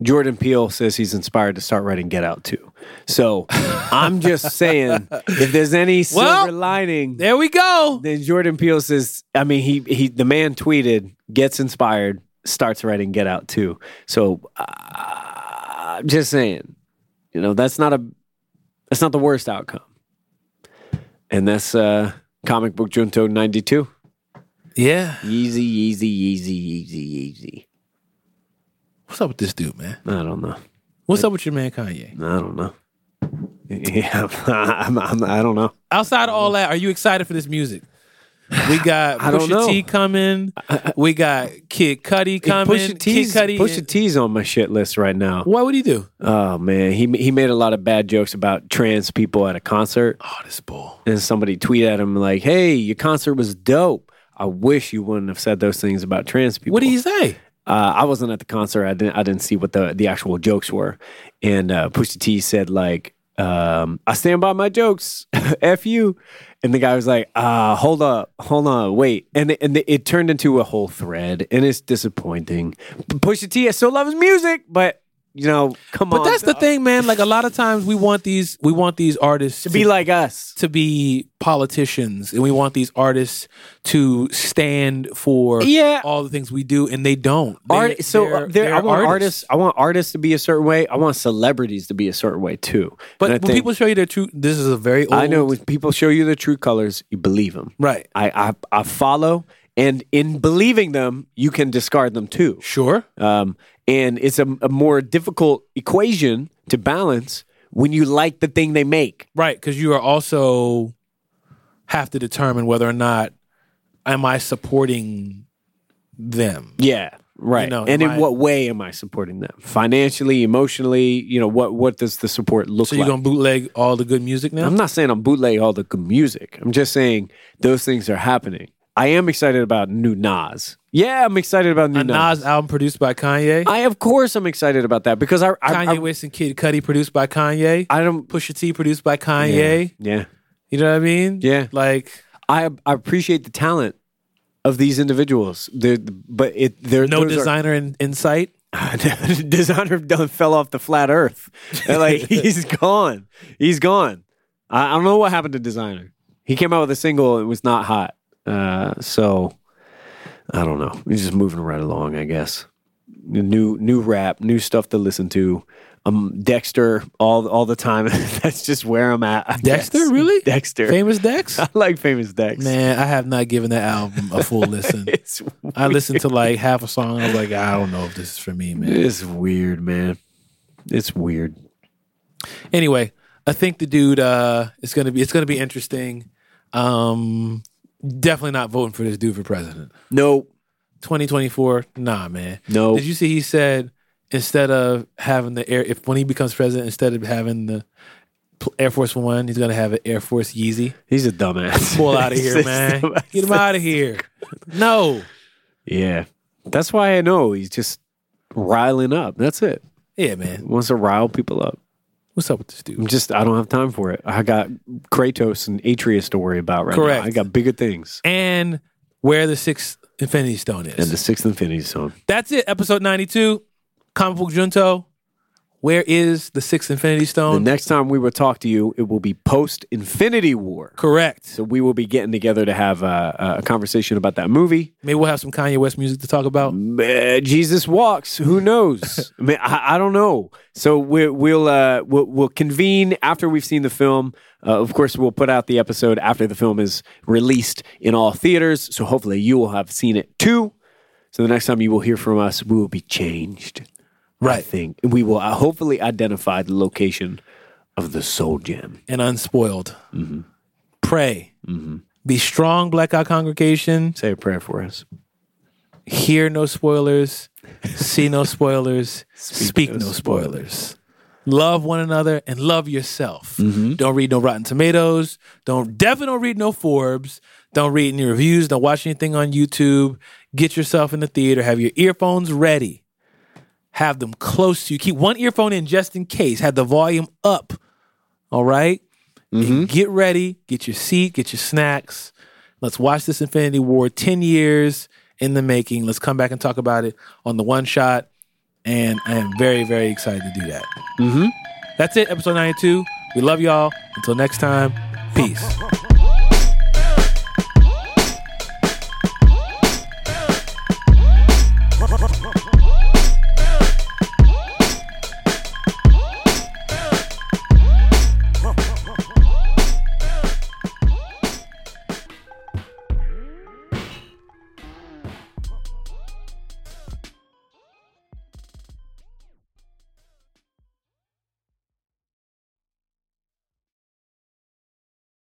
Speaker 2: Jordan Peele says he's inspired to start writing Get Out too. So I'm just saying, if there's any silver
Speaker 1: Well,
Speaker 2: lining,
Speaker 1: there we go
Speaker 2: then Jordan Peele says, I mean, he he the man tweeted, gets inspired, starts writing Get Out too. So uh, I'm just saying, you know, that's not a that's not the worst outcome. And that's uh comic book Junto 92.
Speaker 1: yeah
Speaker 2: Easy, easy, easy, easy, easy.
Speaker 1: what's up with this dude man
Speaker 2: I don't know.
Speaker 1: what's up with your man kanye
Speaker 2: I don't know. Yeah, I'm, I'm, I don't know.
Speaker 1: outside of all that are you excited for this music we got
Speaker 2: I don't
Speaker 1: Pusha T
Speaker 2: know.
Speaker 1: coming. We got Kid Cudi coming.
Speaker 2: Pusha
Speaker 1: Kid
Speaker 2: T's,
Speaker 1: Cudi.
Speaker 2: Pusha T's on my shit list right now.
Speaker 1: Why would he do?
Speaker 2: Oh man, he he made a lot of bad jokes about trans people at a concert,
Speaker 1: Oh, this bull.
Speaker 2: and somebody tweeted at him like, "Hey, your concert was dope. I wish you wouldn't have said those things about trans people."
Speaker 1: What did he say?
Speaker 2: Uh, I wasn't at the concert. I didn't. I didn't see what the the actual jokes were. And uh, Pusha T said like, um, I stand by my jokes, f you. And the guy was like, uh, hold up, hold on, wait. And and it turned into a whole thread, and it's disappointing. Pusha T, I still love his music, but you know, come
Speaker 1: But
Speaker 2: on,
Speaker 1: that's the thing, man. Like a lot of times we want these we want these artists
Speaker 2: Be like us.
Speaker 1: to be politicians and we want these artists to stand for
Speaker 2: Yeah.
Speaker 1: all the things we do and they don't. They-
Speaker 2: Art, so uh,
Speaker 1: they're-
Speaker 2: there,
Speaker 1: they're
Speaker 2: I want artists. I want artists to be a certain way. I want celebrities to be a certain way too.
Speaker 1: But
Speaker 2: And I
Speaker 1: when
Speaker 2: think-
Speaker 1: people show you their true this is a very old
Speaker 2: I know when people show you their true colors, you believe them.
Speaker 1: Right.
Speaker 2: I, I I follow, and in believing them, you can discard them too.
Speaker 1: Sure.
Speaker 2: Um, and it's a, a more difficult equation to balance when you like the thing they make.
Speaker 1: Right, because you are also have to determine whether or not am I supporting them.
Speaker 2: Yeah, right.
Speaker 1: You know,
Speaker 2: and in
Speaker 1: am I-
Speaker 2: what way am I supporting them? Financially, emotionally, you know what what does the support look
Speaker 1: So
Speaker 2: like?
Speaker 1: you're gonna bootleg all the good music now?
Speaker 2: I'm not saying I'm bootleg all the good music. I'm just saying those things are happening. I am excited about new Nas. Yeah, I'm excited about new
Speaker 1: A Nas album produced by Kanye.
Speaker 2: I of course I'm excited about that because I I,
Speaker 1: Kanye West and Kid Cudi produced by Kanye.
Speaker 2: I, I don't
Speaker 1: Pusha T produced by Kanye.
Speaker 2: yeah
Speaker 1: You know what I mean?
Speaker 2: Yeah.
Speaker 1: Like
Speaker 2: I I appreciate the talent of these individuals. They're, but it they're
Speaker 1: no
Speaker 2: those are-
Speaker 1: designer in, in sight.
Speaker 2: designer done fell off the flat Earth. They're like he's gone. He's gone. I, I don't know what happened to designer. He came out with a single. It was not hot. Uh, so I don't know. He's just moving right along, I guess. New new rap, new stuff to listen to. Um, Dexter all all the time. That's just where I'm at. I
Speaker 1: Dexter,
Speaker 2: guess.
Speaker 1: really?
Speaker 2: Dexter.
Speaker 1: Famous Dex?
Speaker 2: I like famous Dex.
Speaker 1: Man, I have not given that album a full listen.
Speaker 2: It's
Speaker 1: I listened to like half a song. and I was like, I don't know if this is for me, man.
Speaker 2: It's weird, man. It's weird.
Speaker 1: Anyway, I think the dude uh it's gonna be it's gonna be interesting. Um definitely not voting for this dude for president.
Speaker 2: No,
Speaker 1: 2024, nah, man.
Speaker 2: no.
Speaker 1: Did you see he said instead of having the air if when he becomes president, instead of having the pl- Air Force One, he's gonna have an Air Force Yeezy.
Speaker 2: He's a dumbass.
Speaker 1: Pull out of here,
Speaker 2: He's a
Speaker 1: man.
Speaker 2: dumbass.
Speaker 1: Get him out of here. No.
Speaker 2: Yeah, that's why I know he's just riling up. That's it.
Speaker 1: Yeah, man.
Speaker 2: Wants to rile people up.
Speaker 1: What's up with this
Speaker 2: I'm
Speaker 1: dude?
Speaker 2: just I don't have time for it. I got Kratos and Atreus to worry about right
Speaker 1: Correct.
Speaker 2: now. I got bigger things.
Speaker 1: And where the sixth infinity stone is.
Speaker 2: And the Sixth Infinity Stone.
Speaker 1: That's it. Episode 92. Comic Book Junto. Where is the sixth infinity
Speaker 2: The
Speaker 1: stone?
Speaker 2: next time we will talk to you, it will be post Infinity War.
Speaker 1: Correct.
Speaker 2: So we will be getting together to have a, a conversation about that movie.
Speaker 1: Maybe we'll have some Kanye West music to talk about.
Speaker 2: Uh, Jesus walks. Who knows? I mean, I, I don't know. So we, we'll, uh, we'll we'll convene after we've seen the film. Uh, of course, we'll put out the episode after the film is released in all theaters. So hopefully, you will have seen it too. So the next time you will hear from us, we will be changed. I
Speaker 1: Right.
Speaker 2: think we will uh, hopefully identify the location of the soul gem.
Speaker 1: And unspoiled.
Speaker 2: Mm-hmm.
Speaker 1: Pray. Be strong, Black Eye Congregation.
Speaker 2: Say a prayer for us.
Speaker 1: Hear no spoilers. see no spoilers. Speak, no spoilers. Love one another and love yourself. Don't read no Rotten Tomatoes. Don't definitely don't read no Forbes. Don't read any reviews. Don't watch anything on YouTube. Get yourself in the theater. Have your earphones ready. Have them close to you. Keep one earphone in just in case. Have the volume up. All right? And get ready. Get your seat. Get your snacks. Let's watch this Infinity War 10 years in the making. Let's come back and talk about it on the one shot. And I am very, very excited to do that. Mm-hmm. That's it, episode 92. We love y'all. Until next time, peace.